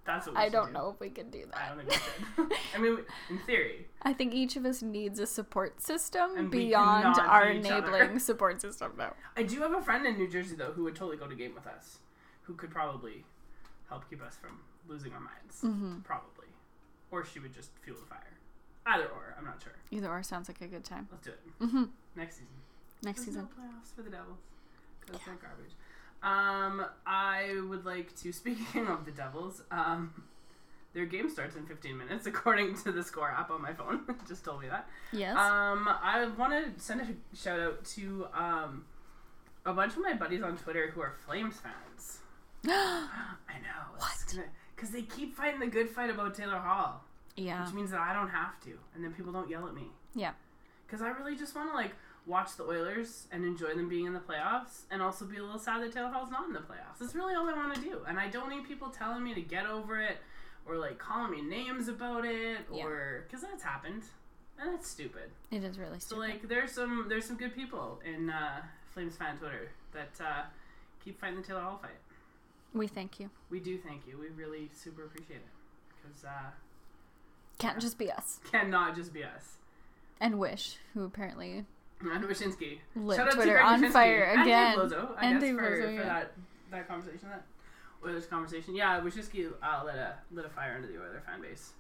Speaker 1: That's what we
Speaker 2: I
Speaker 1: should
Speaker 2: don't
Speaker 1: do.
Speaker 2: know if we can do
Speaker 1: I
Speaker 2: that.
Speaker 1: don't think we should. I mean, in theory.
Speaker 2: I think each of us needs a support system
Speaker 1: And we
Speaker 2: beyond
Speaker 1: cannot
Speaker 2: our
Speaker 1: be each other.
Speaker 2: enabling support system, though.
Speaker 1: I do have a friend in New Jersey, though, who would totally go to game with us, who could probably help keep us from losing our minds.
Speaker 2: Mm-hmm.
Speaker 1: Probably. Or she would just fuel the fire. Either or, I'm not sure.
Speaker 2: Either or sounds like a good time.
Speaker 1: Let's do it.
Speaker 2: hmm
Speaker 1: Next season.
Speaker 2: Next
Speaker 1: There's
Speaker 2: season.
Speaker 1: No playoffs for the Devils. Because they're garbage. Um, I would like to, speaking of the Devils, um, their game starts in 15 minutes, according to the score app on my phone. It just told me that.
Speaker 2: Yes.
Speaker 1: Um, I want to send a shout out to um, a bunch of my buddies on Twitter who are Flames fans. I know. What? Because they keep fighting the good fight about Taylor Hall,
Speaker 2: yeah.
Speaker 1: which means that I don't have to, and then people don't yell at me.
Speaker 2: Yeah.
Speaker 1: Because I really just want to like watch the Oilers and enjoy them being in the playoffs, and also be a little sad that Taylor Hall's not in the playoffs. That's really all I want to do, and I don't need people telling me to get over it, or like calling me names about it,
Speaker 2: Yeah.
Speaker 1: or because that's happened, and that's stupid.
Speaker 2: It is really
Speaker 1: So
Speaker 2: stupid.
Speaker 1: like, there's some there's some good people in uh, Flames fan Twitter that uh, keep fighting the Taylor Hall fight.
Speaker 2: we thank you.
Speaker 1: We do thank you. We really super appreciate it because uh,
Speaker 2: Can't just be us.
Speaker 1: cannot just be us.
Speaker 2: And Wish, who apparently
Speaker 1: And Wyszynski.
Speaker 2: lit
Speaker 1: Shout out to
Speaker 2: Twitter
Speaker 1: Greg
Speaker 2: on
Speaker 1: Wyszynski.
Speaker 2: fire
Speaker 1: and
Speaker 2: again.
Speaker 1: Dave Lozo, I
Speaker 2: And
Speaker 1: guess
Speaker 2: Dave
Speaker 1: for,
Speaker 2: Lozo,
Speaker 1: for
Speaker 2: yeah.
Speaker 1: that that conversation that Oilers conversation. Yeah, Wyszynski uh, lit a lit a fire under the Oiler fan base,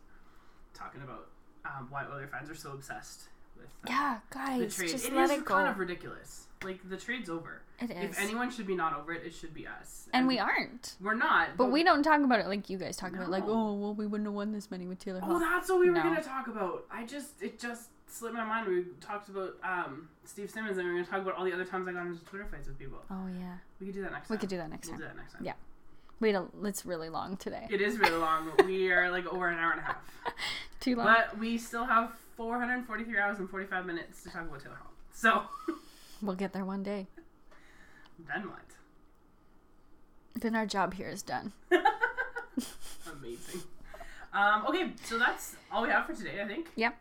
Speaker 1: talking about um, why Oiler fans are so obsessed with uh,
Speaker 2: Yeah,
Speaker 1: the
Speaker 2: guys,
Speaker 1: trade.
Speaker 2: just
Speaker 1: it
Speaker 2: let
Speaker 1: is
Speaker 2: it go.
Speaker 1: kind of ridiculous. Like the trade's over.
Speaker 2: it is,
Speaker 1: If anyone should be not over it, it should be us.
Speaker 2: and we aren't.
Speaker 1: We're not.
Speaker 2: But we don't talk about it like you guys talk about. it, Like,
Speaker 1: No.
Speaker 2: oh, well, we wouldn't have won this many with Taylor
Speaker 1: Oh,
Speaker 2: Hall.
Speaker 1: that's what we were
Speaker 2: No.
Speaker 1: gonna talk about. I just it just slipped my mind. We talked about um Steve Simmons, and we were gonna talk about all the other times I got into Twitter fights with people.
Speaker 2: Oh yeah,
Speaker 1: We could do that next.
Speaker 2: we
Speaker 1: time.
Speaker 2: could do that next
Speaker 1: We'll
Speaker 2: time.
Speaker 1: do that next time.
Speaker 2: Yeah. Wait, a, it's really long today.
Speaker 1: It is really long. we are like over an hour and a half,
Speaker 2: Too long.
Speaker 1: but we still have 443 hours and 45 minutes to talk about Taylor Hall. So
Speaker 2: We'll get there one day.
Speaker 1: then what?
Speaker 2: Then our job here is done.
Speaker 1: Amazing. Um, okay, so that's all we have for today, I think.
Speaker 2: Yep.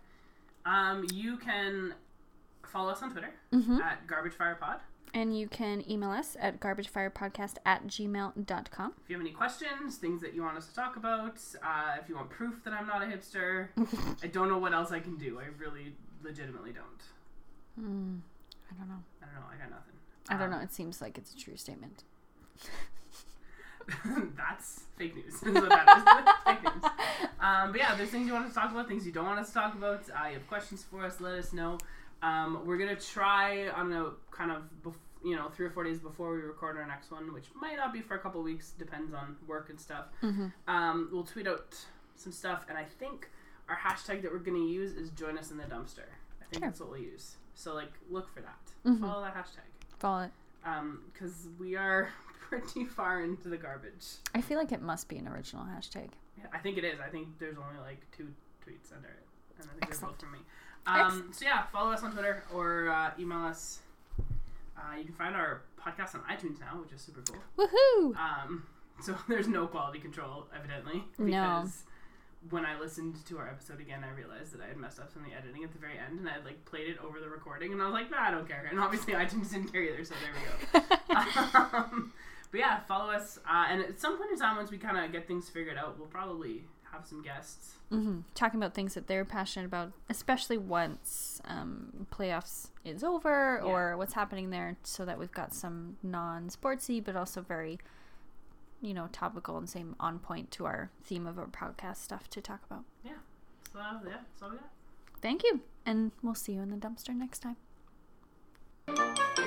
Speaker 1: Um, you can follow us on Twitter
Speaker 2: Mm-hmm.
Speaker 1: at Garbage Fire Pod.
Speaker 2: And you can email us at garbagefirepodcast at gmail.com.
Speaker 1: If you have any questions, things that you want us to talk about, uh, if you want proof that I'm not a hipster, I don't know what else I can do. I really, legitimately don't.
Speaker 2: Hmm. I don't know.
Speaker 1: I don't know. I got nothing.
Speaker 2: I don't
Speaker 1: Um,
Speaker 2: know. It seems like it's a true statement.
Speaker 1: That's fake news. is what that is. fake news. Um, but yeah, there's things you want us to talk about, things you don't want us to talk about. Uh, you have questions for us, let us know. Um, we're gonna try on a kind of bef- you know three or four days before we record our next one, which might not be for a couple weeks, depends on work and stuff.
Speaker 2: Mhm.
Speaker 1: Um, we'll tweet out some stuff, and I think our hashtag that we're gonna use is "Join Us in the Dumpster." I think
Speaker 2: Sure.
Speaker 1: that's what we'll use. So like, look for that.
Speaker 2: Mhm.
Speaker 1: Follow that hashtag
Speaker 2: Follow it.
Speaker 1: because we are pretty far into the garbage.
Speaker 2: I feel like it must be an original hashtag.
Speaker 1: Yeah, I think it is. I think there's only like two tweets under it, and I think
Speaker 2: Excellent.
Speaker 1: they're both from me. Um, so yeah, follow us on Twitter or uh, email us. Uh, you can find our podcast on iTunes now, which is super cool.
Speaker 2: Woohoo!
Speaker 1: Um, so there's no quality control, evidently,
Speaker 2: No.
Speaker 1: because when I listened to our episode again, I realized that I had messed up some of the editing at the very end, and I had like played it over the recording, and I was like, nah, I don't care. And obviously, iTunes didn't care either, so there we go um, but yeah, follow us. Uh, and at some point in time, once we kind of get things figured out, we'll probably have some guests.
Speaker 2: hmm Talking about things that they're passionate about, especially once um, playoffs is over
Speaker 1: Yeah.
Speaker 2: or what's happening there, so that we've got some non-sportsy but also very, you know, topical and same on point to our theme of our podcast stuff to talk about.
Speaker 1: So yeah, that's all we got.
Speaker 2: Thank you, and we'll see you in the dumpster next time.